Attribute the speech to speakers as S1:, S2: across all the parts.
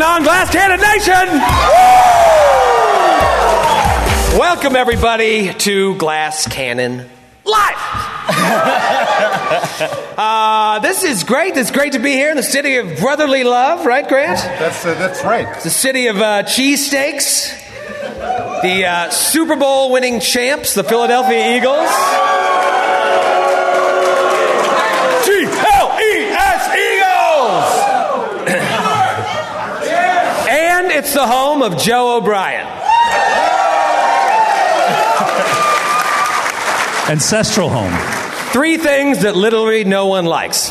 S1: left-handed nation. Welcome everybody to Glass Cannon Live. uh, this is great. It's great to be here in the city of brotherly love, right, Grant?
S2: That's uh, that's right.
S1: the city of uh, cheesesteaks, the uh, Super Bowl winning champs, the Philadelphia Eagles. G L E S Eagles! and it's the home of Joe O'Brien.
S3: Ancestral home.
S1: Three things that literally no one likes.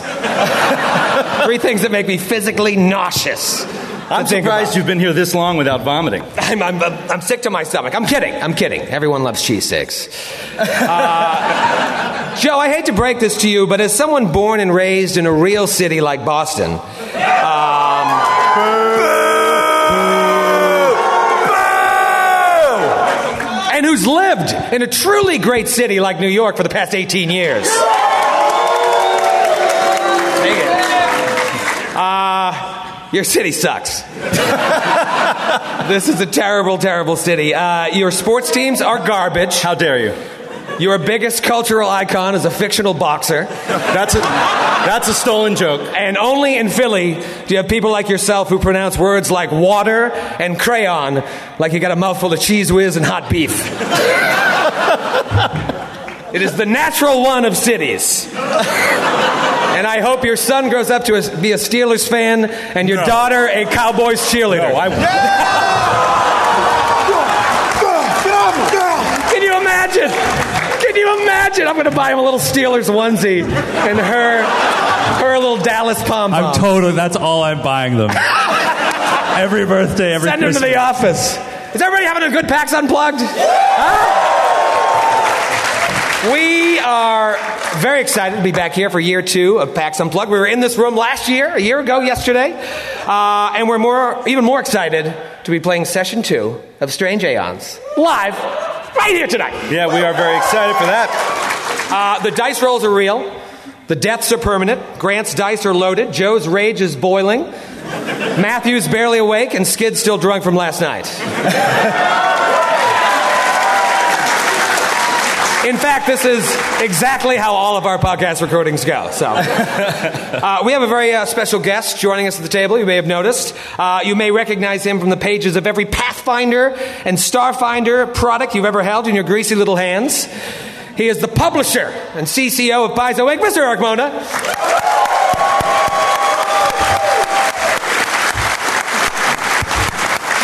S1: Three things that make me physically nauseous.
S4: I'm
S1: thinking about-
S4: surprised you've been here this long without vomiting.
S1: I'm, I'm, I'm sick to my stomach. I'm kidding. I'm kidding. Everyone loves cheesesteaks. Uh, Joe, I hate to break this to you, but as someone born and raised in a real city like Boston, um, and who's lived in a truly great city like New York for the past 18 years. Take it. Uh, your city sucks. This is a terrible, terrible city. Uh, your sports teams are garbage.
S4: How dare you?
S1: Your biggest cultural icon is a fictional boxer.
S4: That's a, that's a stolen joke.
S1: And only in Philly do you have people like yourself who pronounce words like water and crayon like you got a mouthful of cheese whiz and hot beef. it is the natural one of cities. And I hope your son grows up to a, be a Steelers fan and your daughter a Cowboys cheerleader.
S4: No, I-
S1: Can you imagine? Can you imagine? I'm going to buy him a little Steelers onesie and her her little Dallas pom
S3: I'm
S1: pom.
S3: totally. That's all I'm buying them. every birthday, every
S1: Send him to
S3: Christmas.
S1: the office. Is everybody having a good PAX Unplugged? Huh? We are very excited to be back here for year two of PAX Unplugged. We were in this room last year, a year ago, yesterday, uh, and we're more, even more excited to be playing session two of Strange Aeons live right here tonight.
S4: yeah, we are very excited for that.
S1: Uh, the dice rolls are real. The deaths are permanent. Grant's dice are loaded. Joe's rage is boiling. Matthew's barely awake, and Skid's still drunk from last night. In fact, this is exactly how all of our podcast recordings go. So, uh, we have a very uh, special guest joining us at the table. You may have noticed. Uh, you may recognize him from the pages of every Pathfinder and Starfinder product you've ever held in your greasy little hands. He is the publisher and CCO of Paizo Inc., Mr. Eric Mona.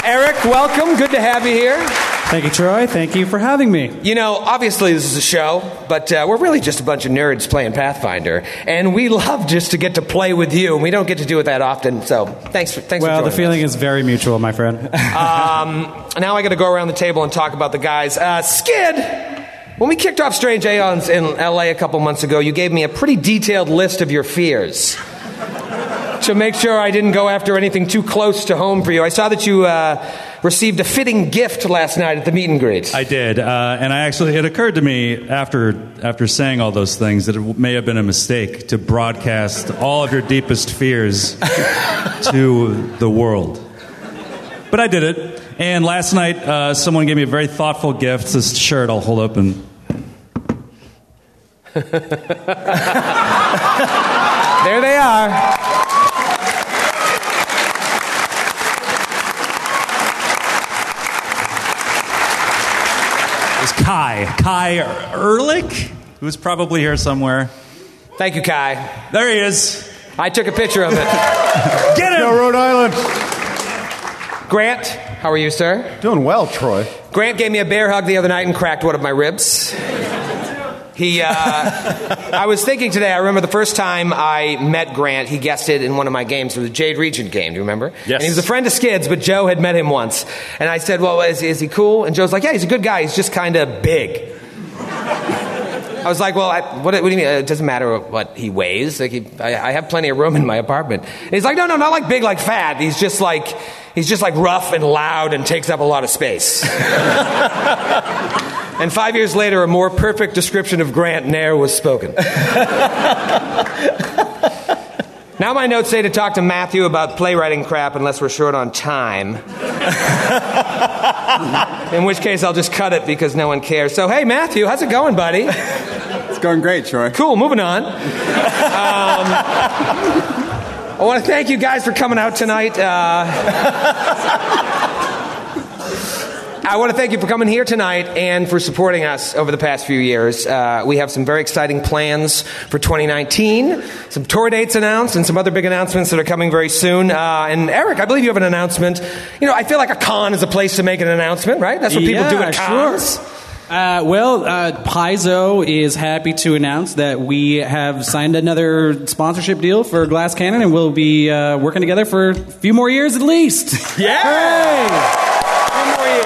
S1: Eric, welcome. Good to have you here.
S5: Thank you, Troy. Thank you for having me.
S1: You know, obviously this is a show, but uh, we're really just a bunch of nerds playing Pathfinder, and we love just to get to play with you, and we don't get to do it that often. So thanks, for, thanks.
S5: Well,
S1: for
S5: the
S1: joining
S5: feeling is very mutual, my friend.
S1: us. Um, Now I got to go around the table and talk about the guys. Uh, Skid. When we kicked off Strange Aeons in LA a couple months ago, you gave me a pretty detailed list of your fears. to make sure I didn't go after anything too close to home for you, I saw that you uh, received a fitting gift last night at the meet and greet.
S3: I did, uh, and I actually it occurred to me after after saying all those things that it may have been a mistake to broadcast all of your deepest fears to the world. But I did it, and last night uh, someone gave me a very thoughtful gift. This shirt I'll hold up and.
S1: There they are.
S3: It was Kai. Kai Ehrlich, who's probably here somewhere.
S1: Thank you, Kai.
S3: There he is.
S1: I took a picture of it.
S3: Get
S2: Yo,
S3: him!
S2: Rhode Island.
S1: Grant, how are you, sir?
S2: Doing well, Troy.
S1: Grant gave me a bear hug the other night and cracked one of my ribs. He, uh, I was thinking today, I remember the first time I met Grant, he guested in one of my games, it was the Jade Regent game, do you remember?
S4: Yes.
S1: And he was a friend of Skid's, but Joe had met him once. And I said, Well, is, is he cool? And Joe's like, Yeah, he's a good guy, he's just kind of big. I was like, well, I, what, what do you mean? It doesn't matter what he weighs. Like he, I, I have plenty of room in my apartment. And he's like, no, no, not like big, like fat. He's just like, he's just like rough and loud and takes up a lot of space. and five years later, a more perfect description of Grant ne'er was spoken. Now my notes say to talk to Matthew about playwriting crap unless we're short on time. In which case, I'll just cut it because no one cares. So, hey, Matthew, how's it going, buddy?
S2: It's going great, Troy.
S1: Cool, moving on. Um, I want to thank you guys for coming out tonight. Uh, I want to thank you for coming here tonight and for supporting us over the past few years. Uh, we have some very exciting plans for 2019, some tour dates announced, and some other big announcements that are coming very soon. Uh, and Eric, I believe you have an announcement. You know, I feel like a con is a place to make an announcement, right? That's what people do
S5: Yeah,
S1: at cons.
S5: sure. Uh, well, uh, Paizo is happy to announce that we have signed another sponsorship deal for Glass Cannon, and we'll be uh, working together for a few more years at least.
S1: Yeah!
S5: Hooray!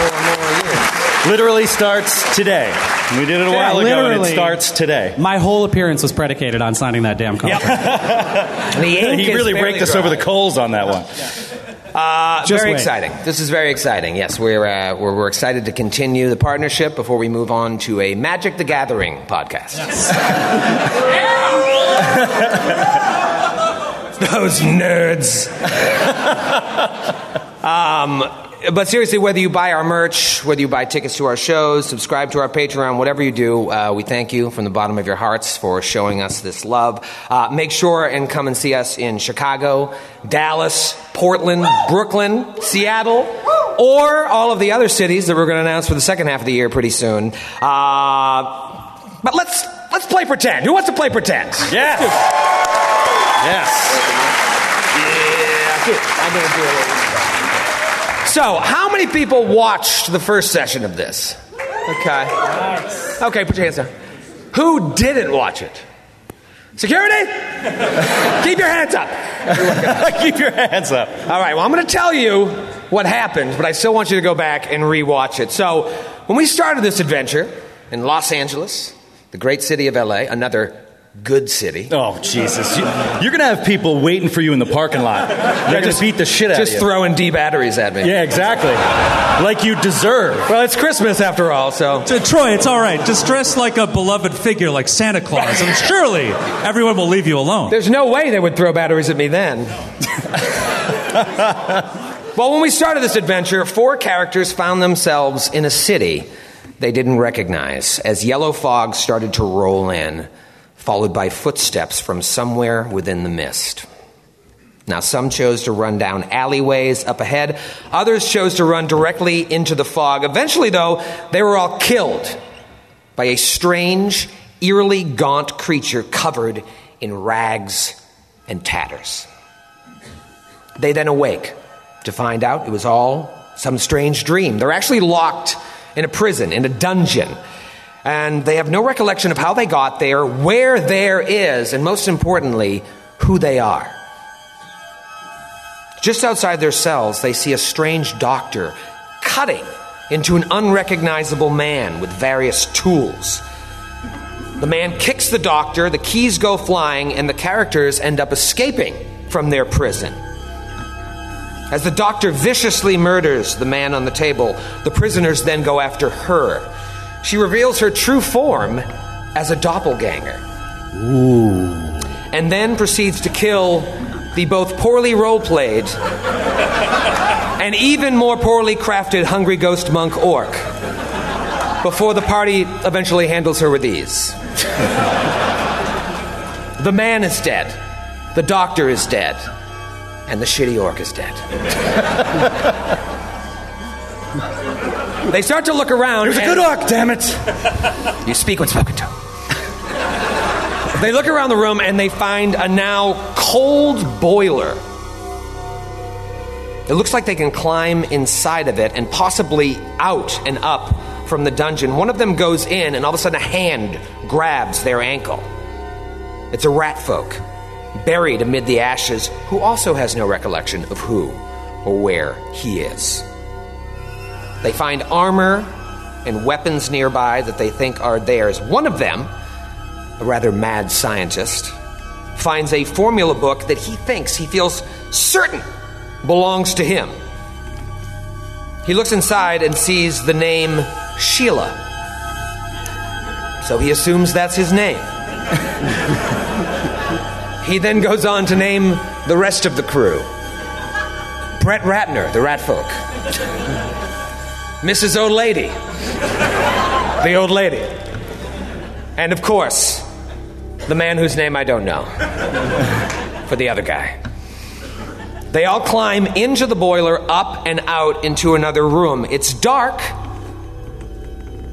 S1: One more year. One more year.
S4: Literally starts today. We did it
S5: Yeah,
S4: a while ago, and
S5: literally.
S4: it starts today.
S5: My whole appearance was predicated on signing that damn contract.
S1: The ink
S4: He
S1: is
S4: really
S1: barely
S4: raked us
S1: dry.
S4: over the coals on that one.
S1: Uh,
S5: Just
S1: very
S5: wait.
S1: exciting. This is very exciting. Yes, we're, uh, we're we're excited to continue the partnership before we move on to a Magic the Gathering podcast. Those nerds. um, but seriously, whether you buy our merch, whether you buy tickets to our shows, subscribe to our Patreon, whatever you do, uh, we thank you from the bottom of your hearts for showing us this love. Uh, make sure and come and see us in Chicago, Dallas, Portland, Brooklyn, Seattle, or all of the other cities that we're going to announce for the second half of the year pretty soon. Uh, but let's let's play pretend. Who wants to play pretend?
S4: Yes. Yes.
S1: So, how many people watched the first session of this? Okay. Okay, put your hands down. Who didn't watch it? Security? Keep your hands up.
S4: Keep your hands up.
S1: All right, well, I'm going to tell you what happened, but I still want you to go back and rewatch it. So, when we started this adventure in Los Angeles, the great city of LA, another good city,
S4: Oh Jesus! You, you're gonna have people waiting for you in the parking lot. They're just beat the shit out
S1: just
S4: of you.
S1: throwing D batteries at me.
S4: yeah, exactly. Like you deserve.
S1: Well, it's Christmas after all, so.
S3: So, Troy, it's all right. Just dress like a beloved figure, like Santa Claus, and surely everyone will leave you alone.
S1: There's no way they would throw batteries at me then. well, when we started this adventure, four characters found themselves in a city they didn't recognize as yellow fog started to roll in, followed by footsteps from somewhere within the mist. Now, some chose to run down alleyways up ahead. Others chose to run directly into the fog. Eventually, though, they were all killed by a strange, eerily gaunt creature covered in rags and tatters. They then awake to find out it was all some strange dream. They're actually locked in a prison, in a dungeon. And they have no recollection of how they got there, where there is, and most importantly, who they are. Just outside their cells, they see a strange doctor cutting into an unrecognizable man with various tools. The man kicks the doctor, the keys go flying, and the characters end up escaping from their prison. As the doctor viciously murders the man on the table, the prisoners then go after her. She reveals her true form as a doppelganger and then proceeds to kill the both poorly role played and even more poorly crafted hungry ghost monk orc before the party eventually handles her with ease. the man is dead, the doctor is dead, and the shitty orc is dead. they start to look around.
S4: There's a
S1: and-
S4: good arc, damn it!
S1: you speak when spoken to. they look around the room and they find a now cold boiler. It looks like they can climb inside of it and possibly out and up from the dungeon. One of them goes in, and all of a sudden, a hand grabs their ankle. It's a rat folk, buried amid the ashes, who also has no recollection of who or where he is. They find armor and weapons nearby that they think are theirs. One of them, a rather mad scientist, finds a formula book that he thinks, he feels certain, belongs to him. He looks inside and sees the name Sheila. So he assumes that's his name. He then goes on to name the rest of the crew Brett Ratner, the rat folk, Mrs. Old Lady, the old lady, and of course, the man whose name I don't know, for the other guy. They all climb into the boiler, up and out into another room. It's dark,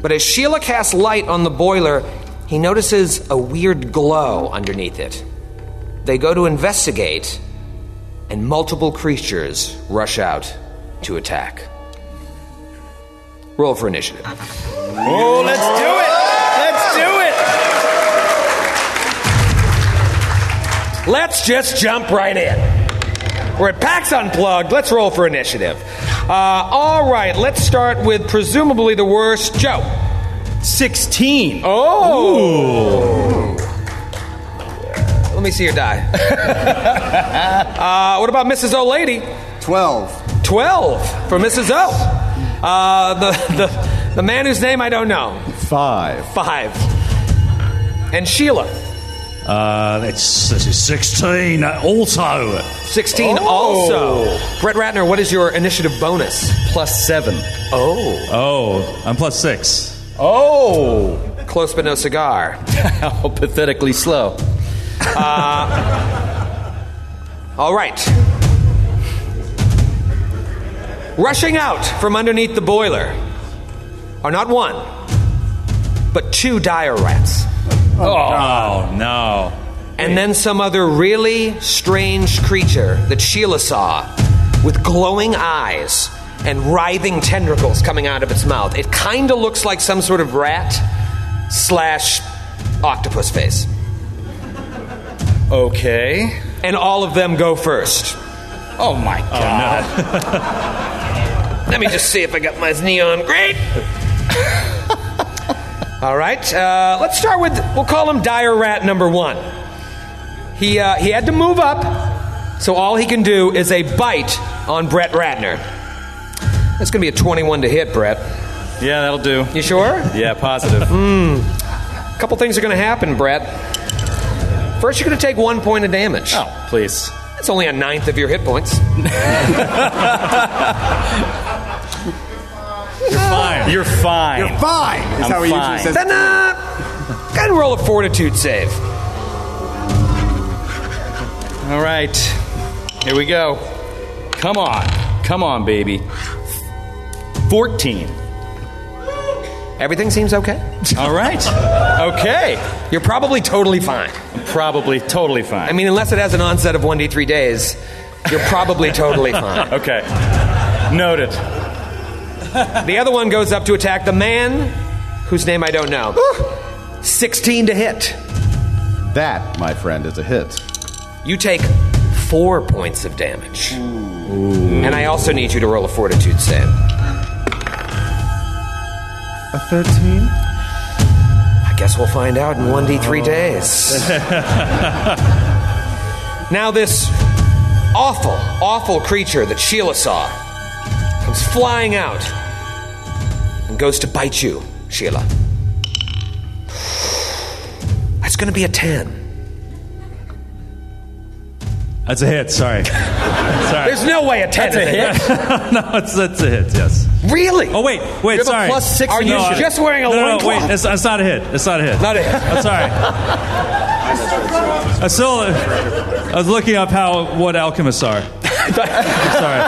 S1: but as Sheila casts light on the boiler, he notices a weird glow underneath it. They go to investigate, and multiple creatures rush out to attack. Roll for initiative.
S4: Oh, let's do it!
S1: Let's
S4: Let's do
S1: just jump right in. We're at PAX Unplugged. Let's roll for initiative. Uh, all right, let's start with presumably the worst Joe.
S4: it! 16.
S1: Oh! Let me see your die. uh, what about Mrs. O Lady?
S2: 12.
S1: 12 for Mrs. O. Uh, the, the, the man whose name I don't know.
S2: 5.
S1: Five. And Sheila.
S3: Uh, that's, that's a 16 uh, also.
S1: 16 also. Brett Ratner, what is your initiative bonus?
S4: Plus 7.
S1: Oh.
S3: Oh, I'm plus six.
S4: Oh!
S1: Close but no cigar.
S4: How pathetically slow.
S1: Uh, All right. Rushing out from underneath the boiler are not one, but two dire rats.
S3: Oh, no.
S1: And then some other really strange creature that Sheila saw with glowing eyes and writhing tendricals coming out of its mouth. It kind of looks like some sort of rat slash octopus face.
S4: Okay.
S1: And all of them go first.
S4: Oh my god.
S1: Let me just see if I got my neon. Great. All right. Uh, let's start with. We'll call him Dire Rat Number One. He uh, he had to move up, so all he can do is a bite on Brett Ratner. That's going to be a 21 to hit, Brett.
S4: Yeah, that'll do.
S1: You sure?
S4: Yeah, positive.
S1: A couple things are going to happen, Brett. First, you're going to take one point of damage.
S4: Oh, please.
S1: That's only a ninth of your hit points.
S4: Fine. You're fine.
S2: You're fine! Is
S4: I'm
S2: how he
S4: fine.
S2: usually says
S1: Then, uh, go ahead and roll a fortitude save.
S4: All right. Here we go. Come on. Come on, baby. 14.
S1: Everything seems okay.
S4: All right. Okay.
S1: You're probably totally fine.
S4: Probably totally fine.
S1: I mean, unless it has an onset of 1d3 days, you're probably totally fine.
S4: okay. Noted.
S1: The other one goes up to attack the man whose name I don't know. 16 to hit.
S2: That, my friend, is a hit.
S1: You take four points of damage. And I also need you to roll a fortitude save.
S2: A 13?
S1: I guess we'll find out in 1d3 days. now, this awful, awful creature that Sheila saw comes flying out and goes to bite you, Sheila. That's going to be a 10.
S3: That's a hit, sorry. sorry.
S1: There's no way a 10 is a hit.
S3: no, it's, that's a hit, yes.
S1: Really?
S3: Oh, wait, wait,
S1: You have a
S3: sorry.
S1: plus six Are you initiative. just wearing a
S3: no, no, No,
S1: loincloth?
S3: wait, it's, it's not a hit. It's not a hit.
S1: Not a hit.
S3: I'm sorry. I still, I was looking up how what alchemists are. sorry.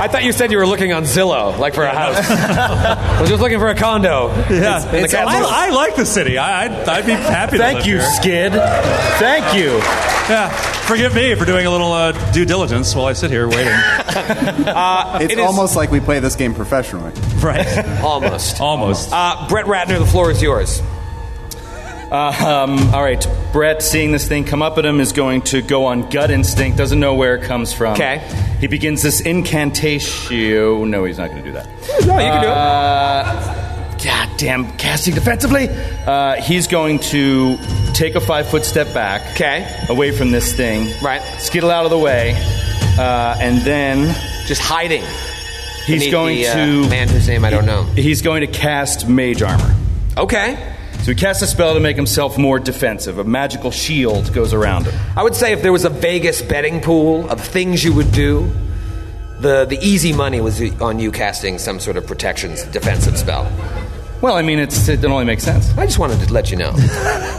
S1: I thought you said you were looking on Zillow, like for a house. I was just looking for a condo.
S3: Yeah,
S1: In the capital.
S3: I, I like the city. I, I'd, I'd be happy. to live
S4: Thank you,
S3: here.
S4: Skid. Thank you.
S3: Yeah, forgive me for doing a little uh, due diligence while I sit here waiting.
S2: It's
S1: Uh, It is-
S2: almost like we play this game professionally.
S3: right,
S1: Almost.
S3: almost.
S1: Uh, Brett Ratner, the floor is yours.
S4: Um, all right, Brett, seeing this thing come up at him, is going to go on gut instinct, doesn't know where it comes from.
S1: Okay.
S4: He begins this incantation. No, he's not going to do that.
S1: No, you can do it.
S4: Uh, God damn, casting defensively. Uh, he's going to take a five foot step back.
S1: Okay.
S4: Away from this thing.
S1: Right.
S4: Skittle out of the way. Uh, and then
S1: Just hiding.
S4: he's
S1: beneath
S4: going
S1: the, uh,
S4: to.
S1: man whose name I don't know.
S4: He's going to cast mage armor.
S1: Okay.
S4: So he casts a spell to make himself more defensive. A magical shield goes around him.
S1: I would say if there was a Vegas betting pool of things you would do, the, the easy money was on you casting some sort of protections defensive spell.
S4: Well, I mean, it's, it only makes sense.
S1: I just wanted to let you know.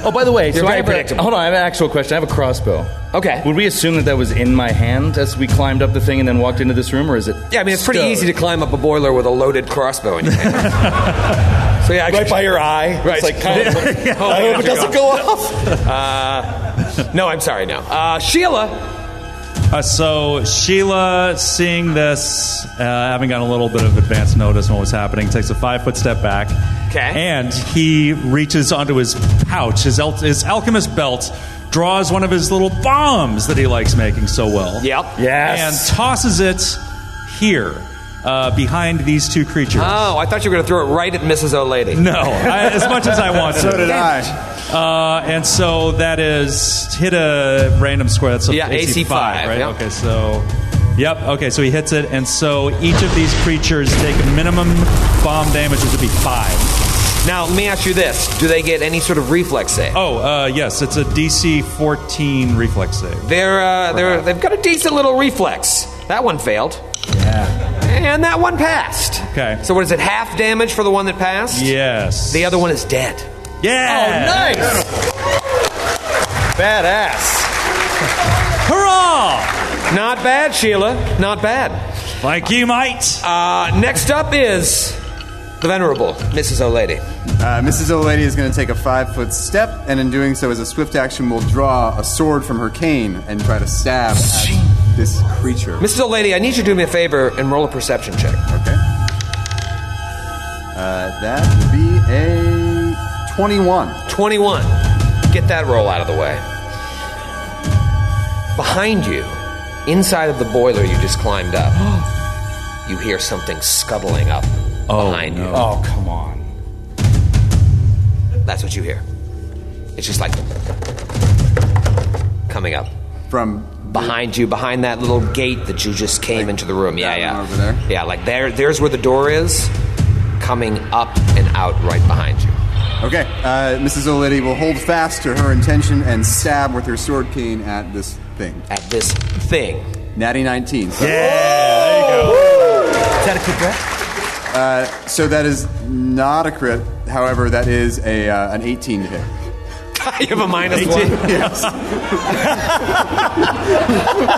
S4: Oh, by the way,
S1: You're
S4: so
S1: very
S4: I have
S1: predictable.
S4: A, hold on, I have an actual question. I have a crossbow.
S1: Okay.
S4: Would we assume that that was in my hand as we climbed up the thing and then walked into this room, or is it?
S1: Yeah, I mean, it's pretty
S4: stowed?
S1: easy to climb up a boiler with a loaded crossbow in your hand. so yeah, I right by your eye. Right. It's like kind of, I hope it doesn't go off. Uh, no, I'm sorry, no. Uh, Sheila,
S3: Uh, so Sheila, seeing this, uh, having gotten a little bit of advance notice on what was happening, takes a five foot step back.
S1: 'Kay.
S3: And he reaches onto his pouch, his, el- his alchemist belt, draws one of his little bombs that he likes making so well.
S1: Yep.
S4: Yes.
S3: And tosses it here, uh, behind these two creatures.
S1: Oh, I thought you were going to throw it right at Mrs. O'Lady.
S3: No, I, as much as I want to.
S2: So did I.
S3: Uh, and so that is hit a random square. That's a
S1: Yeah, AC five,
S3: right?
S1: yeah.
S3: Okay, so yep. Okay, so he hits it, and so each of these creatures take minimum bomb damage, which would be five.
S1: Now, let me ask you this: Do they get any sort of reflex save?
S3: Oh, uh, yes, it's a DC 14 reflex save.
S1: They're, uh, they're they've got a decent little reflex. That one failed. Yeah. And that one passed.
S3: Okay.
S1: So what is it? Half damage for the one that passed.
S3: Yes.
S1: The other one is dead.
S3: Yeah.
S4: Nice.
S1: Oh,
S4: Badass.
S3: Hurrah!
S1: Not bad, Sheila. Not bad.
S3: Like you might.
S1: Uh, next up is the venerable Mrs. O'Lady.
S2: Uh, Mrs. O'Lady is going to take a five foot step, and in doing so, as a swift action, will draw a sword from her cane and try to stab at this creature.
S1: Mrs. O'Lady, I need you to do me a favor and roll a perception check.
S2: Okay. Uh, that would be a 21.
S1: 21. Get that roll out of the way. Behind you, inside of the boiler you just climbed up, you hear something scuttling up behind you.
S4: Oh come on.
S1: That's what you hear. It's just like coming up
S2: From
S1: behind you, behind that little gate that you just came into the room. Yeah,
S2: that
S1: yeah.
S2: one over there?
S1: Yeah, like there. There's where the door is. Coming up and out right behind you.
S2: Okay, uh, Mrs. O'Lady will hold fast to her intention and stab with her sword cane at this thing.
S1: At this thing.
S2: Natty 19. So,
S4: Is that a quick breath?
S2: Uh, so that is not a crit. However, that is a uh, an 18 to hit.
S1: you have a minus one.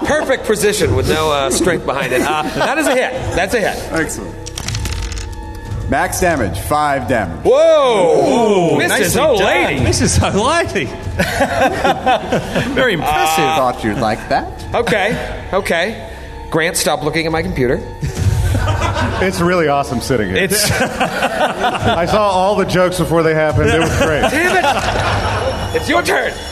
S1: Perfect position with no uh, strength behind it. Uh, that is a hit. That's a hit.
S2: Excellent. Max damage, five damage.
S1: Whoa! Mrs.
S4: nicely
S1: O'Lady.
S4: done.
S3: this is unlikely.
S4: Very impressive.
S2: Thought you'd like that?
S1: Okay. Okay. Grant, stop looking at my computer.
S6: It's really awesome sitting here.
S1: It's
S6: I saw all the jokes before they happened. It was great.
S1: damn it. It's your turn.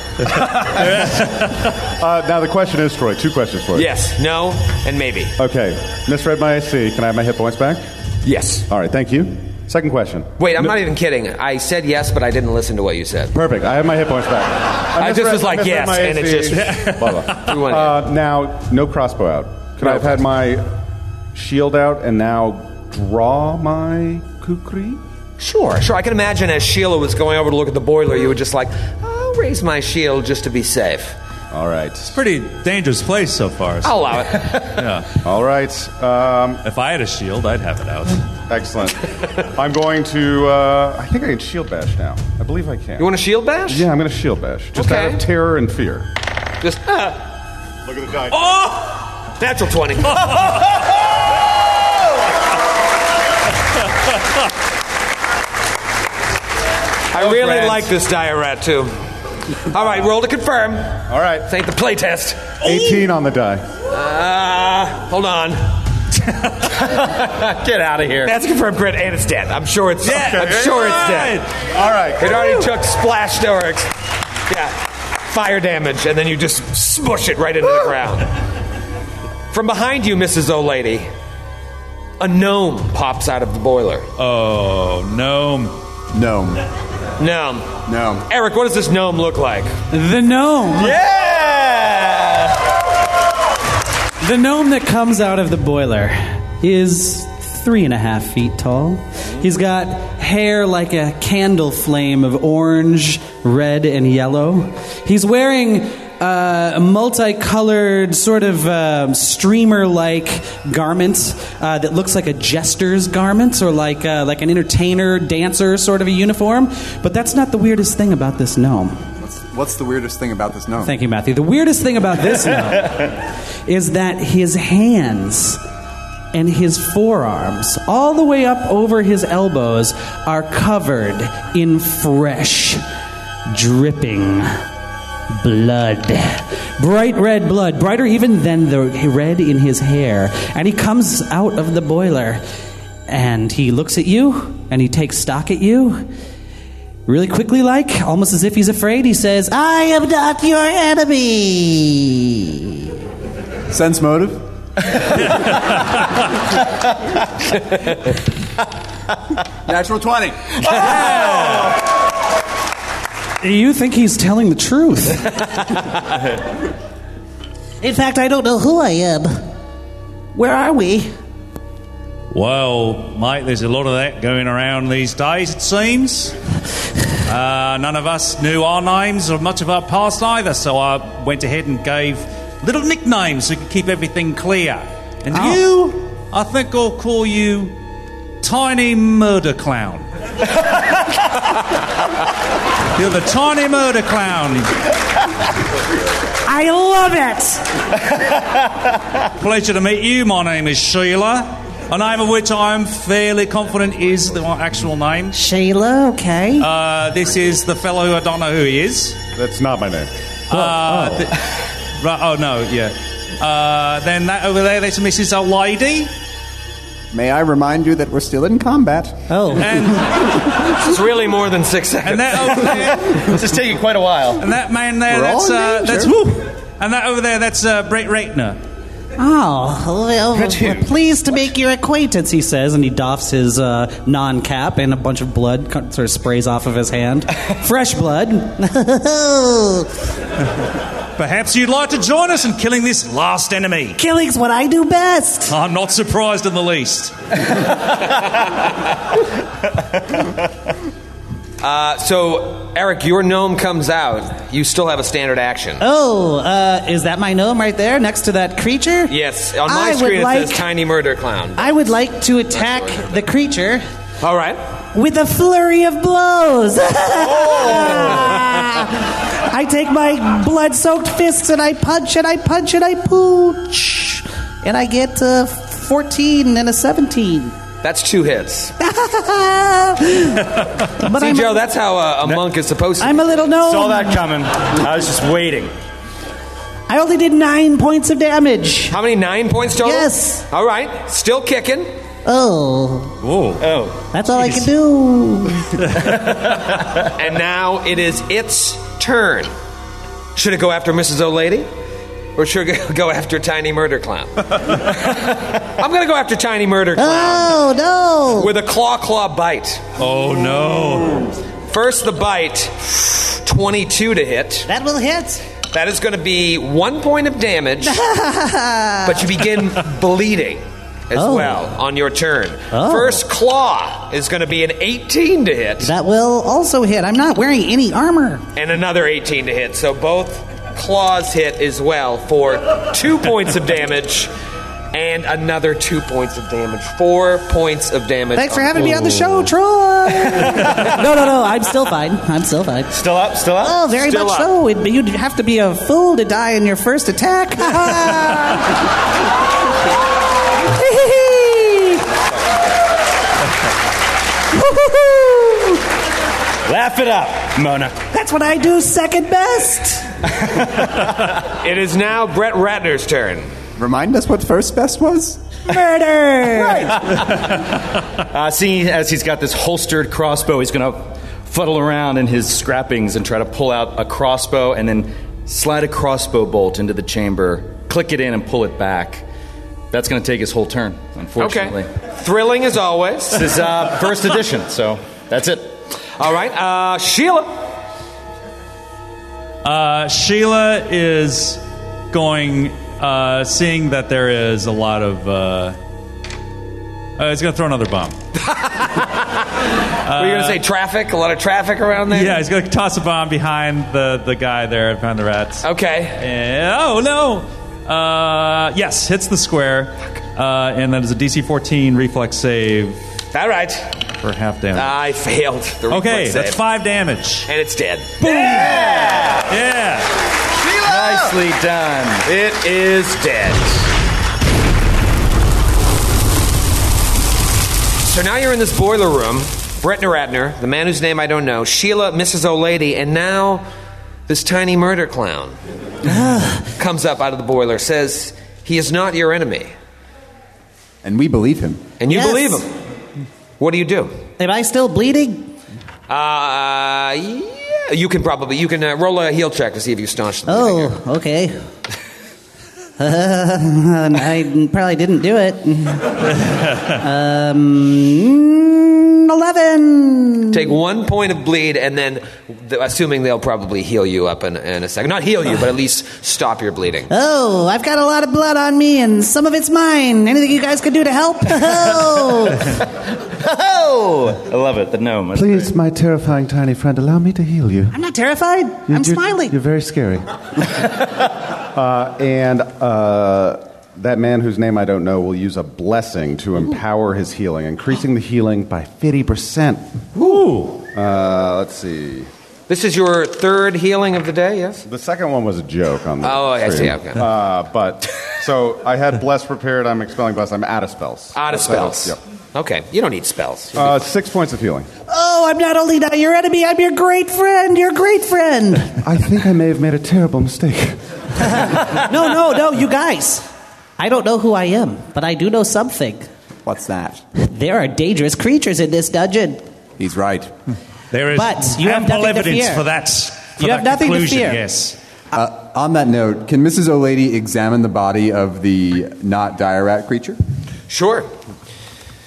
S6: Uh, now the question is, Troy. Two questions for you.
S1: Yes. No. And maybe.
S6: Okay. Misread my AC. Can I have my hit points back?
S1: Yes.
S6: All right. Thank you. Second question.
S1: Wait, I'm not even kidding. I said yes, but I didn't listen to what you said.
S6: Perfect. I have my hit points back.
S1: I just
S6: misread-
S1: was like,
S6: misread
S1: yes,
S6: my
S1: and it
S6: AC.
S1: just-
S6: blah blah.
S1: We went
S6: Uh, now, no crossbow out. Could I have had my shield out and now draw my kukri?
S1: Sure, sure. I can imagine as Sheila was going over to look at the boiler, you were just like, I'll raise my shield just to be safe.
S6: All right.
S3: Pretty dangerous place so far.
S1: I'll allow it.
S6: All right. Um,
S3: If I had a shield, I'd have it out.
S6: excellent. I'm going to. Uh, I think I can shield bash now. I believe I can.
S1: You want a shield bash?
S6: Yeah, I'm going to shield bash. Just out
S1: Okay.
S6: of terror and fear.
S1: Just, Oh! ah,
S6: Look at the Oh, die.
S1: natural 20. I really
S4: Brad.
S1: like this diorite, too. All right, roll to confirm.
S6: All right.
S1: This ain't the playtest.
S6: 18 on the die.
S1: Uh, hold on.
S4: Get out of here.
S1: That's a confirmed crit, and it's dead. I'm sure it's
S3: Yeah,
S1: I'm sure it's dead.
S6: All right.
S1: It already took splash darks. Yeah. Fire damage, and then you just smush it right into the ground. From behind you, Mrs. O'Lady, a gnome pops out of the boiler.
S3: Oh, no.
S2: No,
S1: Gnome.
S2: no.
S1: Eric, what does this gnome look like?
S5: The gnome.
S1: Yeah!
S5: The gnome that comes out of the boiler is three and a half feet tall. He's got hair like a candle flame of orange, red, and yellow. He's wearing uh, a multicolored, sort of um, streamer like garment uh, that looks like a jester's garment or like, uh, like an entertainer, dancer sort of a uniform. But that's not the weirdest thing about this gnome.
S2: What's, what's the weirdest thing about this gnome?
S5: Thank you, Matthew. The weirdest thing about this gnome is that his hands and his forearms, all the way up over his elbows, are covered in fresh, dripping blood. Bright red blood, brighter even than the red in his hair. And he comes out of the boiler and he looks at you and he takes stock at you really quickly, like, almost as if he's afraid, he says, I am not your enemy.
S2: Sense motive? Natural 20.
S5: You think he's telling the truth. In fact, I don't know who I am. Where are we?
S3: Well, mate, there's a lot of that going around these days, it seems. Uh, none of us knew our names or much of our past either, so I went ahead and gave little nicknames so we could keep everything clear. And you, I think I'll call you Tiny Murder Clown. You're the Tiny Murder Clown.
S5: I love it!
S3: Pleasure to meet you. My name is Sheila. A name of which I am fairly confident is the my actual name.
S5: Sheila, okay.
S3: Uh, this is the fellow who I don't know who he is.
S7: That's not my name.
S3: Uh, th- right, oh no, yeah. Uh, then that over there, there's Mrs. O'Lady.
S2: May I remind you that we're still in combat?
S5: oh.
S3: And,
S1: It's really more than six seconds.
S3: and that over there,
S4: This is taking quite a while.
S3: and that man there,
S2: We're all
S3: that's,
S2: in
S3: uh,
S2: danger.
S3: that's, woo. And that over there, that's uh, Brett Ratner.
S5: Oh, well,
S4: Platoon.
S5: we're pleased to make your acquaintance, he says, and he doffs his uh, non cap, and a bunch of blood co- sort of sprays off of his hand. Fresh blood.
S3: Perhaps you'd like to join us in killing this last enemy.
S5: Killing's what I do best.
S3: I'm not surprised in the least.
S1: Uh, so, Eric, your gnome comes out. You still have a standard action.
S5: Oh, uh, is that my gnome right there next to that creature?
S1: Yes, on my
S5: I
S1: screen
S5: would
S1: it
S5: like,
S1: says tiny murder clown.
S5: I would like to attack the creature
S1: All right.
S5: with a flurry of blows. I take my blood soaked fists and I punch and I punch and I pooch. And I get uh, 14 and a 17.
S1: That's two hits.
S5: but
S1: See,
S5: I'm,
S1: Joe, that's how uh, a, a monk is supposed to.
S5: I'm a little
S4: Saw
S5: gnome.
S4: that coming. I was just waiting.
S5: I only did nine points of damage.
S1: How many? Nine points total?
S5: Yes.
S1: All right. Still kicking.
S5: Oh,
S4: Oh,
S5: that's all I can do.
S1: And now it is its turn. Should it go after Mrs. O'Lady? Or should it go after Tiny Murder Clown? I'm going to go after Tiny Murder Clown
S5: Oh,
S1: with a claw claw bite.
S3: Oh no.
S1: First, the bite 22 to hit.
S5: That will hit.
S1: That is going to be one point of damage, but you begin bleeding as
S5: Oh.
S1: well on your turn.
S5: Oh.
S1: First claw is going to be an 18 to hit
S5: That will also hit. I'm not wearing any armor.
S1: and another 18 to hit. So both claws hit as well for two points of damage and another two points of damage. Four points of damage.
S5: Thanks for having me on the show, Troy. no, no, no. I'm still fine. I'm still fine.
S4: still up, still up.
S5: Oh, very
S1: Still
S5: much
S1: up.
S5: so. It, you'd have to be a fool to die in your first attack. Woo-hoo-hoo.
S4: Laugh it up, Mona.
S5: That's what I do second best.
S1: It is now Brett Ratner's turn.
S2: Remind us what first best was?
S5: Murder.
S4: Uh, seeing as he's got this holstered crossbow, he's going to fuddle around in his scrappings and try to pull out a crossbow and then slide a crossbow bolt into the chamber, click it in, and pull it back. That's going to take his whole turn, unfortunately.
S1: Okay. Thrilling as always.
S4: This is uh, first edition, so that's it.
S1: All right. Uh, Sheila.
S8: Uh, Sheila is going, uh, seeing that there is a lot of uh,
S3: Uh, he's going to throw another bomb.
S1: Were you going to say traffic? A lot of traffic around there?
S3: Yeah, he's going to toss a bomb behind the, the guy there, behind the rats.
S1: Okay.
S3: And- oh no! Uh, yes, hits the square, uh, and that is a DC 14 reflex save
S1: All right.
S3: for half damage.
S1: I failed. The
S3: okay,
S1: reflex
S3: that's
S1: save.
S3: five damage.
S1: And it's dead.
S3: Yeah.
S4: Nicely done.
S1: It is dead. So now you're in this boiler room. Brett Ratner, the man whose name I don't know, Sheila, Mrs. O'Lady, and now this tiny murder clown comes up out of the boiler, says, He is not your enemy.
S2: And we believe him.
S1: And you
S9: Yes.
S1: believe him. What do you do?
S9: Am I still bleeding?
S1: Uh, yeah, you can probably, you can uh, roll a heel check to see if you staunch the bleeding.
S9: Oh, okay. Uh, I probably didn't do it. Um, 11.
S1: Take one point of bleed, and then, th- assuming they'll probably heal you up in, in a second. Not heal you, but at least stop your bleeding.
S9: Oh, I've got a lot of blood on me, and some of it's mine. Anything you guys could do to help? Oh,
S4: Oh, I love it. The gnome. That's great.
S6: my terrifying tiny friend, allow me to heal you.
S9: I'm not terrified. I'm smiling.
S6: very scary. uh, and uh, that man whose name I don't know will use a blessing to empower his healing, increasing the healing by 50%.
S3: Ooh.
S6: Uh, let's see.
S1: This is your third healing of the day, yes?
S6: The second one was a joke on the
S1: Oh, I see,
S6: stream.
S1: okay.
S6: Uh, but so I had bless prepared. I'm expelling bless. I'm out of spells.
S1: Out of
S6: That's how-
S1: spells.
S6: Yep.
S1: Okay, you don't need spells.
S6: Uh, six points of healing.
S9: Oh, I'm not only not your enemy, I'm your great friend. Your great friend.
S6: I think I may have made a terrible mistake.
S9: No, no, no, you guys. I don't know who I am, but I do know something.
S2: What's that?
S9: There are dangerous creatures in this dungeon.
S2: He's right.
S3: There is
S9: But you have
S3: ample
S9: nothing to
S3: evidence
S9: fear.
S3: for that. For
S9: You
S3: that
S9: have nothing to
S3: conclusion,
S9: fear.
S3: Yes.
S2: Uh, on that note, can Mrs. O'Lady examine the body of the not dire rat creature?
S1: Sure.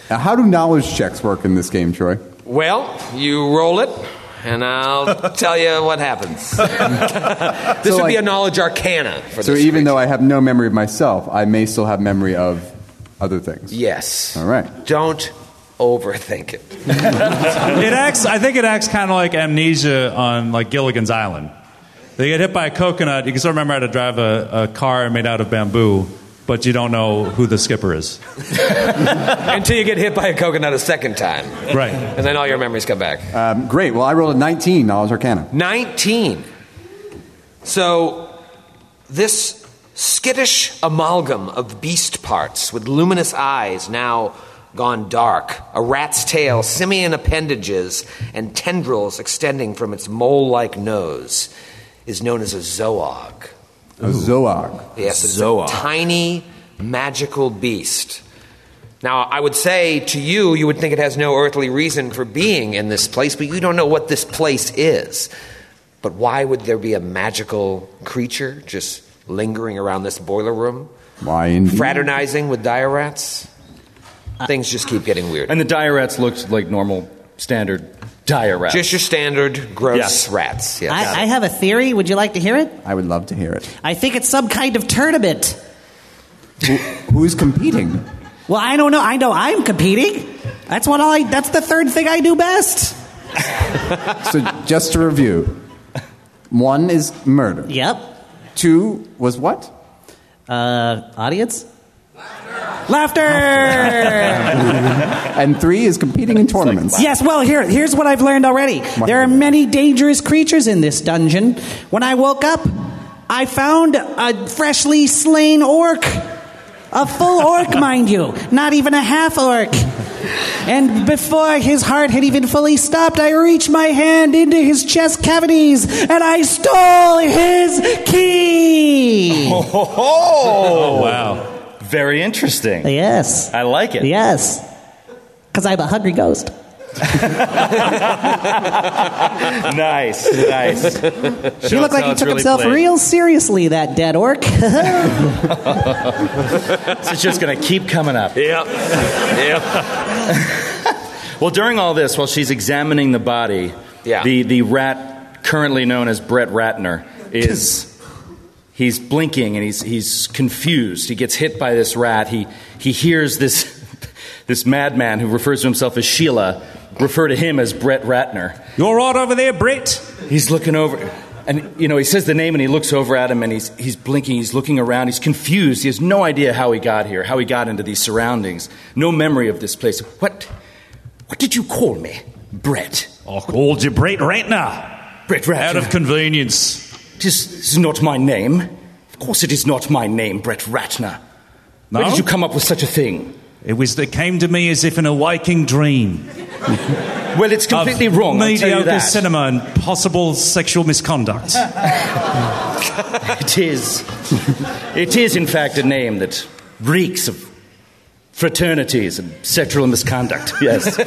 S2: Now, how do knowledge checks work in this game, Troy?
S1: Well, you roll it, and I'll tell you what happens. this would be
S2: like-
S1: a knowledge arcana for
S2: So
S1: this.
S2: even though I have no memory of myself, I may still have memory of other things.
S1: yes.
S2: All right.
S1: Don't overthink it.
S3: It acts. I think it acts kind of like amnesia on like Gilligan's Island. They get hit by a coconut. You can still remember how to drive a, a car made out of bamboo, but you don't know who the skipper is.
S1: Until you get hit by a coconut a second time.
S3: Right.
S1: And then all your memories come back.
S2: Um, great. Well, I rolled a 19 knowledge arcana.
S1: 19. So, this skittish amalgam of beast parts with luminous eyes now gone dark, a rat's tail, simian appendages, and tendrils extending from its mole like nose is known as a zoog.
S2: A zoag.
S1: Yes, it's
S4: Zoa.
S1: a tiny magical beast. Now, I would say to you, you would think it has no earthly reason for being in this place, but you don't know what this place is. But why would there be a magical creature just lingering around this boiler room,
S2: Why indeed?
S1: fraternizing with dire rats? Things just keep getting weird.
S4: Uh, And the dire rats looked like normal, standard dire rats.
S1: Just your standard gross
S4: Yes.
S1: rats. Yes.
S9: I, I have a theory. Would you like to hear it?
S2: I would love to hear it.
S9: I think it's some kind of tournament.
S2: Who, who's competing?
S9: Well, I don't know. I know I'm competing. That's what I. That's the third thing I do best.
S2: So just to review, one is murder.
S9: Yep.
S2: Two was what?
S9: Uh, audience. Laughter.
S2: And three is competing in tournaments.
S9: yes. Well, here, here's what I've learned already. There are many dangerous creatures in this dungeon. When I woke up, I found a freshly slain orc, a full orc, mind you, not even a half orc. And before his heart had even fully stopped, I reached my hand into his chest cavities and I stole his key.
S4: oh,
S3: Wow.
S4: very interesting.
S9: Yes.
S4: I like it.
S9: Yes. Because I'm a hungry ghost.
S4: Nice, nice.
S9: He looked like he took himself real seriously, that dead orc.
S4: It's just going to keep coming up.
S1: Yep. yep.
S4: Well, during all this, while she's examining the body,
S1: Yeah.
S4: the, the rat, currently known as Brett Ratner, is he's blinking and he's, he's confused. He gets hit by this rat. He, he hears this, this madman who refers to himself as Sheila refer to him as Brett Ratner.
S10: You're right over there, Brett.
S4: He's looking over, and you know, he says the name, and he looks over at him, and he's he's blinking, he's looking around, he's confused, he has no idea how he got here, how he got into these surroundings, no memory of this place. What, what did you call me, Brett?
S10: I called you Brett Ratner.
S4: Brett Ratner.
S10: Out of convenience.
S4: This is not my name. Of course, it is not my name, Brett Ratner.
S10: No?
S4: Where did you come up with such a thing?
S10: It was. It came to me as if an awaking dream.
S4: Well, it's completely
S10: of
S4: wrong. I'll tell you
S10: Mediocre
S4: that.
S10: cinema and possible sexual misconduct.
S4: It is. it is, in fact, a name that reeks of fraternities and sexual misconduct. Yes.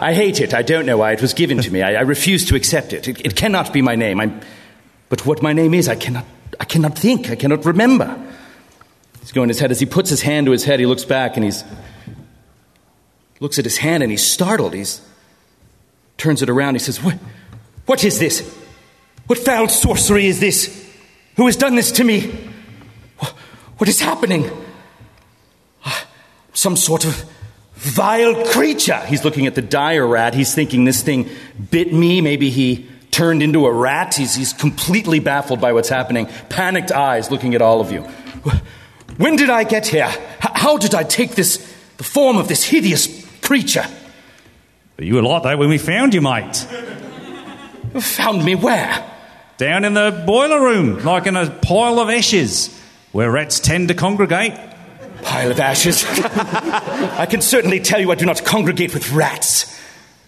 S4: I hate it. I don't know why it was given to me. I, I refuse to accept it. It, it cannot be my name. I'm, but what my name is, I cannot, I cannot think. I cannot remember. He's going his head. As he puts his hand to his head, he looks back and he's looks at his hand and he's startled. He's turns it around. He says, "What? What is this? What foul sorcery is this? Who has done this to me? Wha- What is happening? Ah, Some sort of vile creature." He's looking at the dire rat. He's thinking this thing bit me. Maybe he turned into a rat. He's, he's completely baffled by what's happening. Panicked eyes looking at all of you. Wh- When did I get here? H- How did I take this the form of this hideous creature?
S10: But you were like that when we found you, mate.
S4: You found me where?
S10: Down in the boiler room, like in a pile of ashes, where rats tend to congregate.
S4: Pile of ashes. I can certainly tell you I do not congregate with rats.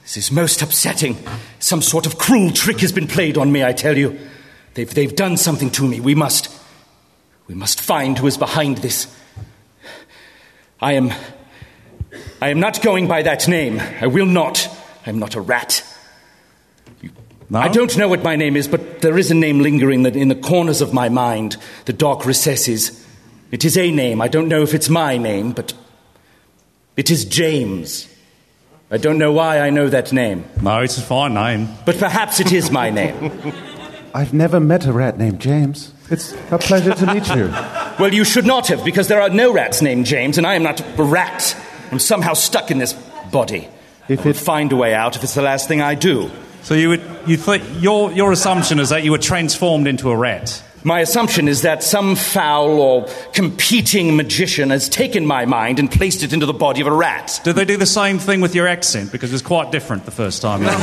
S4: This is most upsetting. Some sort of cruel trick has been played on me, I tell you. They've, they've done something to me. We must. We must find who is behind this. I am. I am not going by that name. I will not. I am not a rat.
S10: No?
S4: I don't know what my name is, but there is a name lingering that in the corners of my mind, the dark recesses. It is a name. I don't know if it's my name, but it is James. I don't know why I know that name,
S10: No, it's a fine name.
S4: but perhaps it is my name.
S6: I've never met a rat named James. It's a pleasure to meet you.
S4: Well, you should not have, because there are no rats named James, and I am not a rat. I'm somehow stuck in this body.
S6: If
S4: I will
S6: it-
S4: find a way out if it's the last thing I do.
S10: So you would, you th- your, your assumption is that you were transformed into a rat.
S4: My assumption is that some foul or competing magician has taken my mind and placed it into the body of a rat.
S10: Did they do the same thing with your accent? Because it's quite different the first time. round.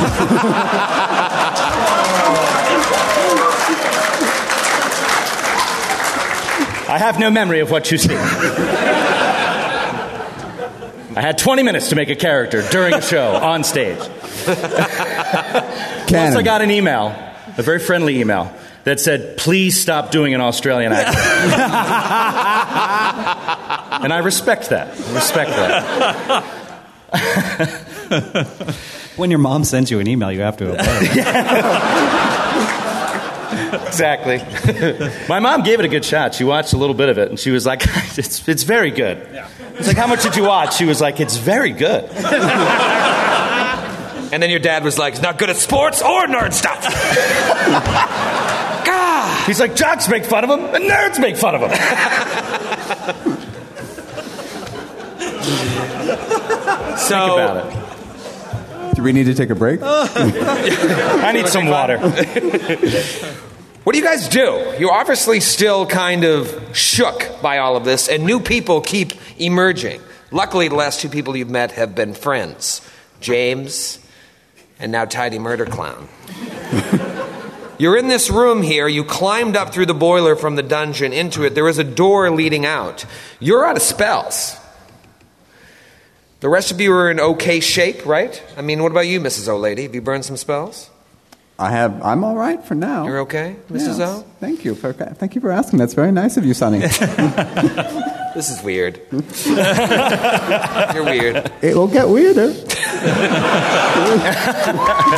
S4: I have no memory of what you see. I had 20 minutes to make a character during a show on stage. Plus, I
S2: Cannon.
S4: got an email, a very friendly email, that said, please stop doing an Australian accent. and I respect that. I respect that.
S5: When your mom sends you an email, you have to obey.
S4: Exactly. My mom gave it a good shot. She watched a little bit of it, and she was like, it's, it's very good. It's like, how much did you watch? She was like, it's very good.
S1: And then your dad was like, he's not good at sports or nerd stuff. God.
S4: He's like, jocks make fun of him, and nerds make fun of him.
S1: So,
S4: about it.
S2: Do we need to take a break?
S4: I need some water.
S1: what do you guys do? You're obviously still kind of shook by all of this, and new people keep emerging. Luckily, the last two people you've met have been friends James and now Tidy Murder Clown. You're in this room here. You climbed up through the boiler from the dungeon into it. There is a door leading out. You're out of spells. The rest of you are in okay shape, right? I mean, what about you, Mrs. O'Lady? Have you burned some spells?
S2: I have. I'm all right for now.
S1: You're okay, Mrs.
S2: Yes.
S1: O?
S2: Thank you for thank you for asking. That's very nice of you, Sonny.
S1: This is weird. You're weird.
S2: It'll get weirder.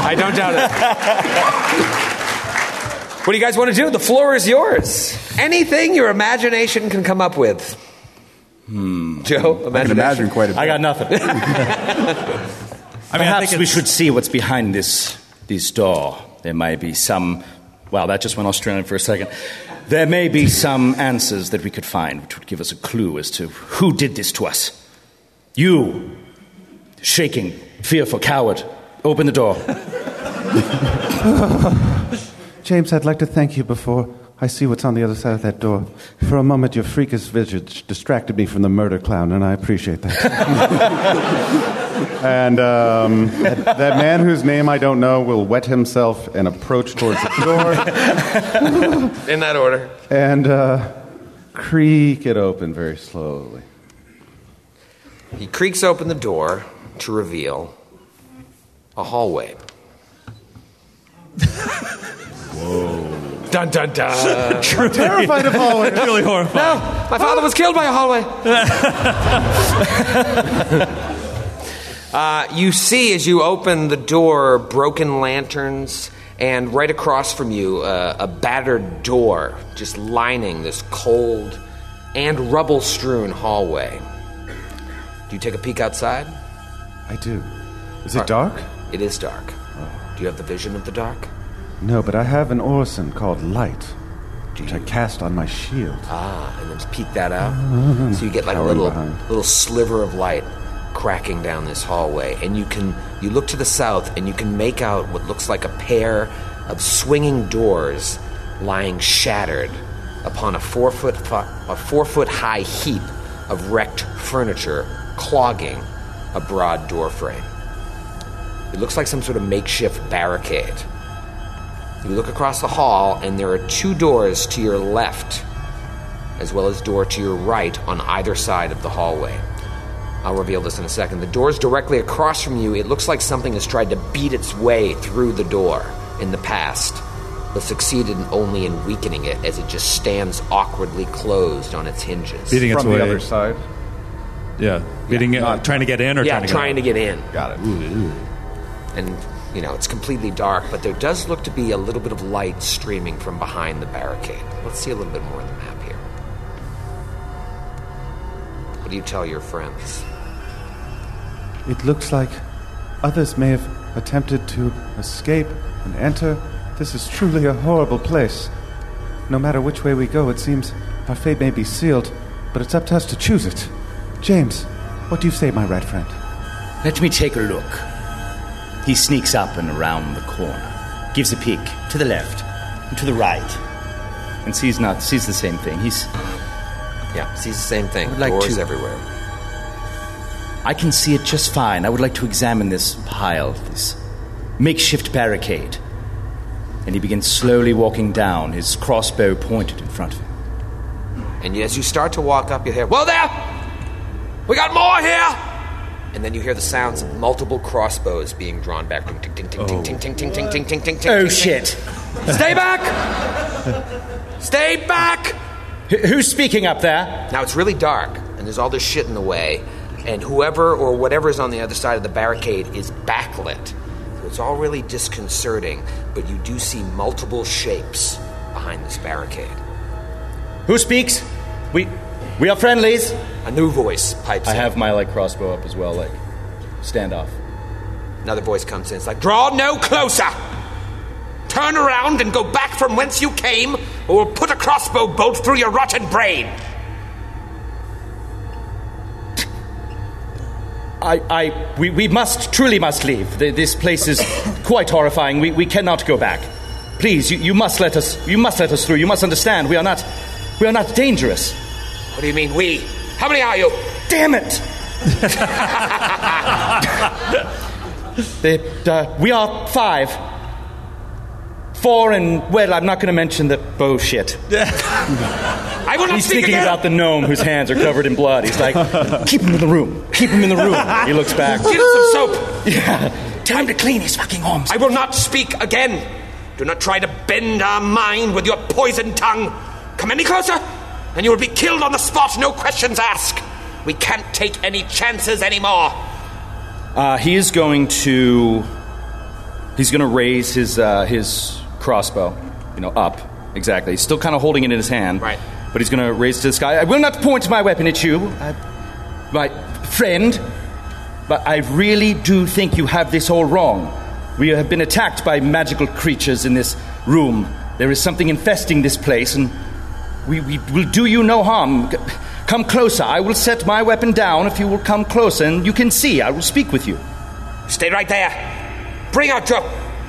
S1: I don't doubt it. What do you guys want to do? The floor is yours. Anything your imagination can come up with. Hmm. Joe, imagination.
S2: I can imagine quite a bit.
S4: I got nothing.
S10: I mean, I
S4: Perhaps
S10: think
S4: we
S10: it's-
S4: should see what's behind this this door. There may be some. Wow, that just went Australian for a second. There may be some answers that we could find, which would give us a clue as to who did this to us. You, shaking, fearful coward, open the door.
S6: James, I'd like to thank you before I see what's on the other side of that door. For a moment, your freakish visage distracted me from the murder clown, and I appreciate that. and um, that, that man whose name I don't know will wet himself and approach towards the door
S1: In that order.
S6: and uh, creak it open very slowly.
S1: He creaks open the door to reveal a hallway. Whoa. Dun dun dun.
S10: Truly- Terrified of hallways. Truly horrified.
S1: No, my father was killed by a hallway. uh, you see, as you open the door, broken lanterns, and right across from you, uh, a battered door just lining this cold and rubble strewn hallway. Do you take a peek outside?
S6: I do. Is it dark?
S1: It is dark. Do you have the vision of the dark?
S6: No, but I have an orison called Light, which I cast on my shield.
S1: Ah, and then peek that out.
S6: Ah.
S1: So you get like a
S6: Cowering
S1: little
S6: behind.
S1: little sliver of light cracking down this hallway, and you can you look to the south and you can make out what looks like a pair of swinging doors lying shattered upon a four foot fi- a four foot high heap of wrecked furniture clogging a broad door frame. It looks like some sort of makeshift barricade. You look across the hall, and there are two doors to your left, as well as door to your right on either side of the hallway. I'll reveal this in a second. The doors directly across from you, it looks like something has tried to beat its way through the door in the past, but succeeded only in weakening it as it just stands awkwardly closed on its hinges.
S3: Beating its
S6: From
S3: way.
S6: the other side.
S3: Yeah, beating
S10: Uh,
S3: it, trying to get in or
S1: yeah,
S3: trying to
S1: trying to
S3: get
S1: get in.
S6: Got it.
S1: and you know it's completely dark but there does look to be a little bit of light streaming from behind the barricade let's see a little bit more of the map here what do you tell your friends
S6: It looks like others may have attempted to escape and enter. This is truly a horrible place. No matter which way we go, it seems our fate may be sealed, but it's up to us to choose it. James, what do you say, my rat friend?
S4: Let me take a look. He sneaks up and around the corner, gives a peek to the left and to the right, and sees not sees the same thing. He's
S1: yeah, sees the same thing.
S4: like
S1: doors
S4: to-
S1: everywhere
S4: I can see it just fine. I would like to examine this pile, this makeshift barricade. And he begins slowly walking down, his crossbow pointed in front of him.
S1: and as you start to walk up you hear well there we got more here and then you hear the sounds of multiple crossbows being drawn back ting ting ting ting ting ting ting ting ting ting ting ting
S4: Oh
S1: ting.
S4: shit!
S1: stay back stay back
S4: Wh- Who's speaking up there?
S1: Now it's really dark, and there's all this shit in the way, and whoever or whatever is on the other side of the barricade is backlit. So it's all really disconcerting, but you do see multiple shapes behind this barricade.
S4: Who speaks? We we are friendlies.
S1: A new voice pipes
S4: I
S1: in.
S4: have my like crossbow up as well, like standoff.
S1: Another voice comes in. It's like, draw no closer! Turn around and go back from whence you came, or we'll put a crossbow bolt through your rotten brain!
S4: I, I, we, we must, truly must leave. Th- This place is quite horrifying. We, we cannot go back. Please, you, you must let us, you must let us through. You must understand, we are not, we are not dangerous.
S1: What do you mean, we? How many are you?
S4: Damn it! They- uh, we are five. Four and, well, I'm not going to mention the bullshit.
S1: I will not
S4: He's
S1: speak
S4: thinking
S1: again.
S4: about the gnome whose hands are covered in blood. He's like, keep him in the room. Keep him in the room. He looks back.
S1: Get him some soap!
S4: Yeah. Tell him to clean his fucking arms.
S1: I will not speak again. Do not try to bend our mind with your poison tongue. Come any closer, and you will be killed on the spot, no questions asked. We can't take any chances anymore.
S4: Uh, he is going to. He's going to raise his uh, his crossbow, you know, up exactly. He's still kind of holding it in his hand,
S1: Right.
S4: But he's going to raise it to the sky. I will not point my weapon at you, I, my friend. But I really do think you have this all wrong. We have been attacked by magical creatures in this room. There is something infesting this place, and we, we will do you no harm. C- Come closer. I will set my weapon down if you will come closer, and you can see. I will speak with you.
S1: Stay right there. Bring out your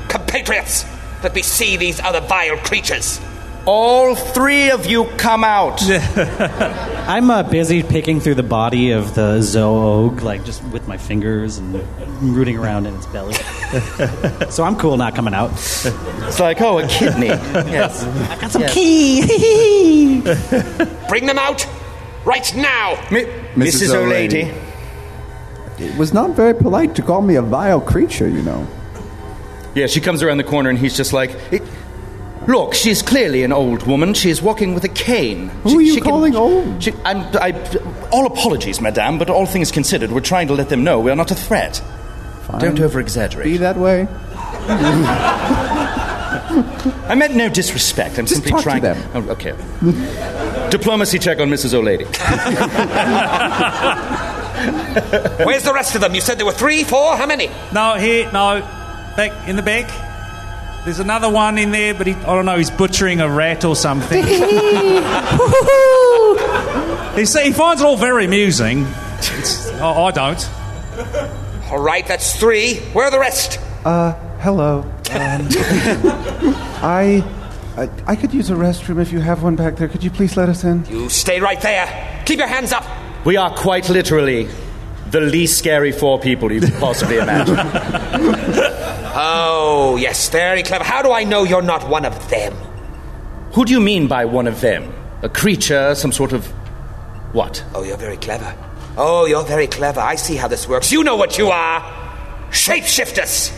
S1: compatriots. Let me see these other vile creatures.
S4: All three of you come out.
S5: I'm uh, busy picking through the body of the zoog, like just with my fingers and rooting around in its belly. so I'm cool not coming out.
S4: It's like, oh, a kidney. yes.
S5: I've got some key.
S1: Bring them out right now.
S4: Mi- Mrs. O'Lady.
S2: O'Lady. It was not very polite to call me a vile creature, you know.
S4: Yeah, she comes around the corner and he's just like, "It- Look, she is clearly an old woman. She is walking with a cane.
S2: Who
S4: She-
S2: are you
S4: she can-
S2: calling old?
S4: She, I'm, I, all apologies, madame, but all things considered, we're trying to let them know we are not a threat. Don't over
S2: Be
S4: exaggerate.
S2: that way.
S4: I meant no disrespect. I'm
S2: Just
S4: simply
S2: talk to
S4: trying.
S2: them.
S4: Oh, okay. Diplomacy check on Mrs. O'Lady.
S1: Where's the rest of them? You said there were three, four, how many?
S3: No, here, no, back in the back. There's another one in there, but he, I don't know. He's butchering a rat or something. he, see, he finds it all very amusing. It's, I, I don't.
S1: All right, that's three. Where are the rest?
S6: Uh, hello. Um, I, I I could use a restroom if you have one back there. Could you please let us in?
S1: You stay right there. Keep your hands up.
S4: We are quite literally the least scary four people you could possibly imagine.
S1: Oh, yes, very clever. How do I know you're not one of them?
S4: Who do you mean by one of them? A creature, some sort of. What?
S1: Oh, you're very clever. Oh, you're very clever. I see how this works. You know what you are. Shapeshifters.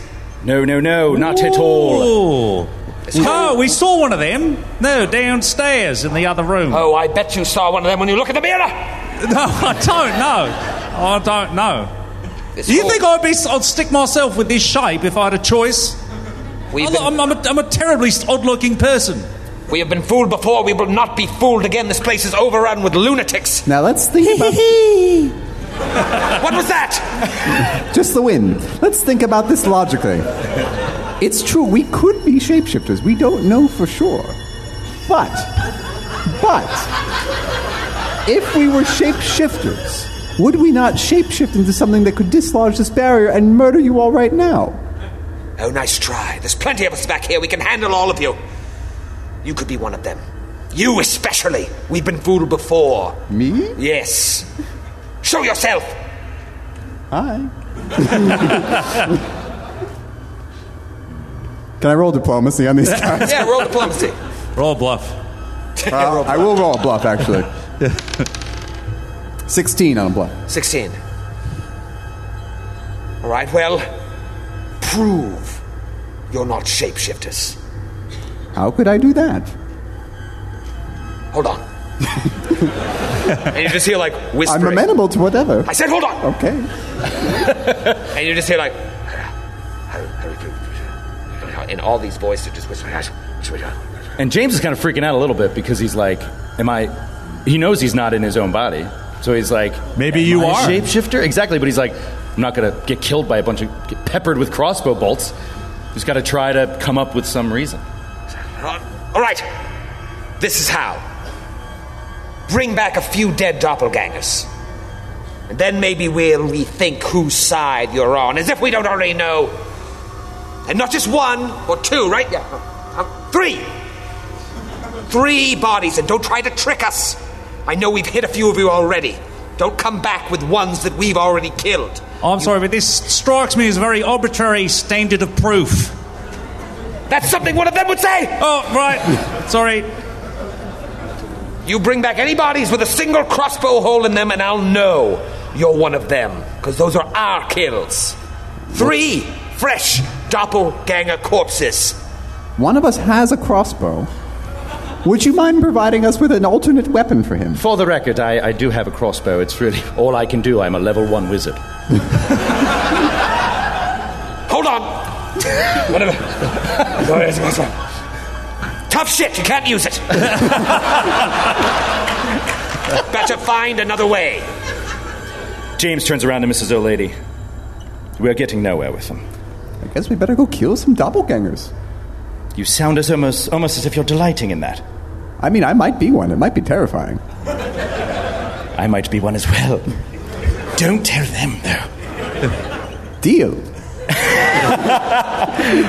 S4: No, no, no, not at all.
S3: Oh, oh we saw one of them. No, downstairs in the other room.
S1: Oh, I bet you saw one of them when you look in the mirror.
S3: No, I don't know. I don't know.
S1: This
S3: Do you
S1: whole-
S3: think I'd be? I'd stick myself with this shape if I had a choice.
S1: we've
S3: I'm,
S1: been,
S3: I'm, I'm, a, I'm a terribly odd-looking person.
S1: we have been fooled before. We will not be fooled again. This place is overrun with lunatics.
S2: Now let's think about
S1: What was that?
S2: just the wind. Let's think about this logically. It's true, we could be shapeshifters. We don't know for sure. But, but, if we were shapeshifters, would we not shapeshift into something that could dislodge this barrier and murder you all right now?
S1: Oh, nice try. There's plenty of us back here. We can handle all of you. You could be one of them. You especially. We've been fooled before.
S2: Me?
S1: Yes. Show yourself.
S2: Hi. Can I roll diplomacy on these guys?
S1: Yeah, roll diplomacy.
S3: Roll bluff.
S2: Uh, I will roll a bluff, actually. 16 on a bluff.
S1: 16. All right, well, prove you're not shapeshifters.
S2: How could I do that?
S1: Hold on. and you just hear like
S2: I'm
S1: whispering.
S2: amenable to whatever.
S1: I said, hold on.
S2: Okay.
S1: And you just hear like, and all these voices just whispering.
S4: And James is kind of freaking out a little bit because he's like, Am I. He knows he's not in his own body. So he's like,
S3: Maybe
S4: "Am
S3: you
S4: I a
S3: are."
S4: Shapeshifter? Exactly, but he's like, I'm not going to get killed by a bunch of. get peppered with crossbow bolts. He's got to try to come up with some reason.
S1: All right, this is how. Bring back a few dead doppelgangers. And then maybe we'll rethink whose side you're on, as if we don't already know. And not just one or two, right? Yeah. uh, uh, Three! Three bodies, and don't try to trick us. I know we've hit a few of you already. Don't come back with ones that we've already killed.
S3: I'm sorry, but this strikes me as a very arbitrary standard of proof.
S1: That's something one of them would say!
S3: Oh, right. sorry.
S1: You bring back any bodies with a single crossbow hole in them, and I'll know you're one of them, because those are our kills. Three fresh doppelganger corpses.
S2: One of us has a crossbow. Would you mind providing us with an alternate weapon for him?
S4: For the record, I, I do have a crossbow. It's really all I can do. I'm a level one wizard.
S1: Hold on. Whatever. Oh, yes, yes, yes. Tough shit, you can't use it. Better find another way.
S4: James turns around to Mrs. O'Lady. We're getting nowhere with them.
S2: I guess we better go kill some doppelgangers.
S4: You sound as almost, almost as if you're delighting in that.
S2: I mean, I might be one. It might be terrifying.
S4: I might be one as well. Don't tell them, though.
S2: Deal.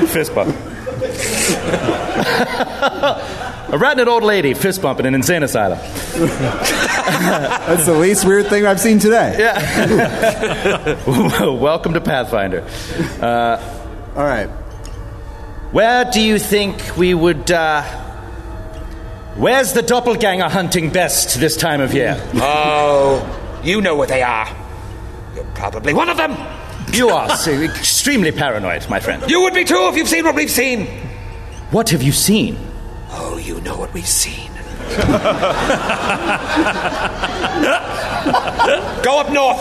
S4: Fist bump. A ratting old lady, fist bump in an insane asylum.
S2: That's the least weird thing I've seen today.
S4: Welcome to Pathfinder. Uh,
S2: All right.
S4: Where do you think we would. Uh, where's the doppelganger hunting best this time of year?
S11: Oh, you know what they are. You're probably one of them.
S4: You are so extremely paranoid, my friend.
S11: You would be too if you've seen what we've seen.
S4: What have you seen?
S11: Oh, you know what we've seen. Go up north.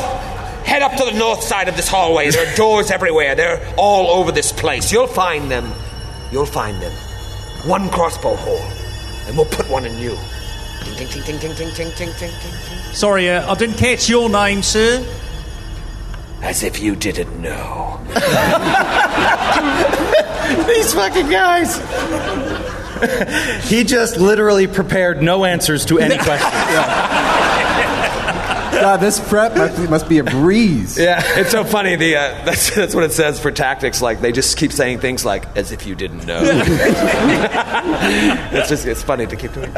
S11: Head up to the north side of this hallway. There are doors everywhere. They're all over this place. You'll find them. You'll find them. One crossbow hole, and we'll put one in you. Ting, ting, ting, ting, ting, ting, ting, ting, ting, ting, ting.
S3: Sorry, uh, I didn't catch your name, sir.
S11: As if you didn't know.
S4: These fucking guys! he just literally prepared no answers to any question.
S2: God, this prep must, must be a breeze.
S1: Yeah, it's so funny. The uh, that's that's what it says for tactics. Like they just keep saying things like "as if you didn't know." it's just it's funny to keep doing.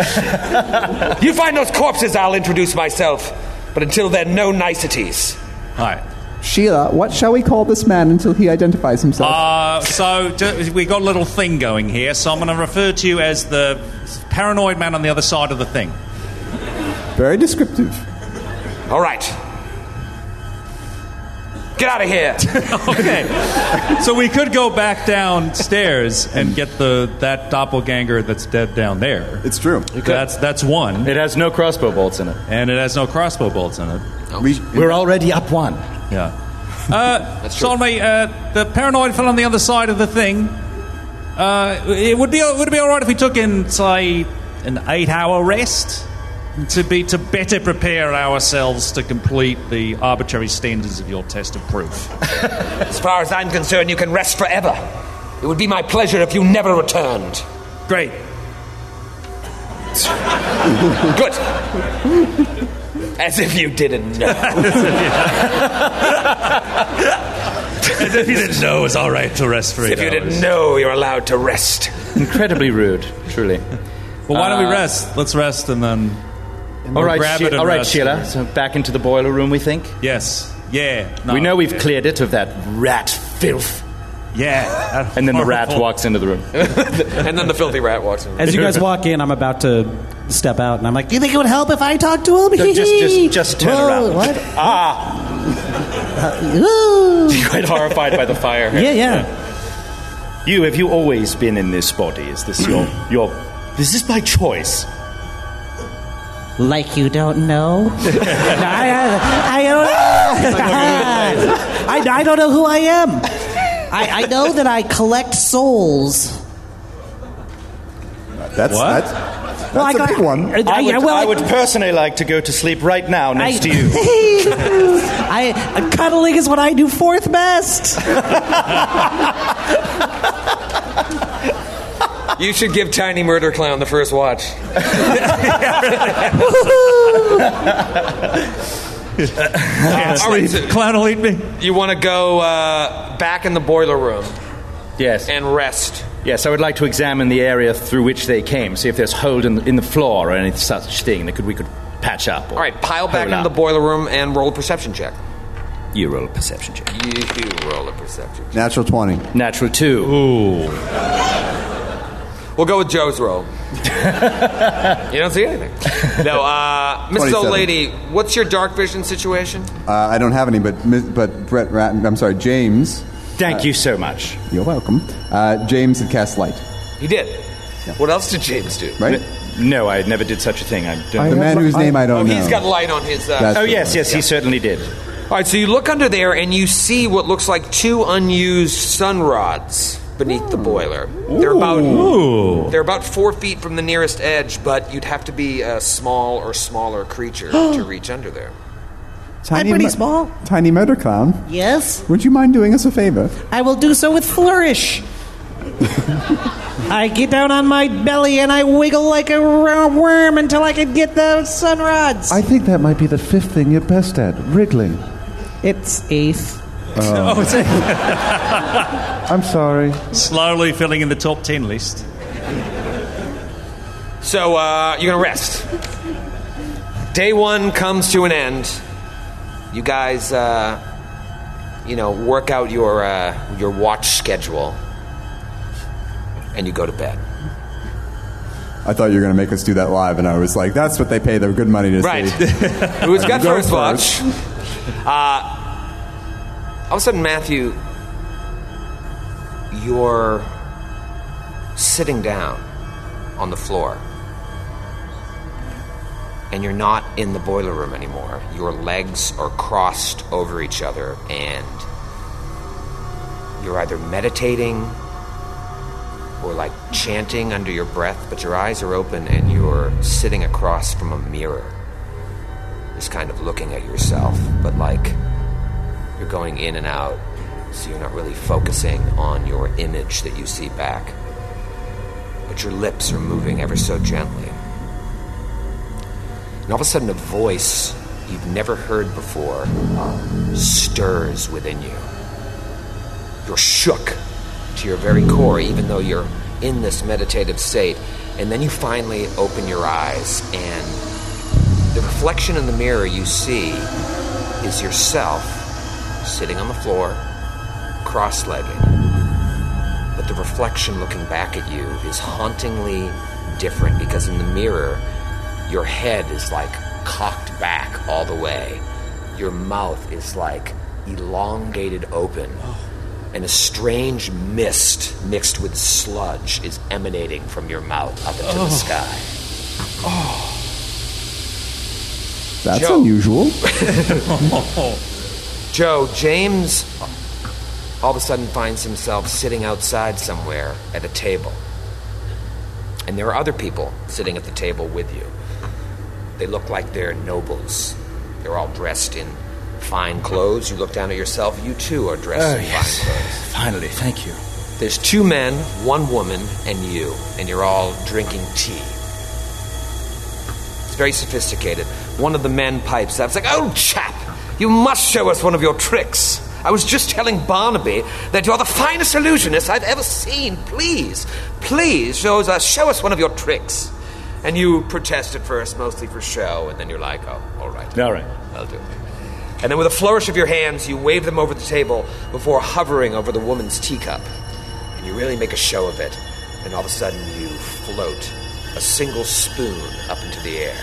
S11: You find those corpses, I'll introduce myself. But until then, no niceties.
S3: Hi.
S2: Sheila, what shall we call this man until he identifies himself?
S3: Uh, so d- we got a little thing going here, so I'm going to refer to you as the paranoid man on the other side of the thing.
S4: Uh,
S2: Very descriptive.
S11: All right. Get out of here.
S3: Okay. so we could go back downstairs and get the that doppelganger that's dead down there.
S2: It's true.
S3: That's that's one,
S4: It has no crossbow bolts in it.
S3: and it has no crossbow bolts in it.
S2: We,
S4: We're already up one.
S3: Yeah. Uh, so, mate, uh, the paranoid fell on the other side of the thing. Uh, it would be would it be all right if we took in say an eight hour rest to be to better prepare ourselves to complete the arbitrary standards of your test of proof.
S11: As far as I'm concerned, you can rest forever. It would be my pleasure if you never returned.
S3: Great.
S11: Good. As if you didn't know.
S3: As if you didn't know, it's all right to rest for eight
S11: If you
S3: hours.
S11: didn't know, you're allowed to rest.
S4: Incredibly rude, truly. Uh,
S3: Well, why don't we rest? Let's rest and then.
S4: All right,
S3: grab
S4: Shee-
S3: it and
S4: all right,
S3: rest.
S4: Sheila. So back into the boiler room, we think.
S3: Yes. Yeah. No.
S4: We know we've cleared it of that rat filth.
S3: Yeah.
S4: And then the rat
S3: Horrible.
S4: walks into the room.
S1: And then the filthy rat walks in.
S9: As you guys walk in, I'm about to step out, and I'm like, "Do you think it would help if I talked to him?"
S4: just- just- just turn
S9: Whoa,
S4: around.
S9: What?
S4: ah!
S9: Ooh.
S4: Quite horrified by the fire.
S9: Yeah, yeah.
S4: You, have you always been in this body? Is this your. your is this by choice?
S9: Like you don't know. No, I, I don't know. I, I don't know who I am. I, I know that I collect souls.
S2: that's
S3: What?
S2: that's, that's a big one.
S9: I,
S4: I would,
S9: I- well,
S4: I
S9: I-
S4: would personally like to go to sleep right now next to you.
S9: I, cuddling is what I do fourth best.
S1: You should give Tiny Murder Clown the first watch. All right, so
S3: Clown will eat me.
S1: you want to go uh, back in the boiler room
S4: Yes.
S1: and rest.
S4: Yes, I would like to examine the area through which they came, see if there's hold in, in the floor or any such thing that could, we could patch up.
S1: All right, pile back
S4: in
S1: in the boiler room and roll a perception check.
S4: You roll a perception check.
S1: You roll a perception.
S2: Natural 20.
S4: Natural two.
S1: We'll go with Joe's roll. you don't see anything. No, uh, Mrs.
S2: 27.
S1: Old Lady, what's your dark vision situation?
S2: Uh, I don't have any, but mi- but Brett Ratton, I'm sorry, James. Uh,
S4: Thank you so much.
S2: You're welcome. Uh, James had cast light,
S1: He did. What else did James do?
S2: right?
S4: No, I never did such a thing. I don't.
S2: the
S12: have
S2: man
S12: li-
S2: whose
S12: I-
S2: name I don't
S1: Oh,
S2: know.
S1: he's got light on his. Uh,
S2: That's
S4: oh
S2: the
S4: yes,
S2: one.
S4: yes, he certainly did.
S1: All right, so you look under there and you see what looks like two unused sun rods beneath the boiler. They're about they're about four feet from the nearest edge, but you'd have to be a small or smaller creature to reach under there.
S2: Tiny
S9: pretty
S2: mur-
S9: small.
S2: Tiny murder clown.
S9: Yes,
S2: Would you mind doing us a favor?
S9: I will do so with flourish. I get down on my belly and I wiggle like a ro- worm until I can get the sun rods.
S6: I think that might be the fifth thing you're best at wriggling.
S9: It's eighth.
S10: Oh, it's
S6: I'm sorry.
S10: Slowly filling in the top 10 list.
S1: So uh, you're gonna rest. Day one comes to an end. You guys, uh, you know, work out your uh, your watch schedule, and you go to bed.
S2: I thought you were going to make us do that live, and I was like, that's what they pay their good money to
S1: Right.
S2: see.
S1: Who's got
S2: Go
S1: first
S2: first.
S1: watch? Uh, all of a sudden, Matthew, you're sitting down on the floor. And you're not in the boiler room anymore. Your legs are crossed over each other, and you're either meditating or like chanting under your breath, but your eyes are open and you're sitting across from a mirror just kind of looking at yourself, but like you're going in and out, so you're not really focusing on your image that you see back. But your lips are moving ever so gently. And all of a sudden, a voice you've never heard before um, stirs within you. You're shook to your very core, even though you're in this meditative state. And then you finally open your eyes and the reflection in the mirror you see is yourself sitting on the floor, cross legged. But the reflection looking back at you is hauntingly different because in the mirror, your head is like cocked back all the way. Your mouth is like elongated open. And a strange mist mixed with sludge is emanating from your mouth up into the sky.
S2: That's
S1: Joe.
S2: unusual.
S1: Joe, James all of a sudden finds himself sitting outside somewhere at a table. And there are other people sitting at the table with you. They look like they're nobles. They're all dressed in fine clothes. You look down at yourself, you too are dressed in fine clothes.
S4: Oh, Finally, thank you.
S1: There's two men, one woman, and you, and you're all drinking tea. It's very sophisticated. One of the men pipes up. It's like, old chap, you must show us one of your tricks. I was just telling Barnaby that you're the finest illusionist I've ever seen. Please, please show us, uh, show us one of your tricks. And you protest at first, mostly for show, and then you're like, oh, all right.
S4: All right.
S1: I'll do it. And then with a flourish of your hands, you wave them over the table before hovering over the woman's teacup. And you really make a show of it. And all of a sudden, you float a single spoon up into the air.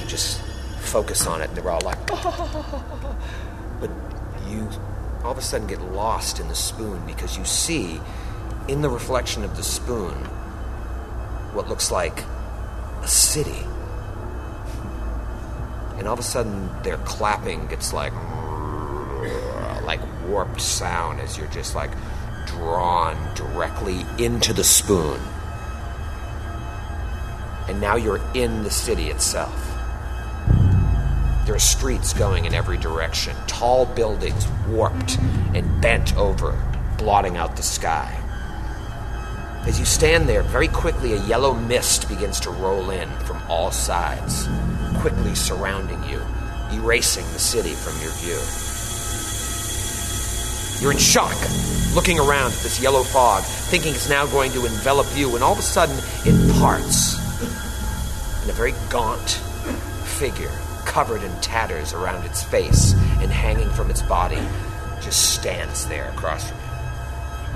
S1: You just focus on it, and they're all like, but you all of a sudden get lost in the spoon because you see in the reflection of the spoon what looks like a city. And all of a sudden, their clapping gets like like warped sound as you're just like drawn directly into the spoon. And now you're in the city itself. There are streets going in every direction, tall buildings warped and bent over, blotting out the sky. As you stand there, very quickly a yellow mist begins to roll in from all sides, quickly surrounding you, erasing the city from your view. You're in shock, looking around at this yellow fog, thinking it's now going to envelop you, and all of a sudden it parts and a very gaunt figure covered in tatters around its face and hanging from its body just stands there across from you.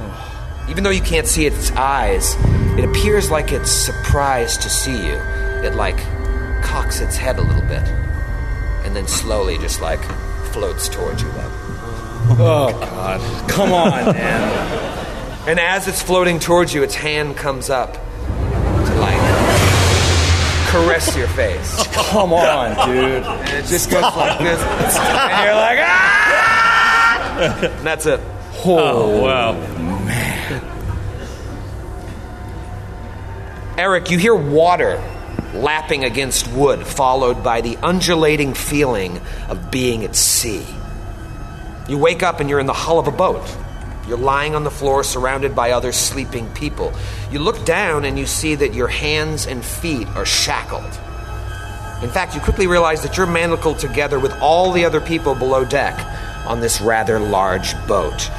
S4: Oh.
S1: Even though you can't see its eyes, it appears like it's surprised to see you. It like cocks its head a little bit and then slowly just like floats towards you up.
S4: Oh, Come on, man.
S1: And as it's floating towards you, its hand comes up to like caress your face.
S4: Come on, dude.
S1: And it just goes like this. And you're like, ah! And that's it.
S10: Oh, wow.
S1: Eric, you hear water lapping against wood, followed by the undulating feeling of being at sea. You wake up and you're in the hull of a boat. You're lying on the floor surrounded by other sleeping people. You look down and you see that your hands and feet are shackled. In fact, you quickly realize that you're manacled together with all the other people below deck on this rather large boat.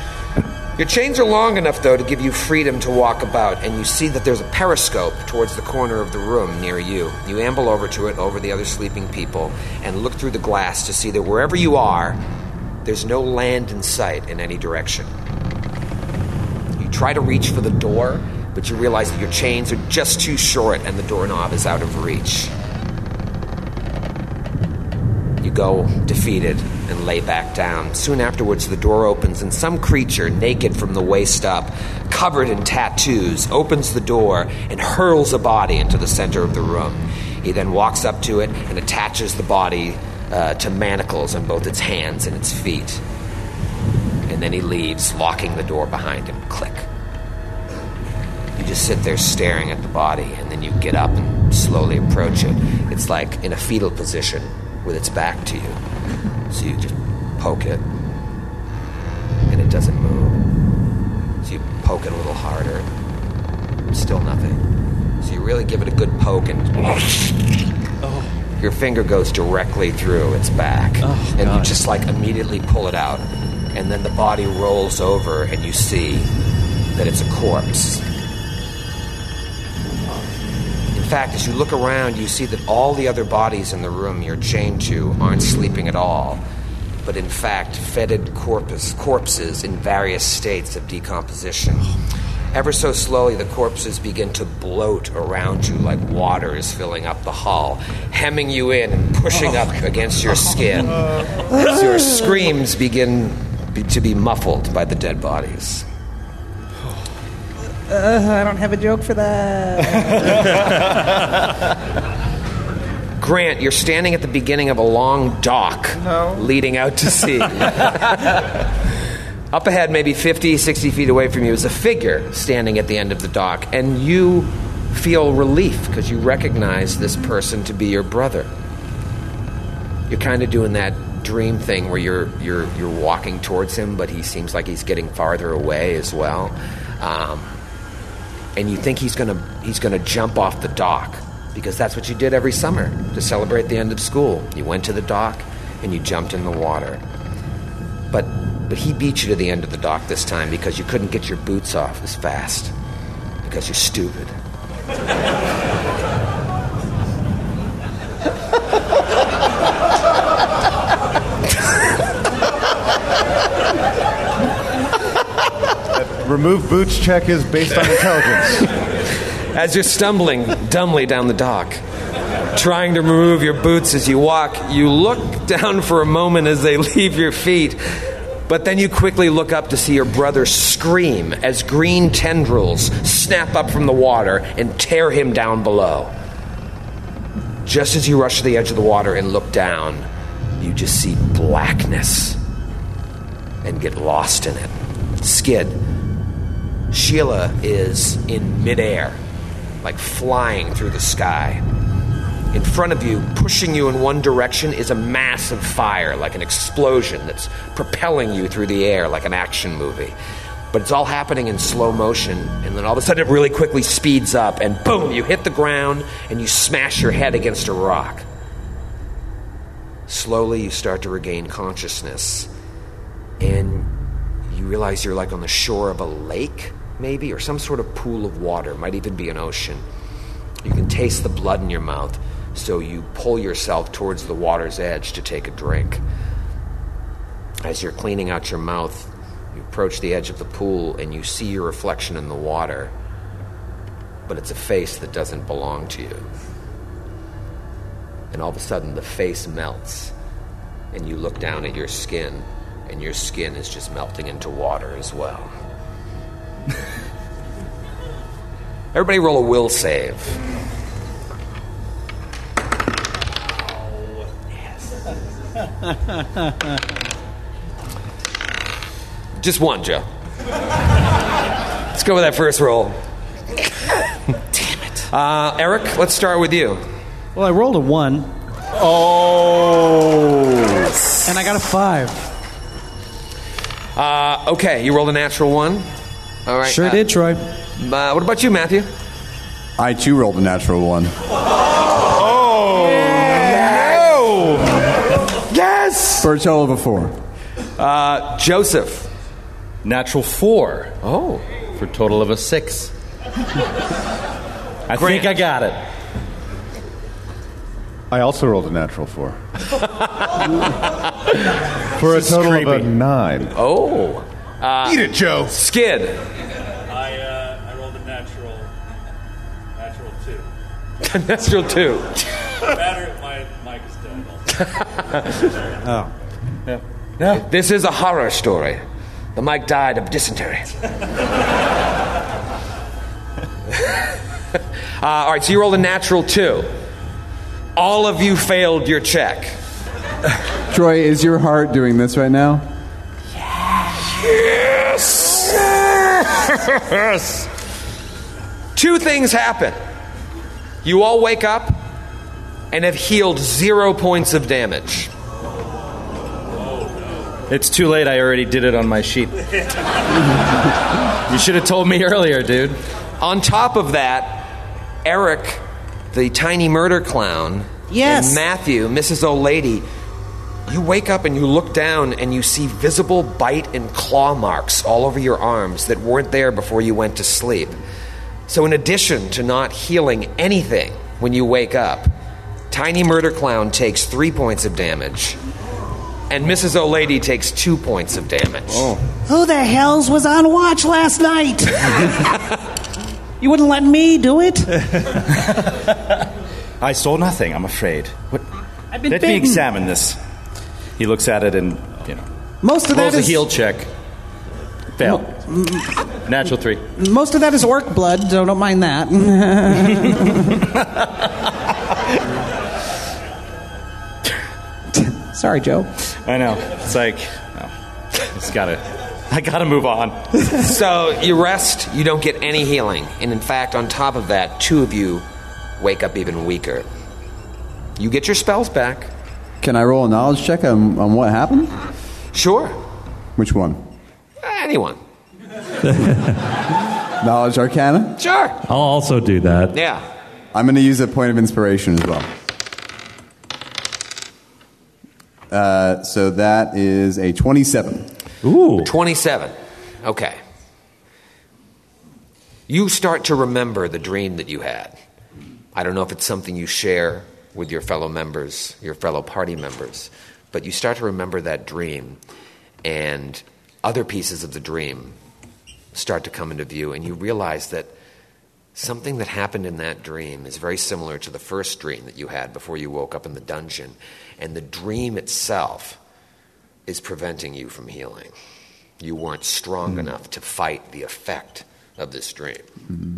S1: Your chains are long enough, though, to give you freedom to walk about, and you see that there's a periscope towards the corner of the room near you. You amble over to it, over the other sleeping people, and look through the glass to see that wherever you are, there's no land in sight in any direction. You try to reach for the door, but you realize that your chains are just too short and the doorknob is out of reach. You go defeated and lay back down. Soon afterwards, the door opens, and some creature, naked from the waist up, covered in tattoos, opens the door and hurls a body into the center of the room. He then walks up to it and attaches the body uh, to manacles on both its hands and its feet. And then he leaves, locking the door behind him. Click. You just sit there staring at the body, and then you get up and slowly approach it. It's like in a fetal position with its back to you. So you just poke it, and it doesn't move. So you poke it a little harder, still nothing. So you really give it a good poke, and your finger goes directly through its back. and you just like immediately pull it out. And then the body rolls over, and you see that it's a corpse. In fact, as you look around, you see that all the other bodies in the room you're chained to aren't sleeping at all, but in fact, fetid corpus, corpses in various states of decomposition. Ever so slowly, the corpses begin to bloat around you like water is filling up the hull, hemming you in and pushing up against your skin. As your screams begin be- to be muffled by the dead bodies.
S9: Uh, I don't have a joke for that.
S1: Grant, you're standing at the beginning of a long dock leading out to sea. Up ahead, maybe 50, 60 feet away from you, is a figure standing at the end of the dock, and you feel relief because you recognize this person to be your brother. You're kind of doing that dream thing where you're, you're, you're walking towards him, but he seems like he's getting farther away as well. Um, and you think he's gonna he's gonna jump off the dock because that's what you did every summer to celebrate the end of school. You went to the dock and you jumped in the water. But but he beat you to the end of the dock this time because you couldn't get your boots off as fast because you're stupid.
S11: Remove boots check is based on intelligence.
S13: As you're stumbling dumbly down the dock, trying to remove your boots as you walk, you look down for a moment as they leave your feet, but then you quickly look up to see your brother scream as green tendrils snap up from the water and tear him down below. Just as you rush to the edge of the water and look down, you just see blackness and get lost in it. Skid, Sheila is in midair, like flying through the sky. In front of you, pushing you in one direction, is a mass of fire, like an explosion that's propelling you through the air like an action movie. But it's all happening in slow motion, and then all of a sudden it really quickly speeds up, and boom, you hit the ground and you smash your head against a rock. Slowly, you start to regain consciousness, and you realize you're like on the shore of a lake, maybe, or some sort of pool of water, might even be an ocean. You can taste the blood in your mouth, so you pull yourself towards the water's edge to take a drink. As you're cleaning out your mouth, you approach the edge of the pool and you see your reflection in the water, but it's a face that doesn't belong to you. And all of a sudden, the face melts, and you look down at your skin, and your skin is just melting into water as well. Everybody roll a will save. Just one, Joe. Let's go with that first roll. Damn it. Uh, Eric, let's start with you.
S5: Well, I rolled a one.
S13: Oh.
S5: And I got a five.
S1: Uh, okay, you rolled a natural one. All right.
S5: Sure
S1: uh,
S5: did, Troy.
S1: Uh, what about you, Matthew?
S2: I too rolled a natural one.
S1: Oh no! Yes.
S2: For a total of a four.
S1: Uh, Joseph.
S4: Natural four. Oh. For a total of a six. I think I got it.
S6: I also rolled a natural four. For a total of a nine.
S1: Oh. Uh,
S14: Eat it, Joe.
S1: Skid.
S3: I, uh, I rolled a natural, natural two.
S1: Natural two.
S3: Better, my mic is dead.
S5: Oh.
S1: This is a horror story. The Mike died of dysentery. uh, all right, so you rolled a natural two. All of you failed your check.
S2: Troy, is your heart doing this right now?
S1: Two things happen. You all wake up and have healed zero points of damage.
S4: It's too late. I already did it on my sheet. you should have told me earlier, dude.
S1: On top of that, Eric, the tiny murder clown,
S9: Yes.
S1: and Matthew, Mrs. Old Lady, you wake up and you look down and you see visible bite and claw marks all over your arms that weren't there before you went to sleep. So, in addition to not healing anything when you wake up, Tiny Murder Clown takes three points of damage, and Mrs. Old Lady takes two points of damage.
S4: Oh.
S9: Who the hells was on watch last night? you wouldn't let me do it?
S4: I saw nothing. I'm afraid. What?
S9: I've been
S4: Let me
S9: bitten.
S4: examine this. He looks at it and you know
S9: Most of
S4: rolls
S9: that
S4: a
S9: is
S4: heel check. Fail. Natural three.
S9: most of that is orc blood, so don't mind that. Sorry, Joe.
S4: I know. It's like, no. it's gotta. I gotta move on.
S1: So you rest, you don't get any healing, and in fact, on top of that, two of you wake up even weaker. You get your spells back.
S2: Can I roll a knowledge check on, on what happened?
S1: Sure.
S2: Which one?
S1: Anyone.
S2: Knowledge Arcana?
S1: Sure.
S3: I'll also do that.
S1: Yeah.
S2: I'm going to use a point of inspiration as well. Uh, so that is a 27.
S3: Ooh.
S1: 27. Okay. You start to remember the dream that you had. I don't know if it's something you share with your fellow members, your fellow party members, but you start to remember that dream, and other pieces of the dream start to come into view, and you realize that something that happened in that dream is very similar to the first dream that you had before you woke up in the dungeon, and the dream itself is preventing you from healing. You weren't
S2: Hmm.
S1: strong enough to fight the effect of this dream.
S2: Hmm.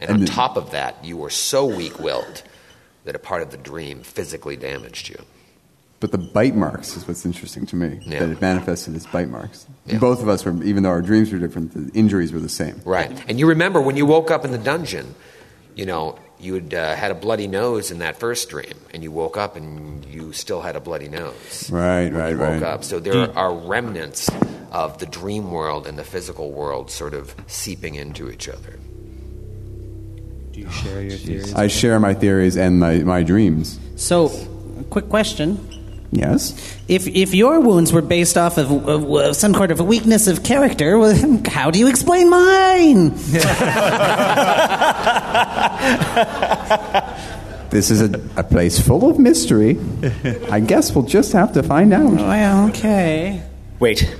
S1: And, on top of that, you were so weak willed that a part of the dream physically damaged you.
S2: But the bite marks is what's interesting to me.
S1: Yeah.
S2: That it manifested as bite marks.
S1: Yeah.
S2: Both of us were, even though our dreams were different, the injuries were the same.
S1: Right. And you remember when you woke up in the dungeon, you know, you had uh, had a bloody nose in that first dream, and you woke up and you still had a bloody nose.
S2: Right,
S1: when you
S2: right,
S1: woke
S2: right. Hmm.
S1: Up. So there are remnants of the dream world and the physical world sort of seeping into each other.
S2: I share my theories and my, my dreams.
S9: So, quick question.
S2: Yes?
S9: If, if your wounds were based off of, of, of some sort of a weakness of character, well, how do you explain mine?
S2: This is a, a place full of mystery. I guess we'll just have to find out.
S9: Well, okay.
S4: Wait.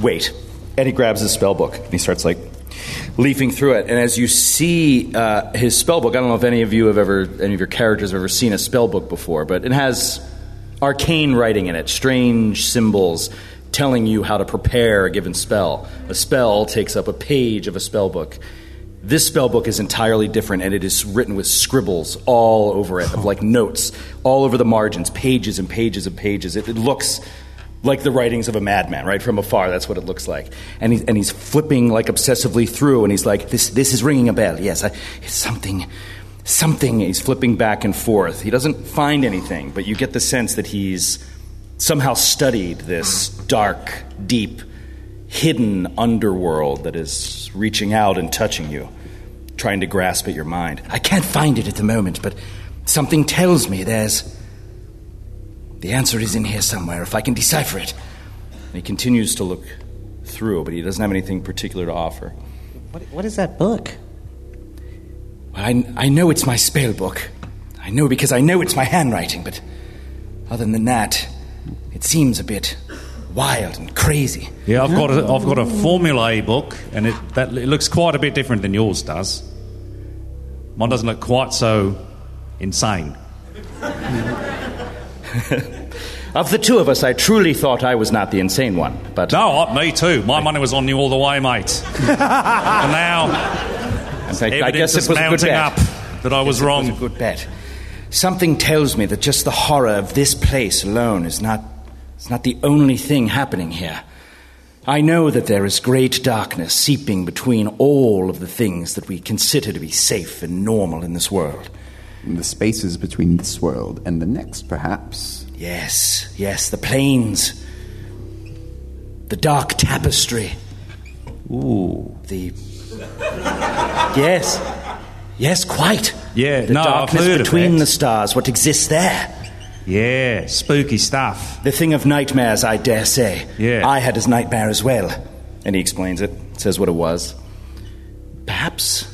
S4: Wait. And he grabs his spell book and he starts like leafing through it. And as you see uh, his spell book, I don't know if any of you have ever, any of your characters have ever seen a spell book before, but it has arcane writing in it, strange symbols telling you how to prepare a given spell. A spell takes up a page of a spell book. This spell book is entirely different, and it is written with scribbles all over it, of like notes all over the margins, pages and pages and pages. It, it looks like the writings of a madman, right? From afar, that's what it looks like. And he's, and he's flipping like obsessively through, and he's like, this, this is ringing a bell. Yes, I, it's something, something. He's flipping back and forth. He doesn't find anything, but you get the sense that he's somehow studied this dark, deep, hidden underworld that is reaching out and touching you, trying to grasp at your mind. I can't find it at the moment, but something tells me there's. The answer is in here somewhere, if I can decipher it. And he continues to look through, but he doesn't have anything particular to offer.
S9: What, what is that book?
S4: Well, I, I know it's my spell book. I know because I know it's my handwriting, but other than that, it seems a bit wild and crazy.
S3: Yeah, I've got a, I've got a formulae book, and it that it looks quite a bit different than yours does. Mine doesn't look quite so insane.
S4: Of the two of us, I truly thought I was not the insane one, but
S3: No, I, me too. My money was on you all the way, mate. and now
S4: I, I
S3: evidence
S4: guess
S3: is
S4: it was a good
S3: mounting
S4: bet.
S3: up that I was wrong.
S4: It was a good bet. Something tells me that just the horror of this place alone is not, is not the only thing happening here. I know that there is great darkness seeping between all of the things that we consider to be safe and normal in this world.
S2: And the spaces between this world and the next, perhaps.
S4: Yes, yes, the plains, the dark tapestry. Ooh. The. yes, yes, quite.
S3: Yeah,
S4: the
S3: no, I've
S4: darkness
S3: heard of
S4: between
S3: it.
S4: the stars. What exists there?
S3: Yeah, spooky stuff.
S4: The thing of nightmares, I dare say.
S3: Yeah.
S4: I had his nightmare as well. And he explains it, says what it was. Perhaps,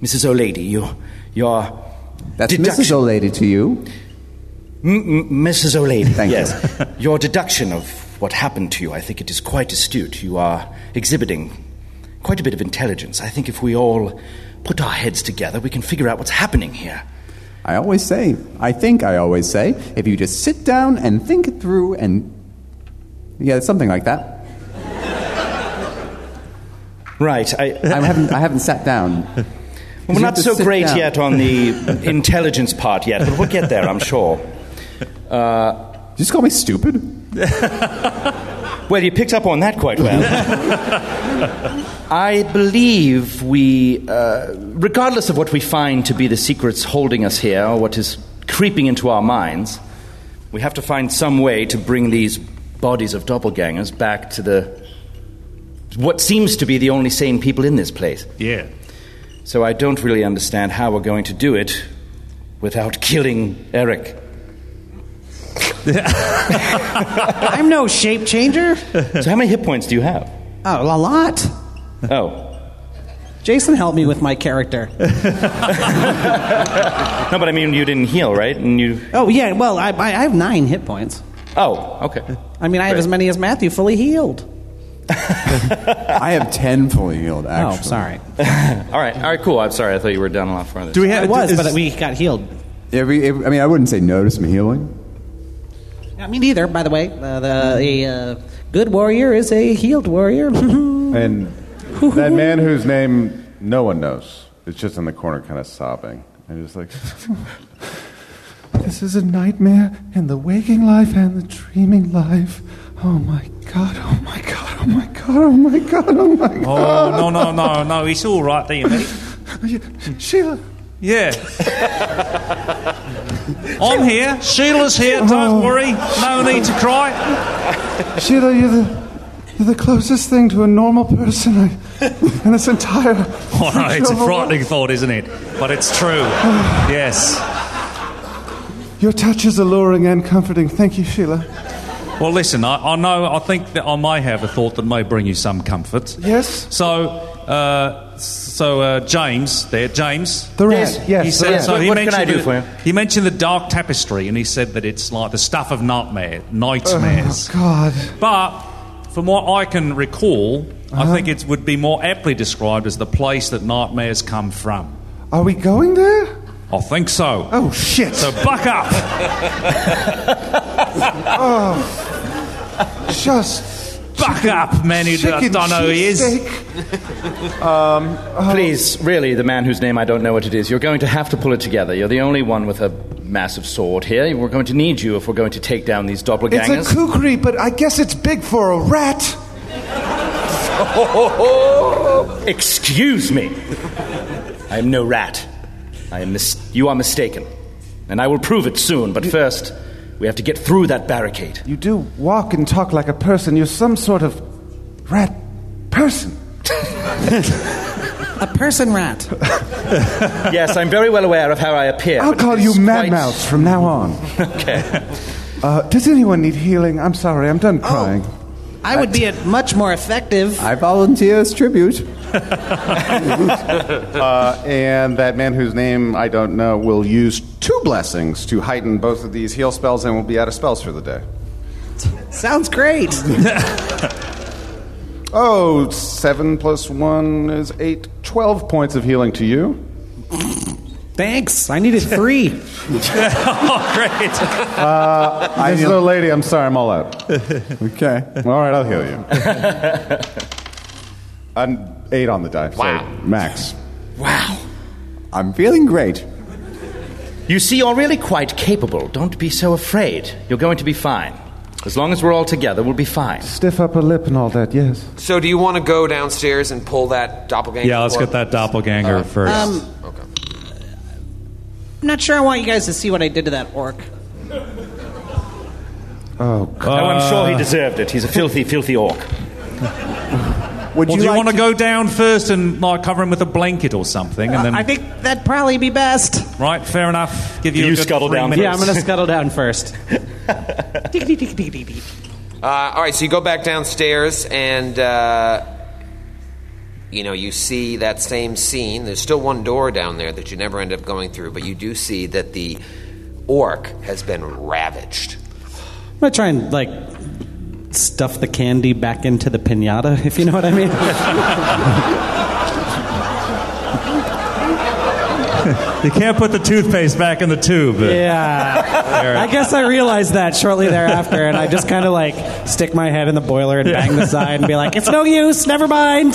S4: Mrs. O'Lady, you, your
S2: That's Mrs.
S4: deduction,
S2: O'Lady to you.
S4: M- m- Mrs. O'Lady,
S2: Thank you.
S4: yes, your deduction of what happened to you, I think it is quite astute. You are exhibiting quite a bit of intelligence. I think if we all put our heads together, we can figure out what's happening here.
S2: I always say, I think I always say, if you just sit down and think it through and. Yeah, something like that.
S4: Right, I,
S2: I haven't, I haven't sat down.
S4: We're
S2: You
S4: not
S2: have to
S4: so
S2: sit
S4: great
S2: down.
S4: yet on the intelligence part yet, but we'll get there, I'm sure.
S2: Did you just call me stupid?
S4: Well, you picked up on that quite well. I believe we, uh, regardless of what we find to be the secrets holding us here, or what is creeping into our minds, we have to find some way to bring these bodies of doppelgangers back to the what seems to be the only sane people in this place.
S3: Yeah.
S4: So I don't really understand how we're going to do it without killing Eric.
S9: I'm no shape changer.
S4: So how many hit points do you have?
S9: Oh, a lot.
S4: Oh.
S9: Jason helped me with my character.
S4: No, but I mean you didn't heal, right? And you
S9: Oh yeah, well I, I I have nine hit points.
S4: Oh, okay.
S9: I mean I have as many as Matthew fully healed.
S2: I have 10 fully healed, actually.
S9: Oh, sorry.
S4: All right. All right, cool. I'm sorry. I thought you were down a lot farther.
S15: Do we have?
S9: It was,
S15: is-
S9: but we got healed.
S2: Every, every- I mean, I wouldn't say no to some healing.
S9: I mean either, by the way. Uh, the a uh, good warrior is a healed warrior.
S6: And that man whose name no one knows is just in the corner, kind of sobbing. And just like, This is a nightmare in the waking life and the dreaming life. Oh my god, oh my god, oh my god, oh my god, oh my god.
S3: Oh no no no no! It's all right there, mate.
S6: Sheila,
S3: Yeah. I'm here. Sheila's here. Don't worry. No need to cry.
S6: Oh. Sheila, you're the, you're the closest thing to a normal person I, in this entire.
S3: Oh, no, it's a frightening thought, isn't it? But it's true. Yes.
S6: Your touch is alluring and comforting. Thank you, Sheila.
S3: Well, listen. I, I know. I think that I may have a thought that may bring you some comfort.
S6: Yes?
S3: So, uh, so uh, James, there, James.
S6: The rat, yes.
S3: he
S6: yes the
S3: said,
S6: rat.
S3: so he
S4: What can I
S3: mentioned
S4: do
S3: the-
S4: for you?
S3: He mentioned the dark tapestry, and he said that it's like the stuff of nightmare, nightmares.
S6: Oh, God.
S3: But from what I can recall, I think it would be more aptly described as the place that nightmares come from.
S6: Are we going there?
S3: I think so.
S6: Oh, shit.
S3: So buck up,
S6: Just.
S3: Oh. buck up, man. Who I
S6: chicken
S3: don't know who he is.
S6: cheesesteak.
S9: Um, oh.
S4: Please, really, the man whose name I don't know what it is. You're going to have to pull it together. You're the only one with a massive sword here. We're going to need you if we're going to take down these doppelgangers.
S6: It's a kukri, but I guess it's big for a rat.
S4: Oh, Excuse me. I am no rat. I am mis- you are mistaken, and I will prove it soon. But first, We have to get through that barricade.
S6: You do walk and talk like a person. You're some sort of rat person.
S9: A person rat.
S4: yes, I'm very well aware of how I appear.
S6: I'll
S4: but
S6: call
S4: it
S6: you
S4: is
S6: Mad
S4: quite-
S6: Mouse from now on.
S4: Okay.
S6: Uh, does anyone need healing? I'm sorry, I'm
S2: Oh.
S6: done crying.
S9: I would be a much more effective.
S2: I volunteer as tribute.
S14: Uh, and that man whose name I don't know will use two blessings to heighten both of these heal spells and will be out of spells for the day.
S9: Sounds great.
S14: Oh, seven plus one is eight. Twelve points of healing to you.
S5: Thanks. I needed three.
S10: Oh, great.
S5: Uh,
S14: I this little lady, I'm sorry, I'm all out. all
S2: Okay.
S14: right, I'll heal you. An eight on the die. so
S16: Wow.
S14: max.
S2: I'm feeling great.
S4: You see, you're really quite capable. Don't be so afraid. You're going to be fine. As long as we're all together, we'll be fine.
S6: Stiff upper lip and all that, yes.
S1: So, do you want to go downstairs and pull that doppelganger?
S3: Yeah, let's
S1: for-
S3: get that doppelganger first.
S9: I'm not sure I want you guys to see what I did to that orc.
S3: Uh,
S4: oh, I'm sure
S6: Uh.
S4: he deserved it. He's a filthy, filthy orc.
S2: Would
S3: well, do you
S2: like
S3: want to go down first and like cover him with a blanket or something, and then
S9: Uh, I think that'd probably be best.
S3: right? Fair enough. Give you,
S4: Do
S3: a
S4: you
S3: good
S4: scuttle
S3: three
S4: down
S3: minutes.
S5: yeah, I'm going to scuttle down first.
S1: Uh, all right, so you go back downstairs, and uh, you know you see that same scene. There's still one door down there that you never end up going through, but you do see that the orc has been ravaged.
S5: I'm going to try and, like, stuff the candy back into the pinata, if you know what I mean.
S3: You can't put the toothpaste back in the tube.
S5: Yeah. I guess I realized that shortly thereafter, and I just kind of like stick my head in the boiler and bang the side and be like, it's no use, never mind.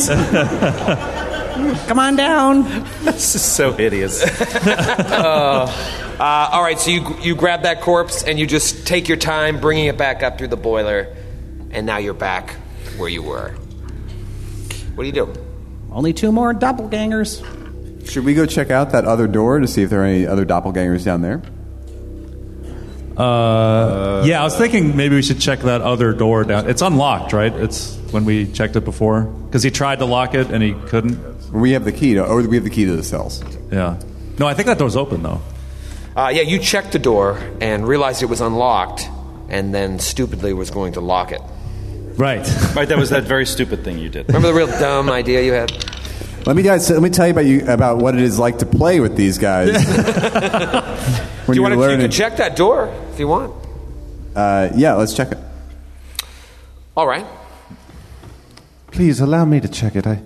S5: Come on down.
S4: This is so hideous.
S1: Uh, all right, so you you grab that corpse and you just take your time bringing it back up through the boiler, and now you're back where you were. What do you do?
S5: Only two more doppelgangers.
S2: Should we go check out that other door to see if there are any other doppelgangers down there?
S3: Uh, yeah, I was thinking maybe we should check that other door down. It's unlocked, right? It's when we checked it before because he tried to lock it and he couldn't.
S2: We have the key to, or we have the key to the cells.
S3: Yeah. No, I think that door's open though.
S1: Uh, yeah, you checked the door and realized it was unlocked, and then stupidly was going to lock it.
S3: Right.
S4: right, that was that very stupid thing you did.
S1: Remember the real dumb idea you had?
S2: Let me guys, let me tell you about you about what it is like to play with these guys. when
S1: Do you
S2: you're
S1: want to? You
S2: learning,
S1: can check that door if you want.
S2: uh, yeah, let's check it.
S1: All right.
S6: Please allow me to check it. I,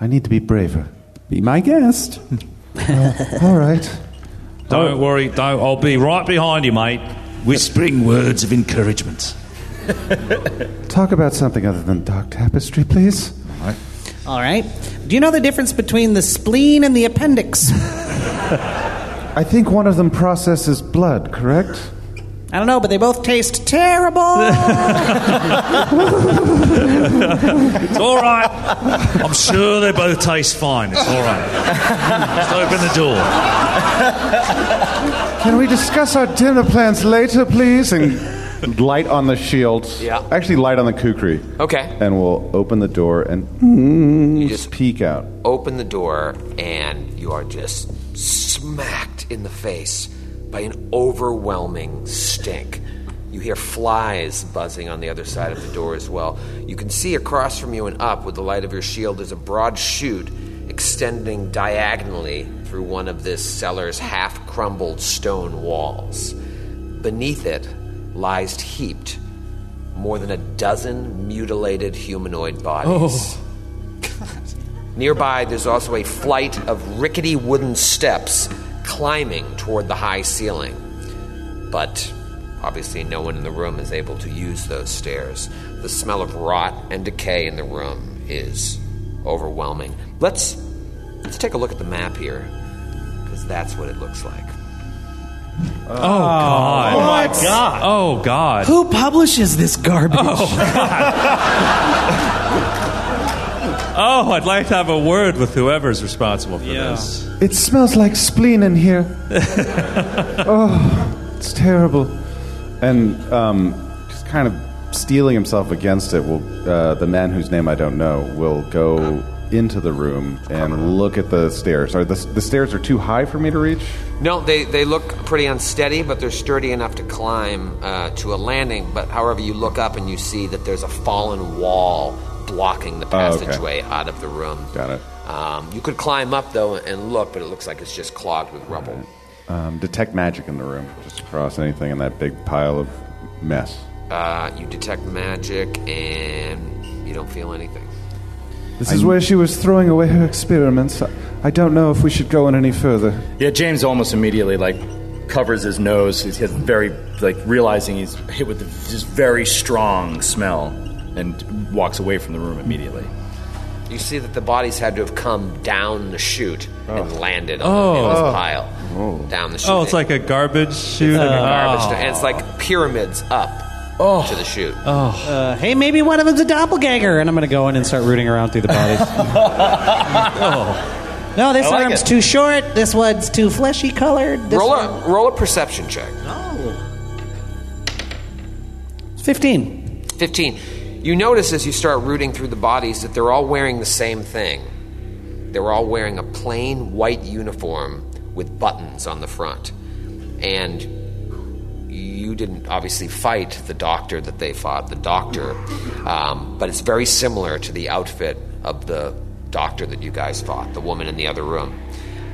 S6: I need to be braver.
S2: Be my guest.
S6: All right.
S10: Don't worry. Don't, I'll be right behind you, mate, whispering words of encouragement.
S6: Talk about something other than dark tapestry, please.
S9: All right. Do you know the difference between the spleen and the appendix?
S6: I think one of them processes blood, correct?
S9: I don't know, but they both taste terrible.
S10: It's all right. I'm sure they both taste fine. It's all right. Just open the door.
S6: Can we discuss our dinner plans later, please? And
S14: And light on the shields.
S1: Yeah.
S14: Actually, light on the kukri.
S1: Okay.
S14: And we'll open the door and mm,
S1: You just
S14: peek out.
S1: open the door, and you are just smacked in the face by an overwhelming stink. You hear flies buzzing on the other side of the door as well. You can see across from you and up with the light of your shield is a broad chute extending diagonally through one of this cellar's half crumbled stone walls. Beneath it lies heaped more than a dozen mutilated humanoid bodies. Nearby, there's also a flight of rickety wooden steps climbing toward the high ceiling. But obviously, no one in the room is able to use those stairs. The smell of rot and decay in the room is overwhelming. Let's let's take a look at the map here, because that's what it looks like.
S3: Oh God. Oh my God. Oh God.
S5: Who publishes this garbage?
S3: Oh, I'd like to have a word with whoever's responsible for this.
S6: it smells like spleen in here. oh, it's terrible.
S14: And um, just kind of steeling himself against it, will uh, the man whose name I don't know will go into the room and look at the stairs. Are the, the stairs are too high for me to reach?
S1: No, they, they look pretty unsteady, but they're sturdy enough to climb uh, to a landing. But however, you look up and you see that there's a fallen wall blocking the
S14: Oh, okay.
S1: passageway out of the room.
S14: Got it.
S1: Um, you could climb up though and look, but it looks like it's just clogged with rubble.
S14: Um, detect magic in the room. Just across anything in that big pile of mess.
S1: Uh, you detect magic, and you don't feel anything.
S6: This is where she was throwing away her experiments. I- I don't know if we should go on any further.
S4: Yeah, James almost immediately like covers his nose. He's he's very like realizing he's hit with this very strong smell and walks away from the room immediately.
S1: You see that the bodies had to have come down the chute and landed on
S3: Oh.
S1: the in
S3: Oh.
S1: this pile down the chute.
S3: Oh, it's like a garbage chute.
S1: It's like a
S3: Oh.
S1: garbage dump, and it's like pyramids up to the chute.
S5: Uh, hey, maybe one of them's a doppelganger, and I'm going to go in and start rooting around through the bodies.
S9: No, this
S1: I like
S9: arm's
S1: it.
S9: too short. This one's too fleshy colored. This
S1: roll
S9: one- Oh.
S1: a roll a perception check.
S5: 15.
S1: Fifteen. You notice as you start rooting through the bodies that they're all wearing the same thing. They're all wearing a plain white uniform with buttons on the front, and. You didn't obviously fight the doctor that they fought, the doctor, um, but it's very similar to the outfit of the doctor that you guys fought, the woman in the other room.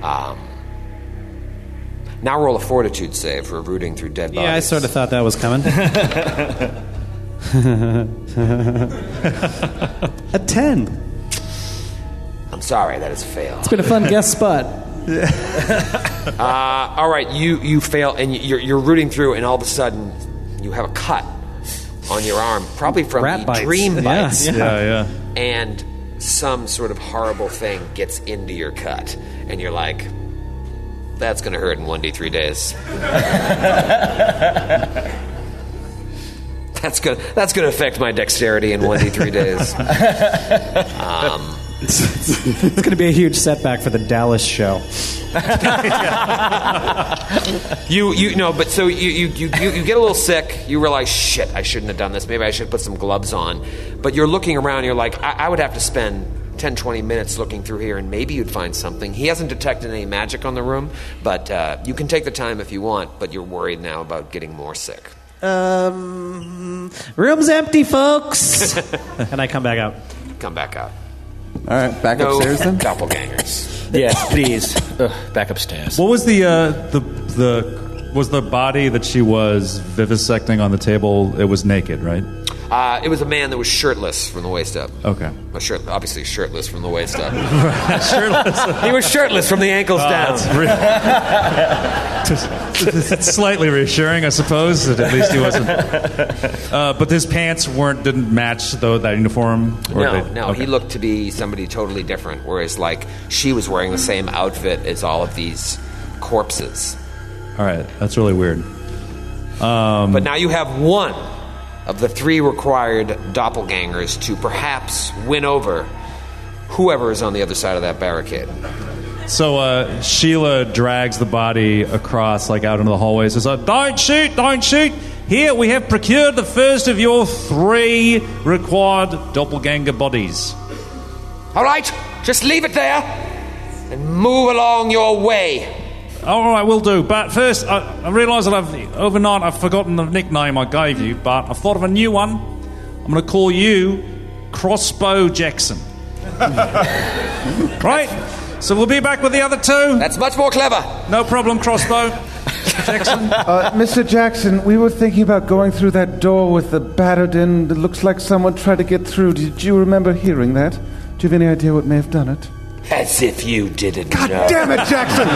S1: Um, now roll a fortitude save for rooting through dead bodies.
S5: Yeah, I sort of thought that was coming. a 10.
S1: I'm sorry, that is a fail.
S5: It's been a fun guest spot.
S1: Uh, all right, you you fail, and you're you're rooting through, and all of a sudden you have a cut on your arm, probably from
S5: Rat
S1: the
S5: bites.
S1: dream
S5: Yeah.
S1: bites,
S5: Yeah,
S3: yeah.
S1: and some sort of horrible thing gets into your cut, and you're like, "That's gonna hurt in one d three days." that's gonna that's gonna affect my dexterity in one d three days. Um,
S5: It's going to be a huge setback for the Dallas show.
S1: You you no, but so you you, you you you get a little sick. You realize shit, I shouldn't have done this. Maybe I should put some gloves on. But you're looking around. You're like, I, I would have to spend 10, 20 minutes looking through here, and maybe you'd find something. He hasn't detected any magic on the room, but uh, you can take the time if you want. But you're worried now about getting more sick.
S5: Um, room's empty, folks. and I come back out.
S1: Come back out.
S2: All right, back
S1: No
S2: upstairs then.
S1: doppelgangers.
S4: Yes, please. Ugh, back upstairs.
S3: What was the uh, the the was the body that she was vivisecting on the table? It was naked, right?
S1: Uh, it was a man that was shirtless from the waist up.
S3: Okay.
S1: Well, shirt, obviously shirtless from the waist up.
S3: Shirtless.
S1: he was shirtless from the ankles
S5: Oh,
S1: down.
S3: It's slightly reassuring, I suppose. That at least he wasn't. Uh, but his pants weren't didn't match though that uniform.
S1: no,
S3: they-
S1: no,
S3: okay.
S1: he looked to be somebody totally different. Whereas, like, she was wearing the same outfit as all of these corpses.
S3: All right, that's really weird. Um,
S14: Um,
S1: But now you have one of the three required doppelgangers to perhaps win over whoever is on the other side of that barricade.
S3: So uh, Sheila drags the body across, like out into the hallway. Says, uh, "Don't shoot! Don't shoot! Here we have procured the first of your three required doppelganger bodies."
S1: All right, just leave it there and move along your way.
S3: All right, will do. But first, I, I realise that I've overnight I've forgotten the nickname I gave you, but I've thought of a new one. I'm going to call you Crossbow Jackson. right. So we'll be back with the other two.
S1: That's much more clever.
S3: No problem, Crossbow Jackson.
S6: Uh, Mr. Jackson, we were thinking about going through that door with the battered in. It looks like someone tried to get through. Did you remember hearing that? Do you have any idea what may have done it?
S11: As if you didn't know.
S14: Damn it, Jackson!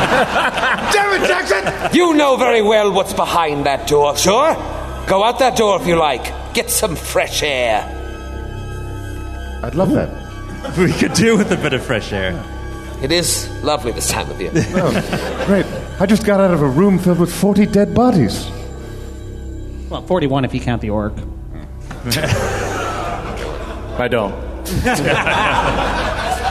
S14: Damn it, Jackson!
S11: You know very well what's behind that door, sure? Go out that door if you like. Get some fresh air.
S14: I'd love that.
S3: we could do with a bit of fresh air.
S1: It is lovely this time of year.
S14: Great. I just got out of a room filled with 40 dead bodies.
S5: Well, 41 if you count the orc.
S4: I don't.
S11: Ah.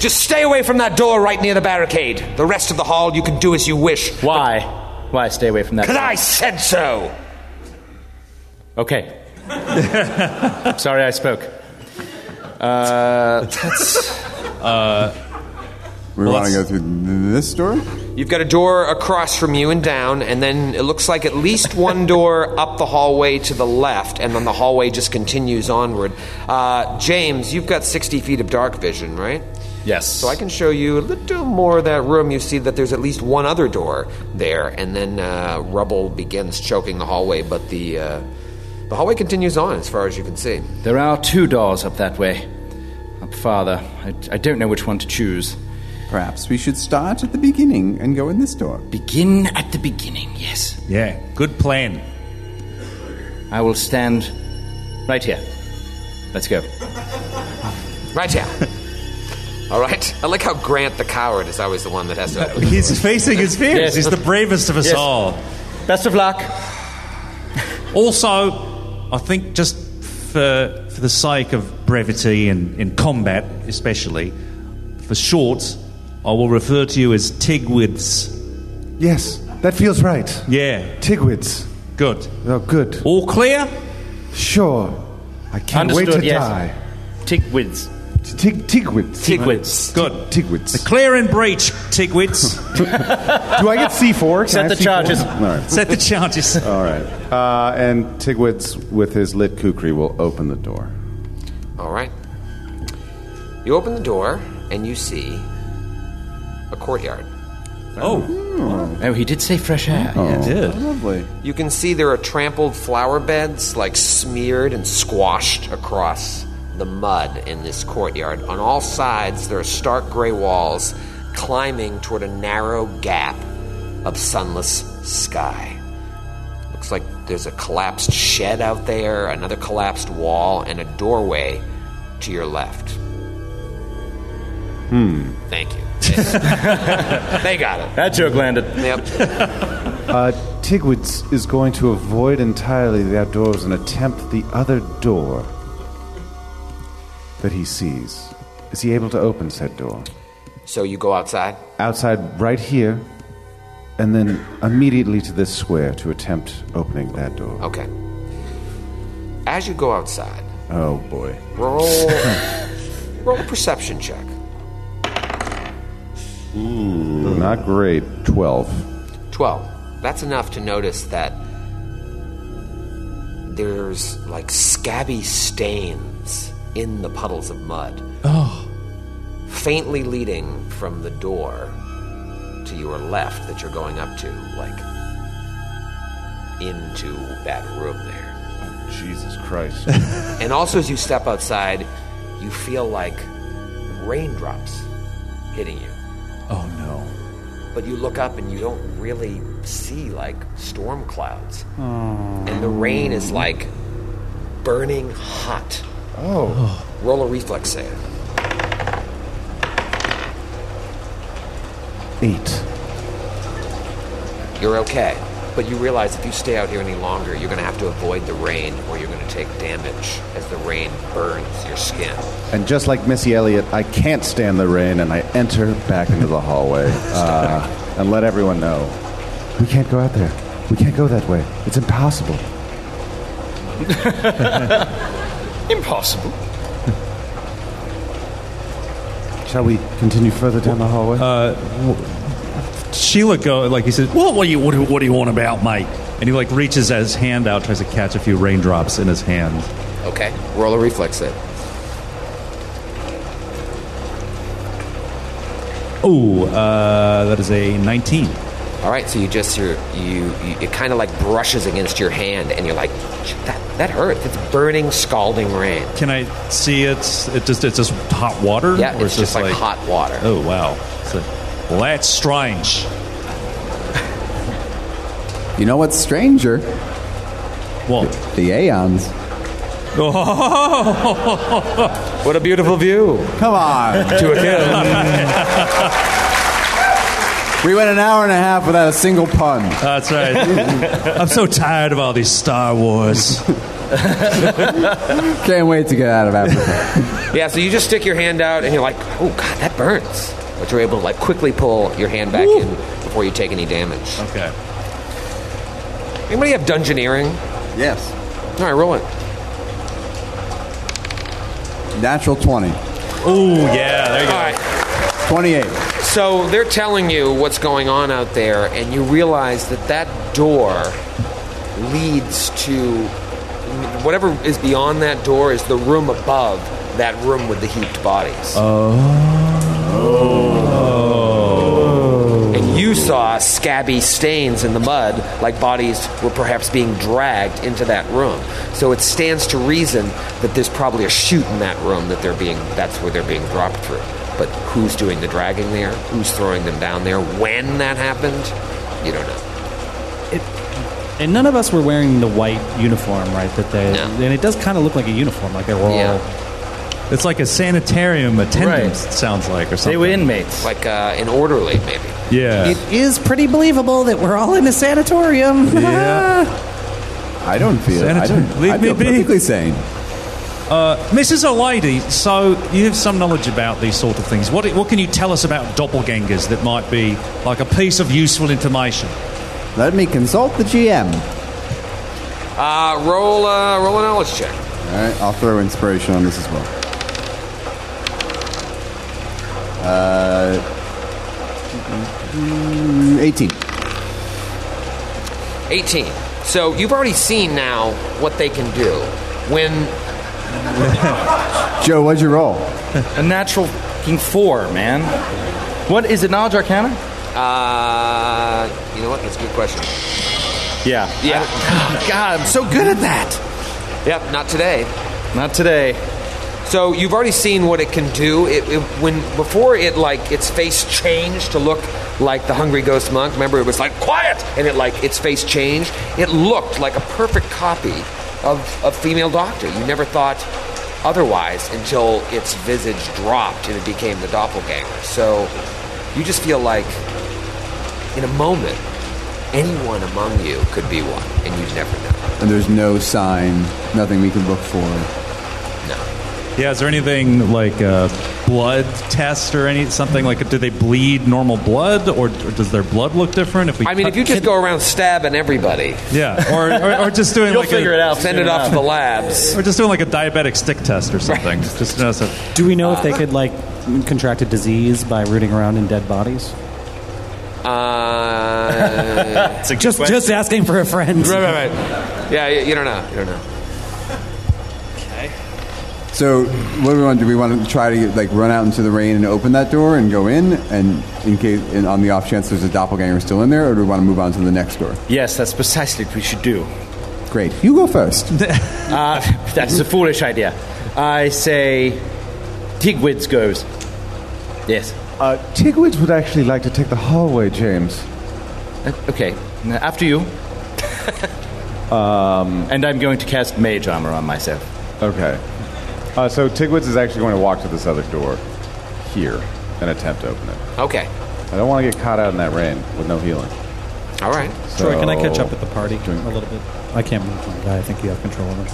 S11: Just stay away from that door right near the barricade. The rest of the hall, you can do as you wish.
S4: Why? Why stay away from that?
S11: Because I said so.
S4: Okay. Sorry, I spoke. Uh, that's.
S14: Uh, we want to go through this door?
S1: You've got a door across from you and down, and then it looks like at least one door up the hallway to the left, and then the hallway just continues onward. Uh, James, you've got 60 feet of dark vision, right?
S4: Yes.
S1: So I can show you a little more of that room. You see that there's at least one other door there, and then uh, rubble begins choking the hallway, but the, uh, the hallway continues on as far as you can see.
S4: There are two doors up that way. Up farther. I, I don't know which one to choose.
S2: Perhaps we should start at the beginning and go in this door.
S4: Begin at the beginning, yes.
S3: Yeah, good plan.
S4: I will stand right here. Let's go.
S1: Right here. All right. I like how Grant the coward is always the one that has to. open the door.
S3: He's facing his fears.
S1: Yes.
S3: He's the bravest of us
S1: Yes.
S3: all.
S4: Best of luck.
S3: Also, I think just for for the sake of brevity and in combat, especially for short, I will refer to you as Tigwids.
S6: Yes, that feels right.
S3: Yeah,
S6: Tigwids.
S3: good.
S6: Oh, good.
S3: All clear.
S6: Sure. I can't wait
S4: Understood,
S6: to
S4: yes.
S6: die.
S4: Tigwids.
S6: Tig- tigwids.
S4: Tigwids.
S3: Good.
S6: Tigwids.
S3: Clear and breach, Tigwids.
S6: Do I get C4? Can
S4: Set
S6: I have
S4: the
S6: C4?
S4: charges.
S14: All right.
S3: Set the charges.
S14: All right. Uh, and Tigwitz, with his lit kukri, will open the door.
S1: All right. You open the door and you see a courtyard.
S3: Oh,
S4: Oh, he did say fresh air.
S3: I Oh, did.
S14: Lovely.
S1: You can see there are trampled flower beds, like smeared and squashed across the mud in this courtyard. On all sides, there are stark gray walls climbing toward a narrow gap of sunless sky. Looks like there's a collapsed shed out there, another collapsed wall, and a doorway to your left. Hmm. Thank you. they got it.
S4: That joke landed.
S1: Yep.
S6: Uh, Tigwitz is going to avoid entirely the outdoors and attempt the other door that he sees. Is he able to open said door?
S1: So you go outside.
S6: Outside, right here, and then immediately to this square to attempt opening that door.
S1: Okay. As you go outside,
S14: Oh, boy.
S1: roll roll a perception check.
S14: Ooh, Not great. 12.
S1: Twelve. That's enough to notice that there's like scabby stains in the puddles of mud. Oh. Faintly leading from the door to your left that you're going up to, like into that room there.
S14: Jesus Christ.
S1: And also, as you step outside, you feel like raindrops hitting you.
S3: Oh no.
S1: But you look up and you don't really see like storm clouds.
S5: Oh.
S1: And the rain is like burning hot. Oh. Roll a reflex save.
S6: Eight.
S1: You're okay. But you realize if you stay out here any longer, you're going to have to avoid the rain or you're going to take damage as the rain burns your skin.
S14: And just like Missy Elliott, I can't stand the rain, and I enter back into the hallway uh, and let everyone know.
S6: We can't go out there. We can't go that way. It's impossible.
S4: Impossible.
S6: Shall we continue further down the hallway?
S3: Uh, Sheila go like he says, "What? What do you? What, do- what do you want about, mate?" And he like reaches his hand out, tries to catch a few raindrops in his hand.
S1: Okay? Roll a reflex save.
S3: Oh, uh, that is a nineteen.
S1: All right, so you just you're, you, you it kind of like brushes against your hand, and you're like, that that hurts. It's burning, scalding rain.
S3: Can I see it? It just it's just hot water.
S1: Yeah, it's just like, hot water.
S3: Oh wow. It's like, well, that's strange.
S2: You know what's stranger?
S3: What?
S2: The Aeons.
S17: What a beautiful view.
S2: Come on.
S17: To a kill.
S2: we went an hour and a half without a single pun.
S3: That's right. I'm so tired of all these Star Wars.
S2: Can't wait to get out of Africa.
S1: Yeah, so you just stick your hand out, and you're like, oh god, that burns. But you're able to like quickly pull your hand back in before you take any damage.
S3: Okay.
S18: Anybody have dungeoneering?
S2: Yes.
S18: All right, roll it.
S2: Natural 20.
S3: Ooh, yeah, there you go.
S2: 28.
S1: So they're telling you what's going on out there, and you realize that that door leads to whatever is beyond that door is the room above that room with the heaped bodies.
S3: Oh.
S1: And you saw scabby stains in the mud, like bodies were perhaps being dragged into that room. So it stands to reason that there's probably a chute in that room that they're being that's where they're being dropped through. But who's doing the dragging there? Who's throwing them down there? When that happened? You don't know.
S5: And none of us were wearing the white uniform, right? That they
S1: No.
S5: and it does kind of look like a uniform, like they were all
S1: Yeah.
S3: It's like a sanitarium attendant, it sounds like, or something.
S4: They were inmates.
S1: Like uh, an orderly maybe.
S3: Yeah.
S9: It is pretty believable that we're all in a sanatorium.
S3: Yeah.
S2: I don't feel. I
S3: Senator,
S2: don't.
S3: leave
S2: I
S3: me
S2: feel
S3: be.
S2: perfectly sane.
S3: Mrs. O'Lady, Uh, so you have some knowledge about these sort of things. What, what can you tell us about doppelgangers that might be like a piece of useful information?
S2: Let me consult the GM.
S1: Uh, roll, uh, roll an knowledge check.
S2: All right, I'll throw inspiration on this as well. Uh, 18.
S1: 18. So you've already seen now what they can do. When
S2: Joe, what'd you roll?
S4: A natural fucking four, man. What is it? Knowledge Arcana?
S1: Uh, you know what? That's a good question.
S4: Yeah.
S1: Yeah.
S4: God, I'm so good at that.
S1: Yep, not today.
S4: Not today.
S1: So you've already seen what it can do. It, it when before it like its face changed to look like the hungry ghost monk. Remember, it was like quiet, and it like its face changed. It looked like a perfect copy of a female doctor. You never thought otherwise until its visage dropped and it became the doppelganger. So you just feel like in a moment, anyone among you could be one, and you'd never know.
S2: And there's no sign, nothing we can look for.
S1: No.
S3: Yeah, is there anything like a blood test or any something like? Do they bleed normal blood, or, or does their blood look different? If we,
S1: I mean,
S3: cut-
S1: if you just go around stabbing everybody,
S3: yeah, or, or, or just doing
S4: You'll
S3: like
S4: figure
S3: a,
S4: it out.
S1: send it off to the labs.
S3: or just doing like a diabetic stick test or something. Just you know, so-
S5: Do we know if they could like contract a disease by rooting around in dead bodies?
S1: Uh,
S5: Just just asking for a friend.
S1: right, right, right. Yeah, you, you don't know. You don't know.
S2: So, what do we want? Do we want to try to like run out into the rain and open that door and go in, and in case, and on the off chance there's a doppelganger still in there, or do we want to move on to the next door?
S4: Yes, that's precisely what we should do.
S2: Great, you go first.
S4: Uh, that's a foolish idea. I say Tigwids goes. Yes.
S6: Uh, Tigwids would actually like to take the hallway, James.
S4: Uh, Okay. Now, After you. um, and I'm going to cast mage armor on myself.
S14: Okay. Uh, so Tigwitz is actually going to walk to this other door here and attempt to open it.
S1: Okay.
S14: I don't want to get caught out in that rain with no healing.
S1: All right.
S5: Troy, can I catch
S14: So-
S5: up with the party a little bit? I can't move from the guy. I think you have control of him.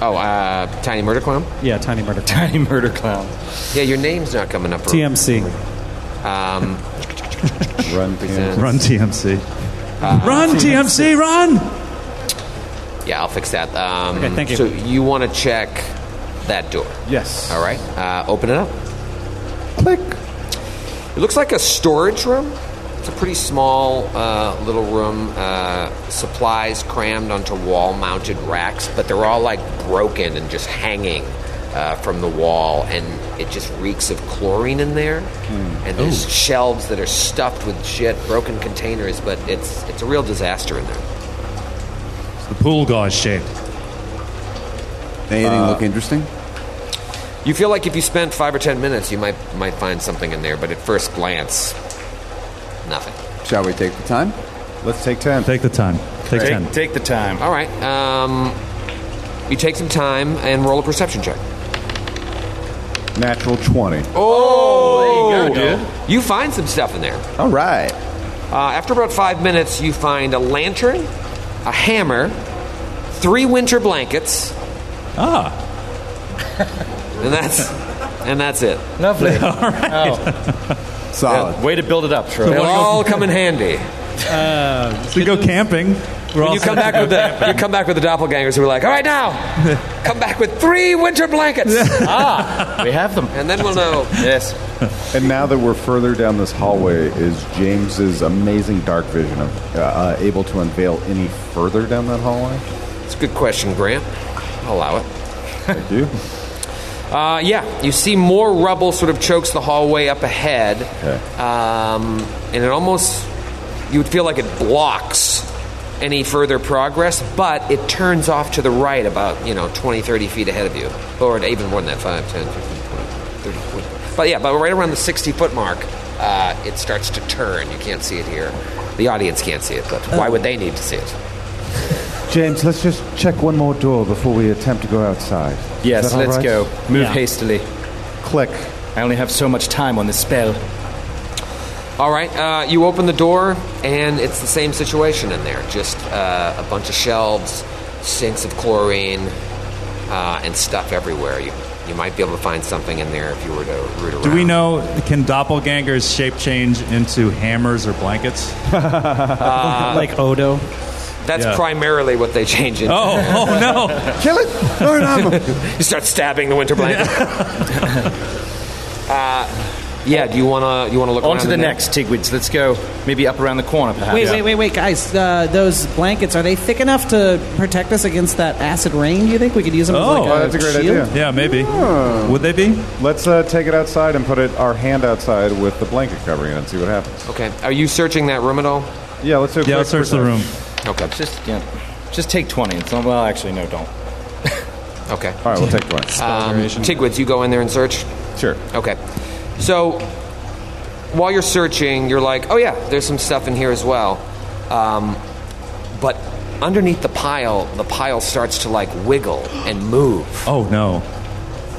S1: Oh, uh, Tiny Murder Clown?
S5: Yeah, tiny murder.
S4: Tiny murder clown.
S1: Yeah, your name's not coming up.
S5: TMC.
S1: Um,
S14: Run, Tim.
S3: run TMC,
S1: Uh,
S3: run TMC, run.
S1: yeah, I'll fix that. Um,
S5: Okay, thank you.
S1: So you want to check that door.
S6: Yes.
S1: All right. Uh, open it up. Click. It looks like a storage room. It's a pretty small uh, little room. Uh, supplies crammed onto wall mounted racks, but they're all like broken and just hanging uh, from the wall, and it just reeks of chlorine in there. And there's shelves that are stuffed with shit, broken containers, but it's it's a real disaster in there.
S3: The pool Uh, guy's shed.
S2: Anything look interesting?
S1: You feel like if you spent five or ten minutes, you might might find something in there, but at first glance, nothing.
S2: Shall we take the time?
S14: Let's take 10.
S3: Take the time. Take ten.
S4: Take, take the time.
S1: All right. Um, you take some time and roll a perception check.
S14: Natural 20.
S1: Oh, there you go, dude. You find some stuff in there.
S2: All right.
S1: Uh, after about five minutes, you find a lantern, a hammer, three winter blankets. Ah. And that's and that's it.
S4: Lovely.
S2: Solid.
S4: Way to build it up, Troy.
S1: It'll all come in handy.
S3: So you go camping.
S1: When you come back with the you come back with the doppelgangers, we're like, all right now, come back with three winter blankets. ah,
S4: we have them,
S1: and then we'll know.
S4: Yes.
S14: And now that we're further down this hallway, is James's amazing dark vision of, uh, uh, able to unveil any further down that hallway?
S1: It's a good question, Grant. I'll allow it.
S14: Thank you.
S1: Uh, yeah, you see more rubble sort of chokes the hallway up ahead, um, and it almost you would feel like it blocks any further progress, but it turns off to the right about, you know, 20, 30 feet ahead of you. Or even more than that, 5, 10, 15, 20, 30, 40. But yeah, but right around the 60 foot mark, uh, it starts to turn. You can't see it here. The audience can't see it, but why would they need to see it?
S6: James, let's just check one more door before we attempt to go outside. Is
S4: Yes,
S6: that all
S4: let's
S6: right?
S4: go. Move hastily.
S14: Click.
S4: I only have so much time on this spell.
S1: All right, uh, you open the door, and it's the same situation in there. Just uh, a bunch of shelves, sinks of chlorine, uh, and stuff everywhere. You, you might be able to find something in there if you were to root around.
S3: Do we know, can doppelgangers shape change into hammers or blankets?
S1: Uh,
S19: like Odo.
S1: That's
S3: Yeah.
S1: primarily what they change into.
S3: Oh, oh no.
S6: Kill it! Burn him!
S1: You start stabbing the winter blanket. uh, yeah, do you wanna Uh, you wanna look
S4: On
S1: around
S4: to the
S1: in there?
S4: next, Tigwids. Let's go. Maybe up around the corner, perhaps.
S5: Wait, wait, wait, wait, guys. Uh, those blankets, are they thick enough to protect us against that acid rain, you think? We could use them
S3: Oh.
S5: as like
S3: Oh,
S5: a
S14: that's a great
S5: shield?
S14: idea.
S3: Yeah, maybe.
S1: Hmm.
S3: Would they be?
S14: Let's uh, take it outside and put it our hand outside with the blanket covering it and see what happens.
S1: Okay, are you searching that room at all?
S14: Yeah, let's do a
S3: Yeah,
S14: quick
S3: let's search the
S14: perception.
S3: room.
S1: Okay,
S4: Just, yeah. Just take 20. It's not, well, actually, no, don't.
S1: okay.
S14: All right, we'll take one.
S1: Um, Tigwitz, you go in there and search.
S14: sure.
S1: Okay. So while you're searching, you're like, oh yeah, there's some stuff in here as well. Um, but underneath the pile, the pile starts to like wiggle and move,
S3: Oh no.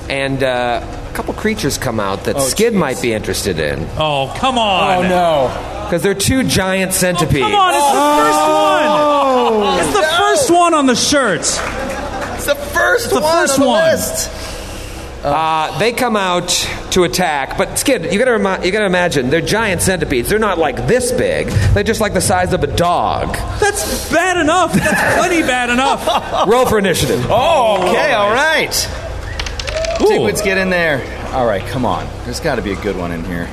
S1: and uh, a couple creatures come out
S4: Oh,
S1: that Skid might be interested in
S3: Oh, come on.
S4: no.
S1: because they're two giant centipedes.
S3: Oh, Come on, it's the Oh,
S1: Oh.
S3: first one. It's the first one on the shirt. It's
S4: It's the first
S3: the first one.
S1: Uh, they come out to attack, but Skid, you gotta remi- you gotta imagine they're giant centipedes. They're not like this big. They're just like the size of a dog.
S3: That's bad enough. That's plenty bad enough.
S1: Roll for initiative.
S4: Oh, okay, all right. Tigwids,
S3: Ooh.
S4: get in there. All right, come on. There's got to be a good one in here.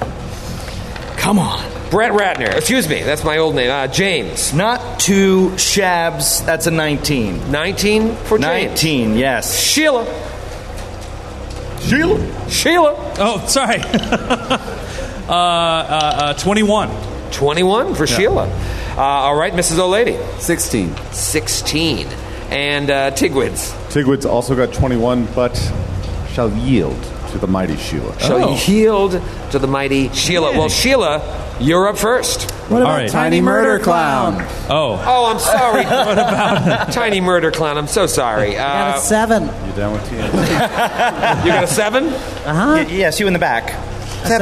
S4: Come on.
S1: Brett Ratner. Excuse me, that's my old name. Uh, James.
S4: Not two shabs. That's a 19.
S1: 19 for James.
S4: 19, yes.
S1: Sheila.
S4: Sheila?
S1: Sheila.
S3: Oh, sorry. uh, uh, uh, 21.
S1: 21 for Sheila. Uh, all right, Mrs. O'Lady.
S20: 16.
S1: 16. And uh, Tigwids.
S14: Tigwood's also got 21, but shall yield to the mighty Sheila.
S1: Shall
S3: Oh.
S1: you yield to the mighty Sheila? Well, Sheila, you're up first.
S5: What about
S3: All right.
S5: Tiny Murder Clown?
S3: Oh,
S1: Oh, I'm sorry. what about Tiny Murder Clown? I'm so sorry.
S5: Got
S1: Uh,
S5: a seven.
S14: You down with TNT?
S1: you got a seven?
S4: Y- yes, you in the back.
S5: Uh-huh.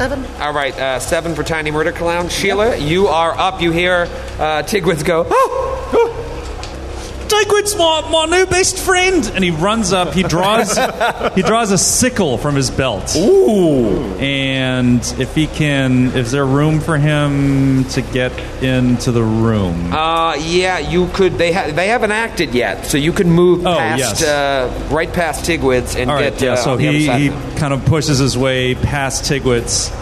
S5: Seven.
S1: All right, uh, seven for Tiny Murder Clown. Sheila, you are up. You hear uh, Tigwids go, oh!
S3: Digwid's my, my new best friend, and he runs up. He draws he draws a sickle from his belt. Ooh! And if he can, is there room for him to get into the room?
S1: Uh, yeah, you could. They ha- they haven't acted yet, so you can move
S3: Oh,
S1: past
S3: yes.
S1: uh, right past Tigwids and
S3: All right,
S1: get
S3: yeah.
S1: uh,
S3: so
S1: on the
S3: he,
S1: other side.
S3: he
S1: of them.
S3: kind of pushes his way past Tigwitz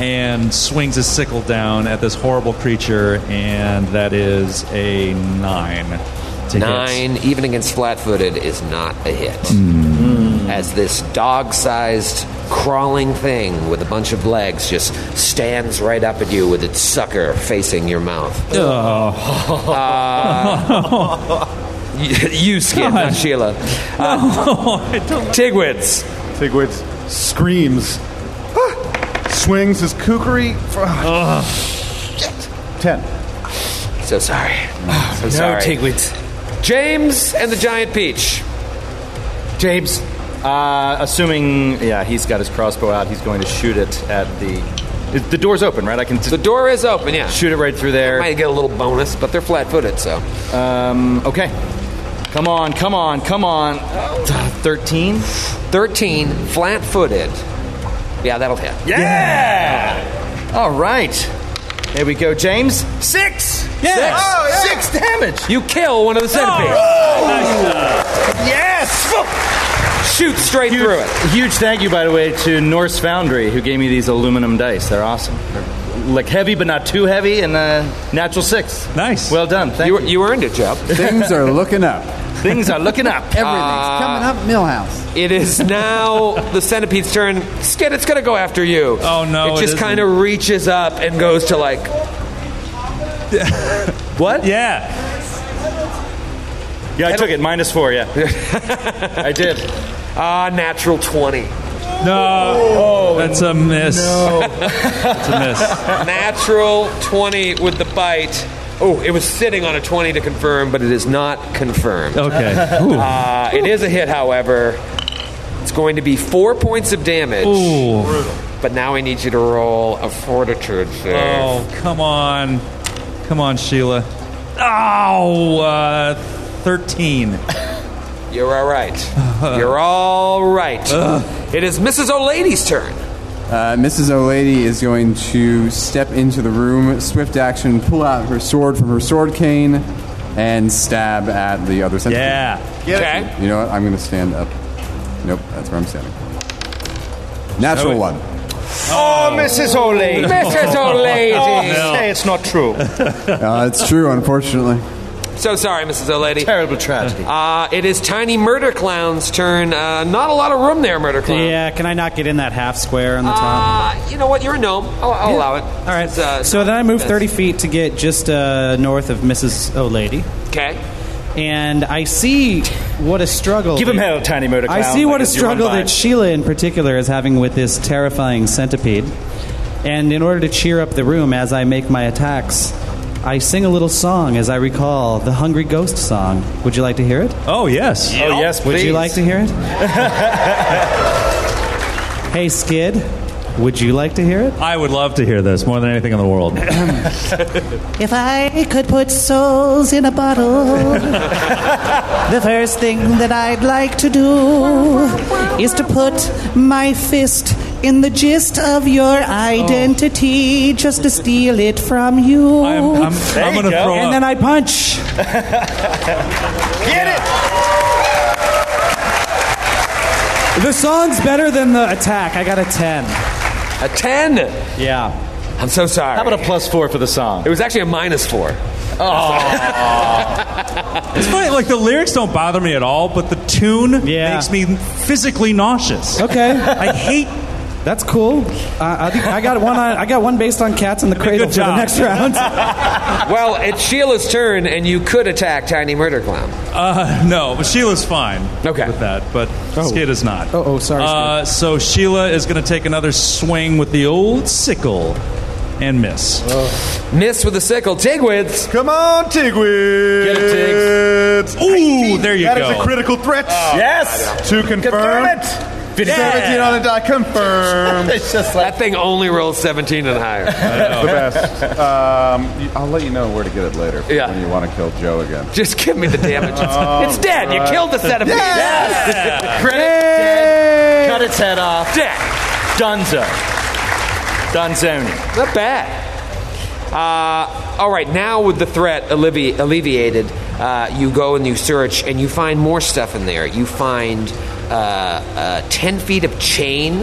S3: and swings his sickle down at this horrible creature, and that is a nine. To hit.
S1: Nine, even against flat-footed, is not a hit.
S3: Hmm.
S1: As this dog-sized crawling thing with a bunch of legs just stands right up at you with its sucker facing your mouth.
S3: Oh.
S1: Uh, you, you skid, not Sheila.
S3: Oh,
S1: Uh, Tigwids.
S14: Tigwood's screams, "Ah!" swings his kukri. Ah, shit. 10.
S1: So sorry. so sorry.
S4: Tigwids.
S1: James and the Giant Peach.
S4: James, uh, assuming, yeah, he's got his crossbow out, he's going to shoot it at the. it- the door's open, right? I can just
S1: The door is open, yeah.
S4: shoot it right through there.
S1: Might get a little bonus, but they're flat footed, so.
S4: Um, okay. Come on, come on, come on. 13?
S1: 13, flat footed. Yeah, that'll hit.
S4: Yeah! All right. There we go, James. Six!
S11: Six.
S4: Six damage.
S11: Oh,
S4: Oh.
S11: You kill one of the centipedes.
S3: Oh,
S4: Yes!
S11: Shoot straight
S4: huge,
S11: through it.
S4: Huge thank you, by the way, to Norse Foundry who gave me these aluminum dice. They're awesome. They're like heavy, but not too heavy, and uh, natural six.
S3: Nice.
S4: Well done. Thank you.
S1: You, you earned it, Job.
S2: Things are looking up.
S4: Things are looking up.
S1: Uh,
S2: Everything's coming up, Millhouse.
S1: It is now the centipede's turn. Skid, it's gonna go after you.
S3: Oh, no,
S1: It
S3: it
S1: just
S3: isn't.
S1: kind of reaches up and goes to like.
S4: What?
S3: Yeah.
S4: Yeah, I took it. Minus four, yeah. I did.
S1: Ah, natural 20.
S3: No.
S1: Oh.
S3: that's a miss. that's a miss.
S1: Natural 20 with the bite. Oh, it was sitting on a 20 to confirm, but it is not confirmed.
S3: Okay. Ooh.
S1: Uh, it is a hit, however. It's going to be four points of damage.
S3: Ooh.
S1: But now I need you to roll a fortitude save.
S3: Oh, come on. Come on, Sheila.
S5: Oh,
S3: Ow. Uh, 13.
S1: You're all right. You're all right. It is Mrs. O'Lady's turn.
S2: Uh, Mrs. O'Lady is going to step into the room, swift action, pull out her sword from her sword cane, and stab at the other centipede.
S3: Yeah.
S1: Okay.
S2: You know what? I'm going to stand up. Nope, that's where I'm standing. Natural
S3: it.
S2: one.
S4: Oh, Mrs. O'Leary.
S1: Mrs. O'Lady.
S3: Oh,
S4: Say it's not true.
S2: Uh, it's true, unfortunately.
S1: So sorry, Mrs. O'Lady.
S4: Terrible tragedy.
S1: Uh, it is Tiny Murder Clown's turn. Uh, not a lot of room there, Murder Clown.
S5: Yeah, can I not get in that half square on the top?
S1: Uh, you know what? You're a gnome. I'll, I'll allow it.
S5: All right.
S1: It's, uh,
S5: so then I move
S1: that's-
S5: 30 feet to get just uh, north of Mrs. O'Lady.
S1: Okay.
S5: And I see what a struggle.
S4: Give him hell, Tiny Murder
S5: I
S4: Clown.
S5: see what a
S4: Like, you're on
S5: struggle
S4: vine.
S5: that Sheila in particular is having with this terrifying centipede. And in order to cheer up the room as I make my attacks, I sing a little song as I recall the Hungry Ghost song. Would you like to hear it?
S3: Oh, yes.
S4: Oh, yes, please.
S5: Would you like to hear it? hey, Skid, would you like to hear it?
S3: I would love to hear this more than anything in the world.
S9: If I could put souls in a bottle, the first thing that I'd like to do is to put my fist in the gist of your identity just to steal it from you.
S3: I'm, I'm, I'm going to throw
S5: And
S3: up.
S5: then I punch.
S4: Get it!
S5: The song's better than the attack. I got a 10.
S1: A 10.
S5: Yeah.
S1: I'm so sorry.
S4: How about a plus four for the song?
S1: It was actually a minus four.
S4: Oh.
S3: It's funny, like the lyrics don't bother me at all, but the tune
S5: Yeah.
S3: makes me physically nauseous.
S5: Okay.
S3: I hate.
S5: That's cool. Uh, I think I got one. On, I got one based on cats in the cradle for the
S3: job.
S5: next round.
S1: Well, it's Sheila's turn, and you could attack Tiny Murder Clown.
S3: Uh, no, but Sheila's fine
S1: Okay.
S3: with that, but Skid is not.
S5: Oh, oh, sorry,
S3: Uh, so Sheila is going to take another swing with the old sickle and miss.
S1: Oh. Miss with a sickle. Tigwitz.
S14: Come on, Tigwid!
S1: Get it,
S3: Ooh, there you
S14: That
S3: go.
S14: is a critical threat.
S4: Yes!
S14: To confirm.
S4: Confirm it!
S14: 17 on the die. Confirmed.
S4: It's just like.
S1: That thing only rolls 17 and higher.
S14: That's the best. Um, y- I'll let you know where to get it later
S1: Yeah.
S14: when you want to kill Joe again. Oh,
S1: Just give me the damage. It's, it's dead. You killed the centipede.
S4: Credit dead. Cut its head off.
S1: Dead.
S4: Dunzo. Donzoni.
S1: Not bad. Uh, all right, now with the threat allevi- alleviated, uh, you go and you search and you find more stuff in there. You find uh, uh, 10 feet of chain,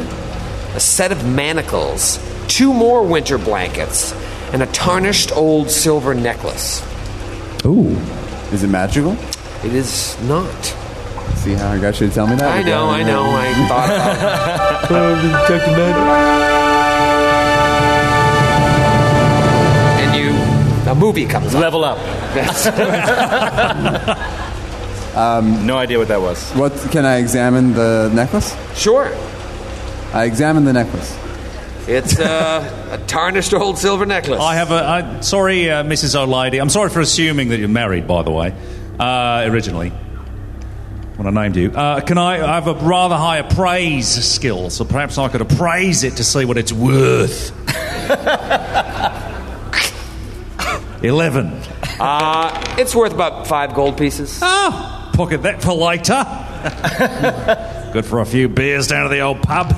S1: a set of manacles, two more winter blankets, and a tarnished old silver necklace.
S2: Ooh. Is it magical?
S1: It is not.
S2: See how I got you to tell me that?
S1: I know, I know, I thought about it. And you, a movie comes up.
S4: Level up. no idea what that was.
S2: Um, What can I examine the necklace?
S1: Sure.
S2: I examine the necklace.
S1: It's uh, a tarnished old silver necklace.
S3: I have a. I, sorry, uh, Mrs. O'Lady. I'm sorry for assuming that you're married, by the way, uh, originally. When I named you. Uh, can I, I have a rather high appraise skill, so perhaps I could appraise it to see what it's worth. 11.
S1: Uh, It's worth about five gold pieces.
S3: Oh, pocket that for later. Good for a few beers down at the old pub.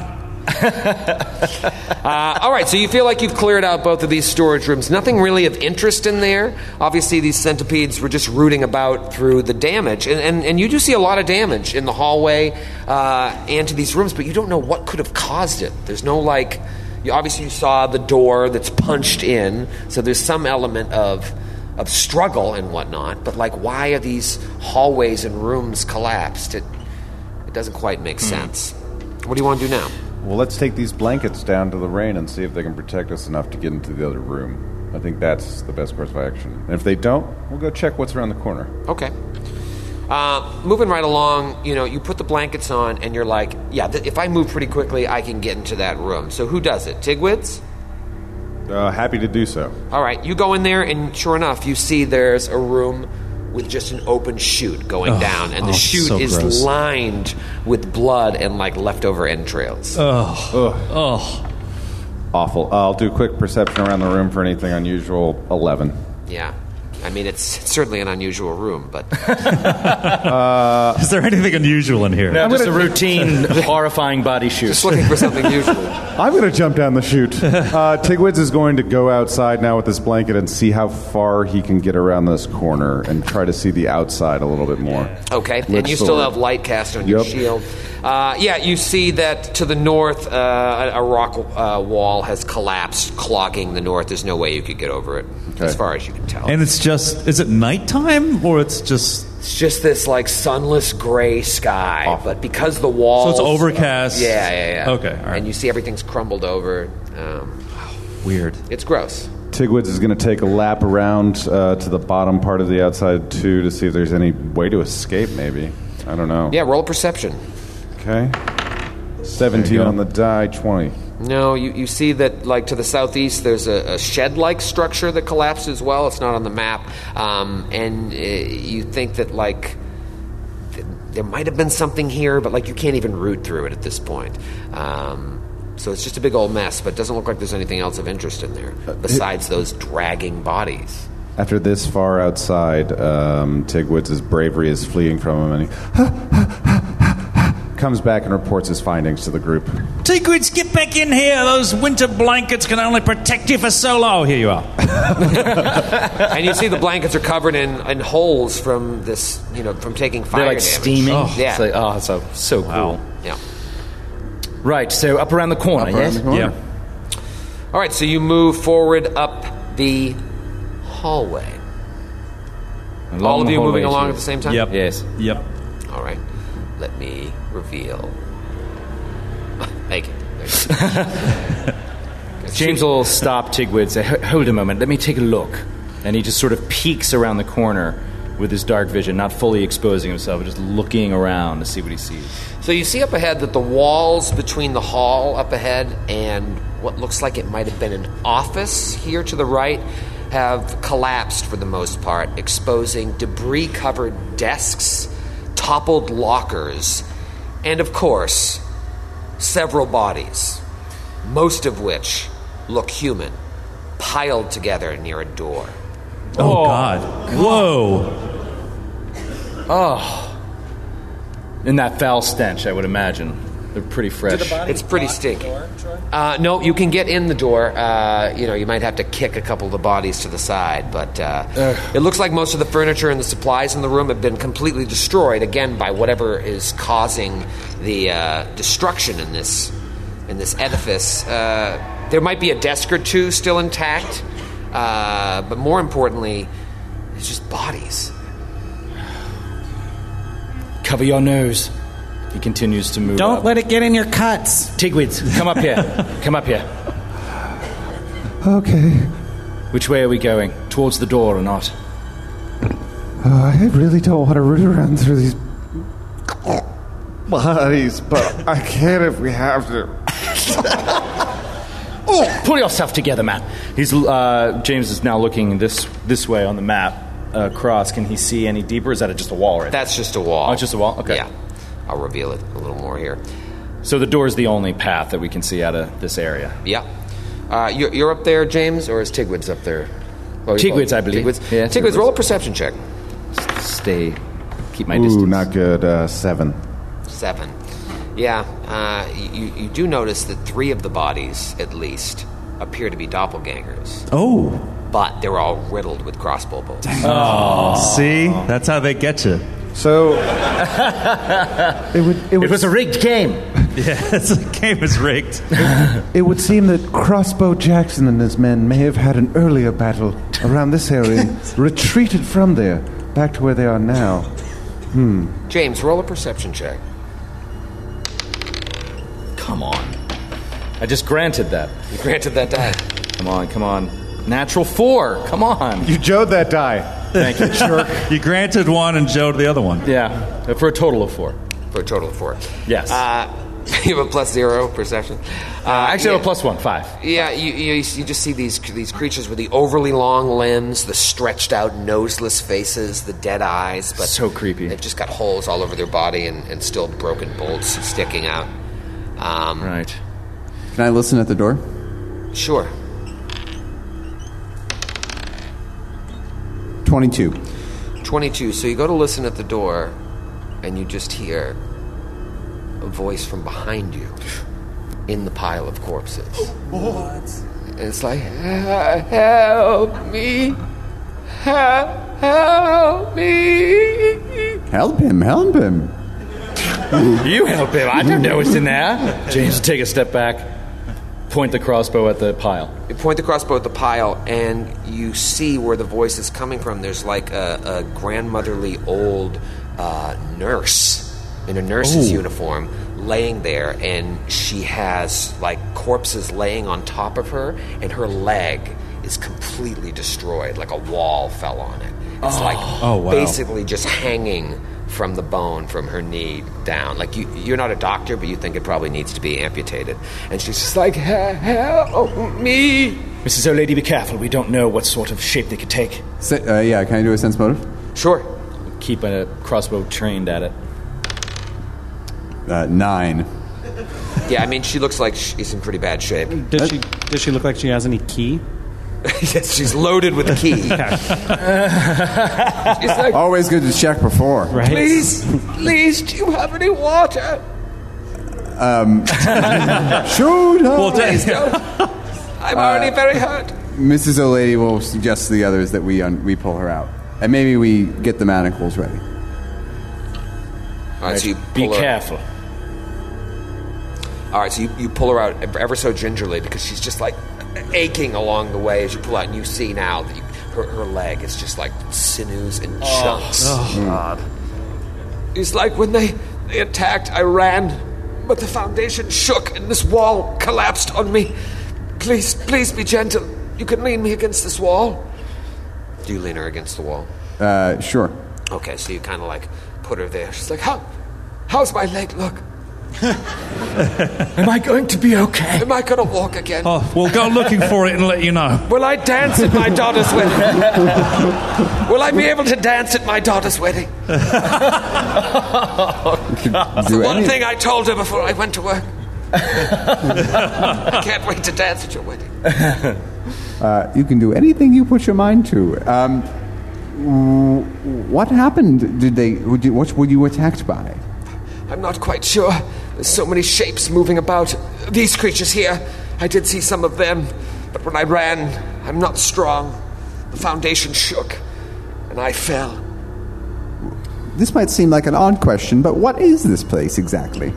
S1: Uh, all right, so you feel like you've cleared out both of these storage rooms. Nothing really of interest in there. Obviously, these centipedes were just rooting about through the damage. And, and, and you do see a lot of damage in the hallway uh, and to these rooms, but you don't know what could have caused it. There's no, like, you, obviously, you saw the door that's punched in, so there's some element of, of struggle and whatnot, but, like, why are these hallways and rooms collapsed? It, it doesn't quite make
S14: Hmm.
S1: sense. What do you want to do now?
S14: Well, let's take these blankets down to the rain and see if they can protect us enough to get into the other room. I think that's the best course of action. And if they don't, we'll go check what's around the corner.
S1: Okay. Uh, moving right along, you know, you put the blankets on and you're like, yeah, th- if I move pretty quickly, I can get into that room. So who does it? Tigwitz?
S14: Uh, happy to do so.
S1: All right, you go in there, and sure enough, you see there's a room with just an open chute going
S3: Ugh,
S1: down, and
S3: oh,
S1: the chute
S3: so
S1: is
S3: gross.
S1: lined with blood and like leftover entrails.
S14: Ugh.
S3: Ugh.
S14: Awful. Uh, I'll do a quick perception around the room for anything unusual. 11.
S1: Yeah. I mean, it's certainly an unusual room, but
S14: Uh,
S11: Is there anything unusual in here?
S4: No,
S1: I'm
S4: just
S1: gonna-
S4: a routine horrifying body shoot.
S1: Just looking for something usual.
S14: I'm going to jump down the chute. Uh, Tigwitz is going to go outside now with this blanket and see how far he can get around this corner and try to see the outside a little bit more.
S1: Okay, and
S14: Let's
S1: you still
S14: sort.
S1: have light cast on your
S14: Yep.
S1: shield. Uh, yeah, you see that to the north, uh, a a rock uh, wall has collapsed, clogging the north. There's no way you could get over it, as far as you can tell.
S11: And it's just, is it nighttime or it's just.
S1: It's just this like sunless gray sky, but because the walls,
S11: So it's overcast.
S1: yeah, yeah, yeah.
S11: Okay, all right.
S1: and you see everything's crumbled over. Um,
S11: Weird.
S1: it's gross.
S14: Tigwitz is going to take a lap around uh, to the bottom part of the outside, too, to see if there's any way to escape, maybe. I don't know.
S1: Yeah, roll a perception.
S14: Okay. 17
S1: go.
S14: on the die, 20.
S1: No, you, you see that like to the southeast, there's a, a shed-like structure that collapsed as well. It's not on the map, um, and uh, you think that like th- there might have been something here, but like you can't even root through it at this point. Um, so it's just a big old mess, but it doesn't look like there's anything else of interest in there
S4: Uh,
S1: besides those dragging bodies.
S14: After this far outside, um, Tigwitz's bravery is fleeing from him, and he comes back and reports his findings to the group.
S3: Tigwitz, get back in here. Those winter blankets can only protect you for so long. Oh, here you are.
S1: and you see the blankets are covered in, in holes from this, you know, from taking fire.
S4: They're like
S1: damage.
S4: steaming.
S1: Yeah.
S4: It's like, oh, it's so, so cool.
S1: Yeah.
S4: Right, so up around the corner,
S1: Up around
S4: yes?
S1: the corner. All right, so you move forward up the hallway. All of you moving along at the same time?
S4: Yep. Yes.
S11: Yep.
S1: All right. Let me reveal. Thank you. There you go.
S4: James will stop Tigwid say, "H- Hold a moment, let me take a look. And he just sort of peeks around the corner with his dark vision, not fully exposing himself, but just looking around to see what he sees.
S1: So you see up ahead that the walls between the hall up ahead and what looks like it might have been an office here to the right have collapsed for the most part, exposing debris covered desks, toppled lockers, and of course, several bodies, most of which look human, piled together near a door.
S11: Oh, God. Whoa.
S4: Oh. And that foul stench, I would imagine. They're pretty fresh.
S1: It's pretty stinky. Uh, no, you can get in the door. Uh, you know, you might have to kick a couple of the bodies to the side, but uh, it looks like most of the furniture and the supplies in the room have been completely destroyed again by whatever is causing the uh, destruction in this in this edifice. Uh, there might be a desk or two still intact, uh, but more importantly, it's just bodies.
S4: Cover your nose. He continues to move.
S5: Don't let it get in your cuts.
S4: Tigwids, come up here. come up here.
S6: Okay.
S4: Which way are we going? Towards the door or not?
S6: Uh, I really don't want to root around through these.
S14: Bodies, but I can't if we have to.
S4: Oh, pull yourself together, man. He's uh, James is now looking this this way on the map uh, across. Can he see any deeper? Is that just a wall, right?
S1: That's just a wall.
S4: Oh, it's just a wall. Okay.
S1: Yeah, I'll reveal it a little more here.
S4: So the door is the only path that we can see out of this area.
S1: Yeah. Uh, you're, you're up there, James, or is Tigwid's up there? Oh, you-
S4: Tigwid's, I believe.
S1: Tigwid's,
S4: Yeah,
S1: Tigwid's, roll a perception check.
S4: Stay. Keep my
S14: Ooh, not good. Uh, seven.
S1: Seven. Yeah, uh, you, you do notice that three of the bodies, at least, appear to be doppelgangers.
S3: Oh.
S1: But they're all riddled with crossbow bolts.
S4: Oh.
S3: See? That's how they get you.
S21: So
S6: It would. It, would,
S4: It was a rigged game.
S3: Yeah, the game is rigged.
S6: it would seem that Crossbow Jackson and his men may have had an earlier battle around this area, and retreated from there back to where they are now. Hmm.
S1: James, roll a perception check.
S4: Come on. I just granted that.
S1: You granted that die.
S4: Come on, come on. Natural four. Come on.
S21: you jode that die.
S4: Thank you. Sure.
S3: You granted one and Joe the other one.
S4: Yeah, for a total of four.
S1: for a total of four.
S4: Yes.
S1: Uh, you have a plus zero perception. Uh,
S4: I
S1: yeah,
S4: actually have a plus one, five.
S1: Yeah, you, you, you just see these these creatures with the overly long limbs, the stretched out noseless faces, the dead eyes. But
S4: So creepy.
S1: They've just got holes all over their body and, and still broken bolts sticking out. Um,
S4: Right.
S2: Can I listen at the door?
S1: Sure.
S2: 22.
S1: 22. So you go to listen at the door, and you just hear a voice from behind you in the pile of corpses. What? And it's like, "Hel- help me. Hel- Help me.
S2: Help him, help him.
S4: You help him. I don't know what's in there. James, take a step back. Point the crossbow at the pile.
S1: You point the crossbow at the pile, and you see where the voice is coming from. There's like a, a grandmotherly old uh, nurse in a nurse's uniform laying there, and she has like corpses laying on top of her, and her leg is completely destroyed, like a wall fell on it. It's like
S4: Oh,
S3: wow.
S1: basically just hanging from the bone from her knee down. Like you, you're not a doctor, but you think it probably needs to be amputated. And she's just like, "Help me!"
S4: Mrs. O'Lady, be careful. We don't know what sort of shape they could take.
S2: Se- uh, yeah, can I do a sense motive?
S1: Sure.
S4: Keep a crossbow trained at it.
S2: Uh, nine.
S1: Yeah, I mean, she looks like she's in pretty bad shape.
S5: Does she, does she look like she has any key?
S1: yes, she's loaded with the key. she's like,
S2: Always good to check before.
S5: Right?
S1: please, please, do you have any water?
S2: Um, Shoot! her. Uh,
S3: Well, da-
S1: I'm already very hurt.
S2: Mrs. O'Lady will suggest to the others that we un- we pull her out, and maybe we get the manacles ready.
S1: All right, so you
S4: Be
S1: pull her-
S4: careful.
S1: All right, so you, you pull her out ev- ever so gingerly because she's just like aching along the way as you pull out, and you see now that you, her, her leg is just like sinews and
S4: Oh.
S1: chunks.
S2: Oh,
S4: Mm.
S1: It's like when they, they attacked, I ran, but the foundation shook and this wall collapsed on me. Please, please be gentle. You can lean me against this wall. Do you lean her against the wall?
S2: Uh, sure.
S1: Okay, so you kind of like put her there. She's like, how, how's my leg look?
S4: Am I going to be okay?
S1: Am I gonna walk again?
S3: oh, we'll go looking for it and let you know.
S1: Will I dance at my daughter's wedding? Will I be able to dance at my daughter's wedding?
S2: Do
S1: Oh, One
S2: any-
S1: thing I told her before I went to work. I can't wait to dance at your wedding.
S2: Uh, you can do anything you put your mind to. Um, w- what happened? Did they? Would you, what were you attacked by?
S1: I'm not quite sure. There's so many shapes moving about. These creatures here, I did see some of them, but when I ran, I'm not strong. The foundation shook, and I fell.
S2: This might seem like an odd question, but what is this place exactly?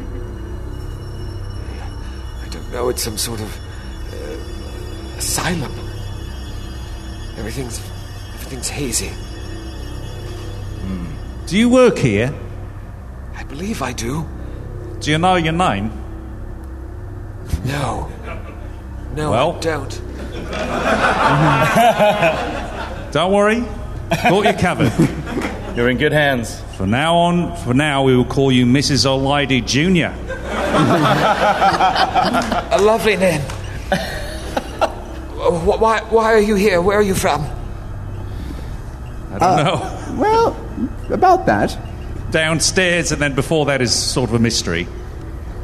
S1: I don't know. It's some sort of uh, asylum. Everything's everything's hazy.
S3: Do you work here?
S1: I believe I do.
S3: Do you know your name?
S1: No. No,
S3: Well.
S1: I don't.
S3: Don't worry. Got you covered.
S4: You're in good hands.
S3: For now on, for now, we will call you Mrs. O'Lady Jr.
S1: A lovely name. Wh- wh- why, why are you here? Where are you from?
S3: no.
S2: Well, Uh, about that.
S3: Downstairs, and then before that is sort of a mystery.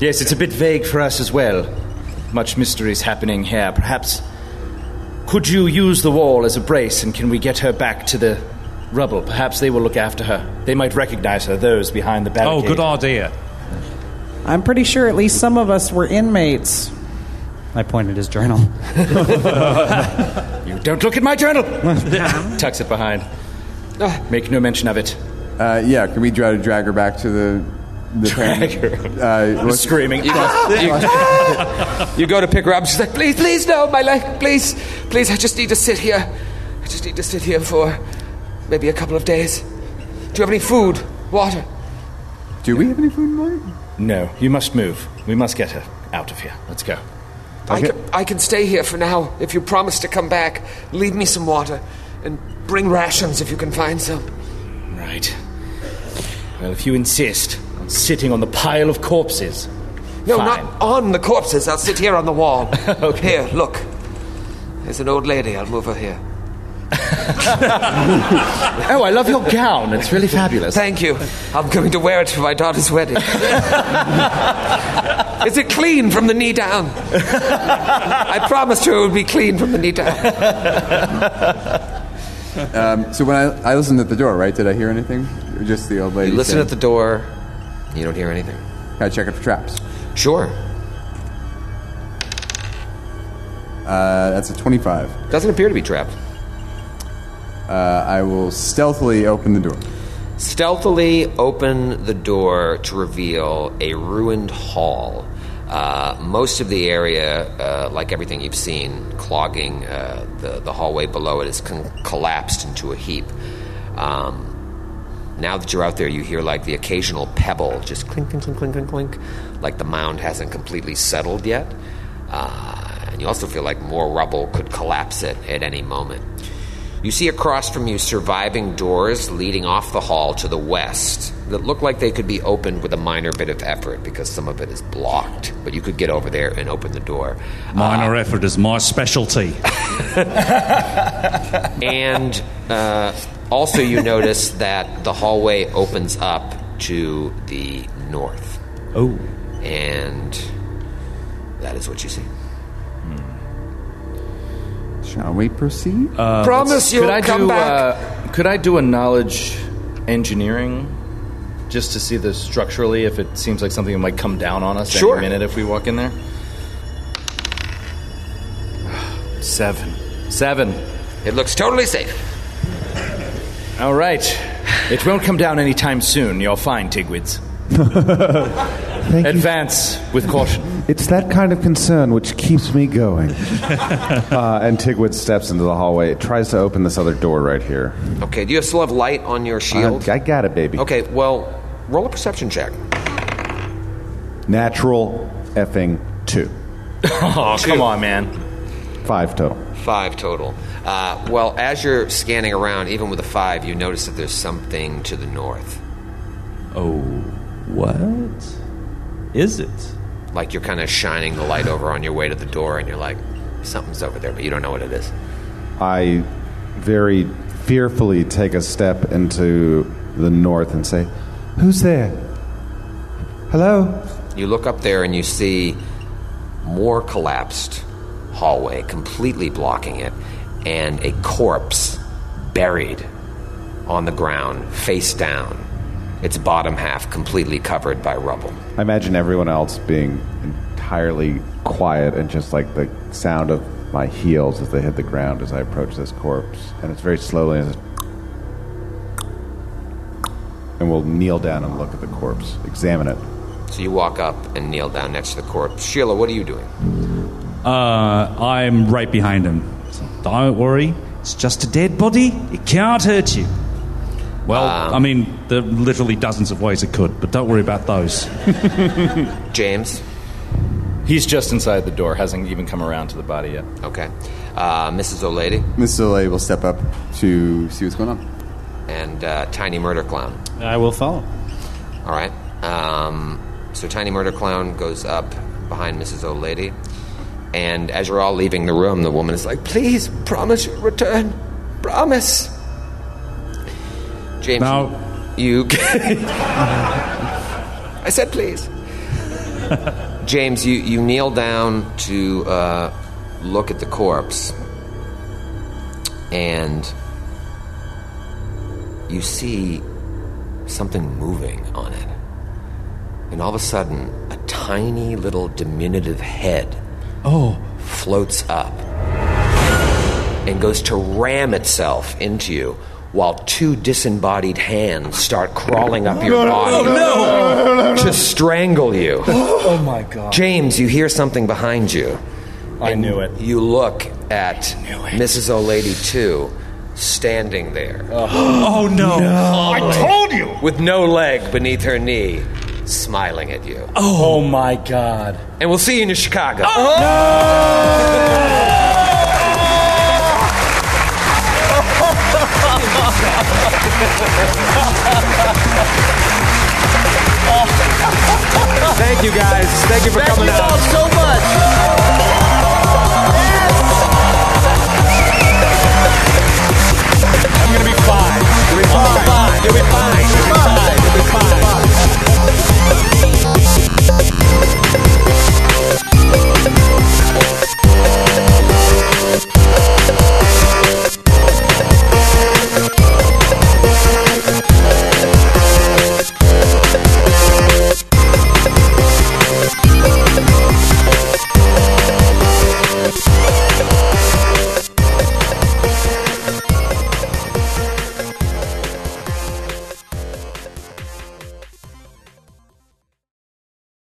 S4: Yes, it's a bit vague for us as well. Much mystery is happening here. Perhaps. Could you use the wall as a brace and can we get her back to the rubble? Perhaps they will look after her. They might recognize her, those behind the barricade.
S3: Oh, good idea.
S5: I'm pretty sure at least some of us were inmates. I point at his journal.
S4: you don't look at my journal. Tucks it behind. Make no mention of it.
S2: Uh, yeah, can we try to drag her back to the the
S4: Drag
S2: her? Uh,
S4: I'm
S2: what's-
S4: screaming.
S1: You, ah. you- you go to pick her up. She's like, please, please, no, my leg, please, please, I just need to sit here. I just need to sit here for maybe a couple of days. Do you have any food, water?
S2: Do we have any food and water?
S4: No, you must move. We must get her out of here. Let's go.
S1: I can, I can stay here for now if you promise to come back. Leave me some water and bring rations if you can find some.
S4: Right. Well, if you insist on sitting on the pile of corpses.
S1: No,
S4: fine.
S1: not on the corpses. I'll sit here on the wall. Here, look. There's an old lady. I'll move her here.
S4: Oh, I love your gown. It's really fabulous.
S1: Thank you. I'm going to wear it for my daughter's wedding. Is it clean from the knee down? I promised her it would be clean from the knee down.
S2: Um, So when I, I listened at the door, right? Did I hear anything? Or just the old lady.
S1: You listen
S2: saying,
S1: at the door. You don't hear anything.
S2: Gotta check it for traps.
S1: Sure.
S2: Uh, that's a twenty-five.
S1: Doesn't appear to be trapped.
S2: Uh, I will stealthily open the door.
S1: stealthily open the door to reveal a ruined hall. Uh, most of the area, uh, like everything you've seen, clogging uh, the, the hallway below it, is con- collapsed into a heap. Um, now that you're out there, you hear like the occasional pebble just clink, clink, clink, clink, clink, clink, like the mound hasn't completely settled yet. Uh, and you also feel like more rubble could collapse it at any moment. You see across from you surviving doors leading off the hall to the west that look like they could be opened with a minor bit of effort because some of it is blocked. But you could get over there and open the door.
S3: Minor effort is my specialty.
S1: and uh, also you notice that the hallway opens up to the north.
S3: Oh.
S1: And that is what you see.
S2: Shall we proceed?
S1: Promise
S4: Uh, Could
S1: you'll
S4: I
S1: come
S4: do?
S1: back.
S4: Uh, could I do a knowledge engineering, just to see this structurally? If it seems like something that might come down on us
S1: Sure.
S4: any minute if we walk in there. Seven. Seven.
S1: it looks totally safe.
S4: All right. It won't come down anytime soon. You're fine, Tigwids.
S6: Thank you.
S4: Advance with caution.
S6: It's that kind of concern which keeps me going.
S14: Uh, and Tigwood steps into the hallway. It tries to open this other door right here.
S1: Okay, do you still have light on your
S14: I,
S1: shield?
S14: I got it, baby.
S1: Okay, well, roll a perception check.
S14: Natural effing two.
S4: Oh, come on, man.
S14: Five total.
S1: Five total. Uh, well, as you're scanning around, even with a five, you notice that there's something to the north.
S22: Oh, what is it?
S1: Like you're kind of shining the light over on your way to the door, and you're like, something's over there, but you don't know what it is.
S14: I very fearfully take a step into the north and say,
S6: Who's there? Hello?
S1: You look up there and you see more collapsed hallway, completely blocking it, and a corpse buried on the ground, face down, its bottom half completely covered by rubble.
S14: I imagine everyone else being entirely quiet and just like the sound of my heels as they hit the ground as I approach this corpse. And it's very slowly. And, it's- and we'll kneel down and look at the corpse, examine it.
S1: So you walk up and kneel down next to the corpse. Sheila, what are you doing?
S3: Uh, I'm right behind him. So don't worry, it's just a dead body. It can't hurt you. Well,
S4: Ah.
S3: I mean, there are literally dozens of ways it could, but don't worry about those.
S1: James?
S4: He's just inside the door. Hasn't even come around to the body yet.
S1: Okay. Uh, Mrs. O'Lady
S2: Miss Soleil will step up to see what's going on.
S1: and uh, Tiny Murder Clown.
S5: I will follow.
S1: All right. Um, so Tiny Murder Clown goes up behind Mrs. O'Lady. And as you're all leaving the room, the woman is like, please, promise you'll return. Promise. James,
S3: No.
S1: you. I said please. James, you, you kneel down to uh, look at the corpse. And you see something moving on it. And all of a sudden, a tiny little diminutive head
S23: Oh.
S1: floats up and goes to ram itself into you while two disembodied hands start crawling up your body to strangle you.
S11: Oh my god.
S1: James, you hear something behind you.
S24: I knew
S1: it. You look at Mrs. O'Lady 2 standing there.
S11: Oh, no. I told you.
S1: With no leg beneath her knee, smiling at you.
S11: Oh, my god.
S1: And we'll see you in Chicago.
S25: Uh-huh. Thank you guys. Thank you for coming out.
S11: so much.
S25: I'm gonna be fine. You'll be fine. You'll be fine.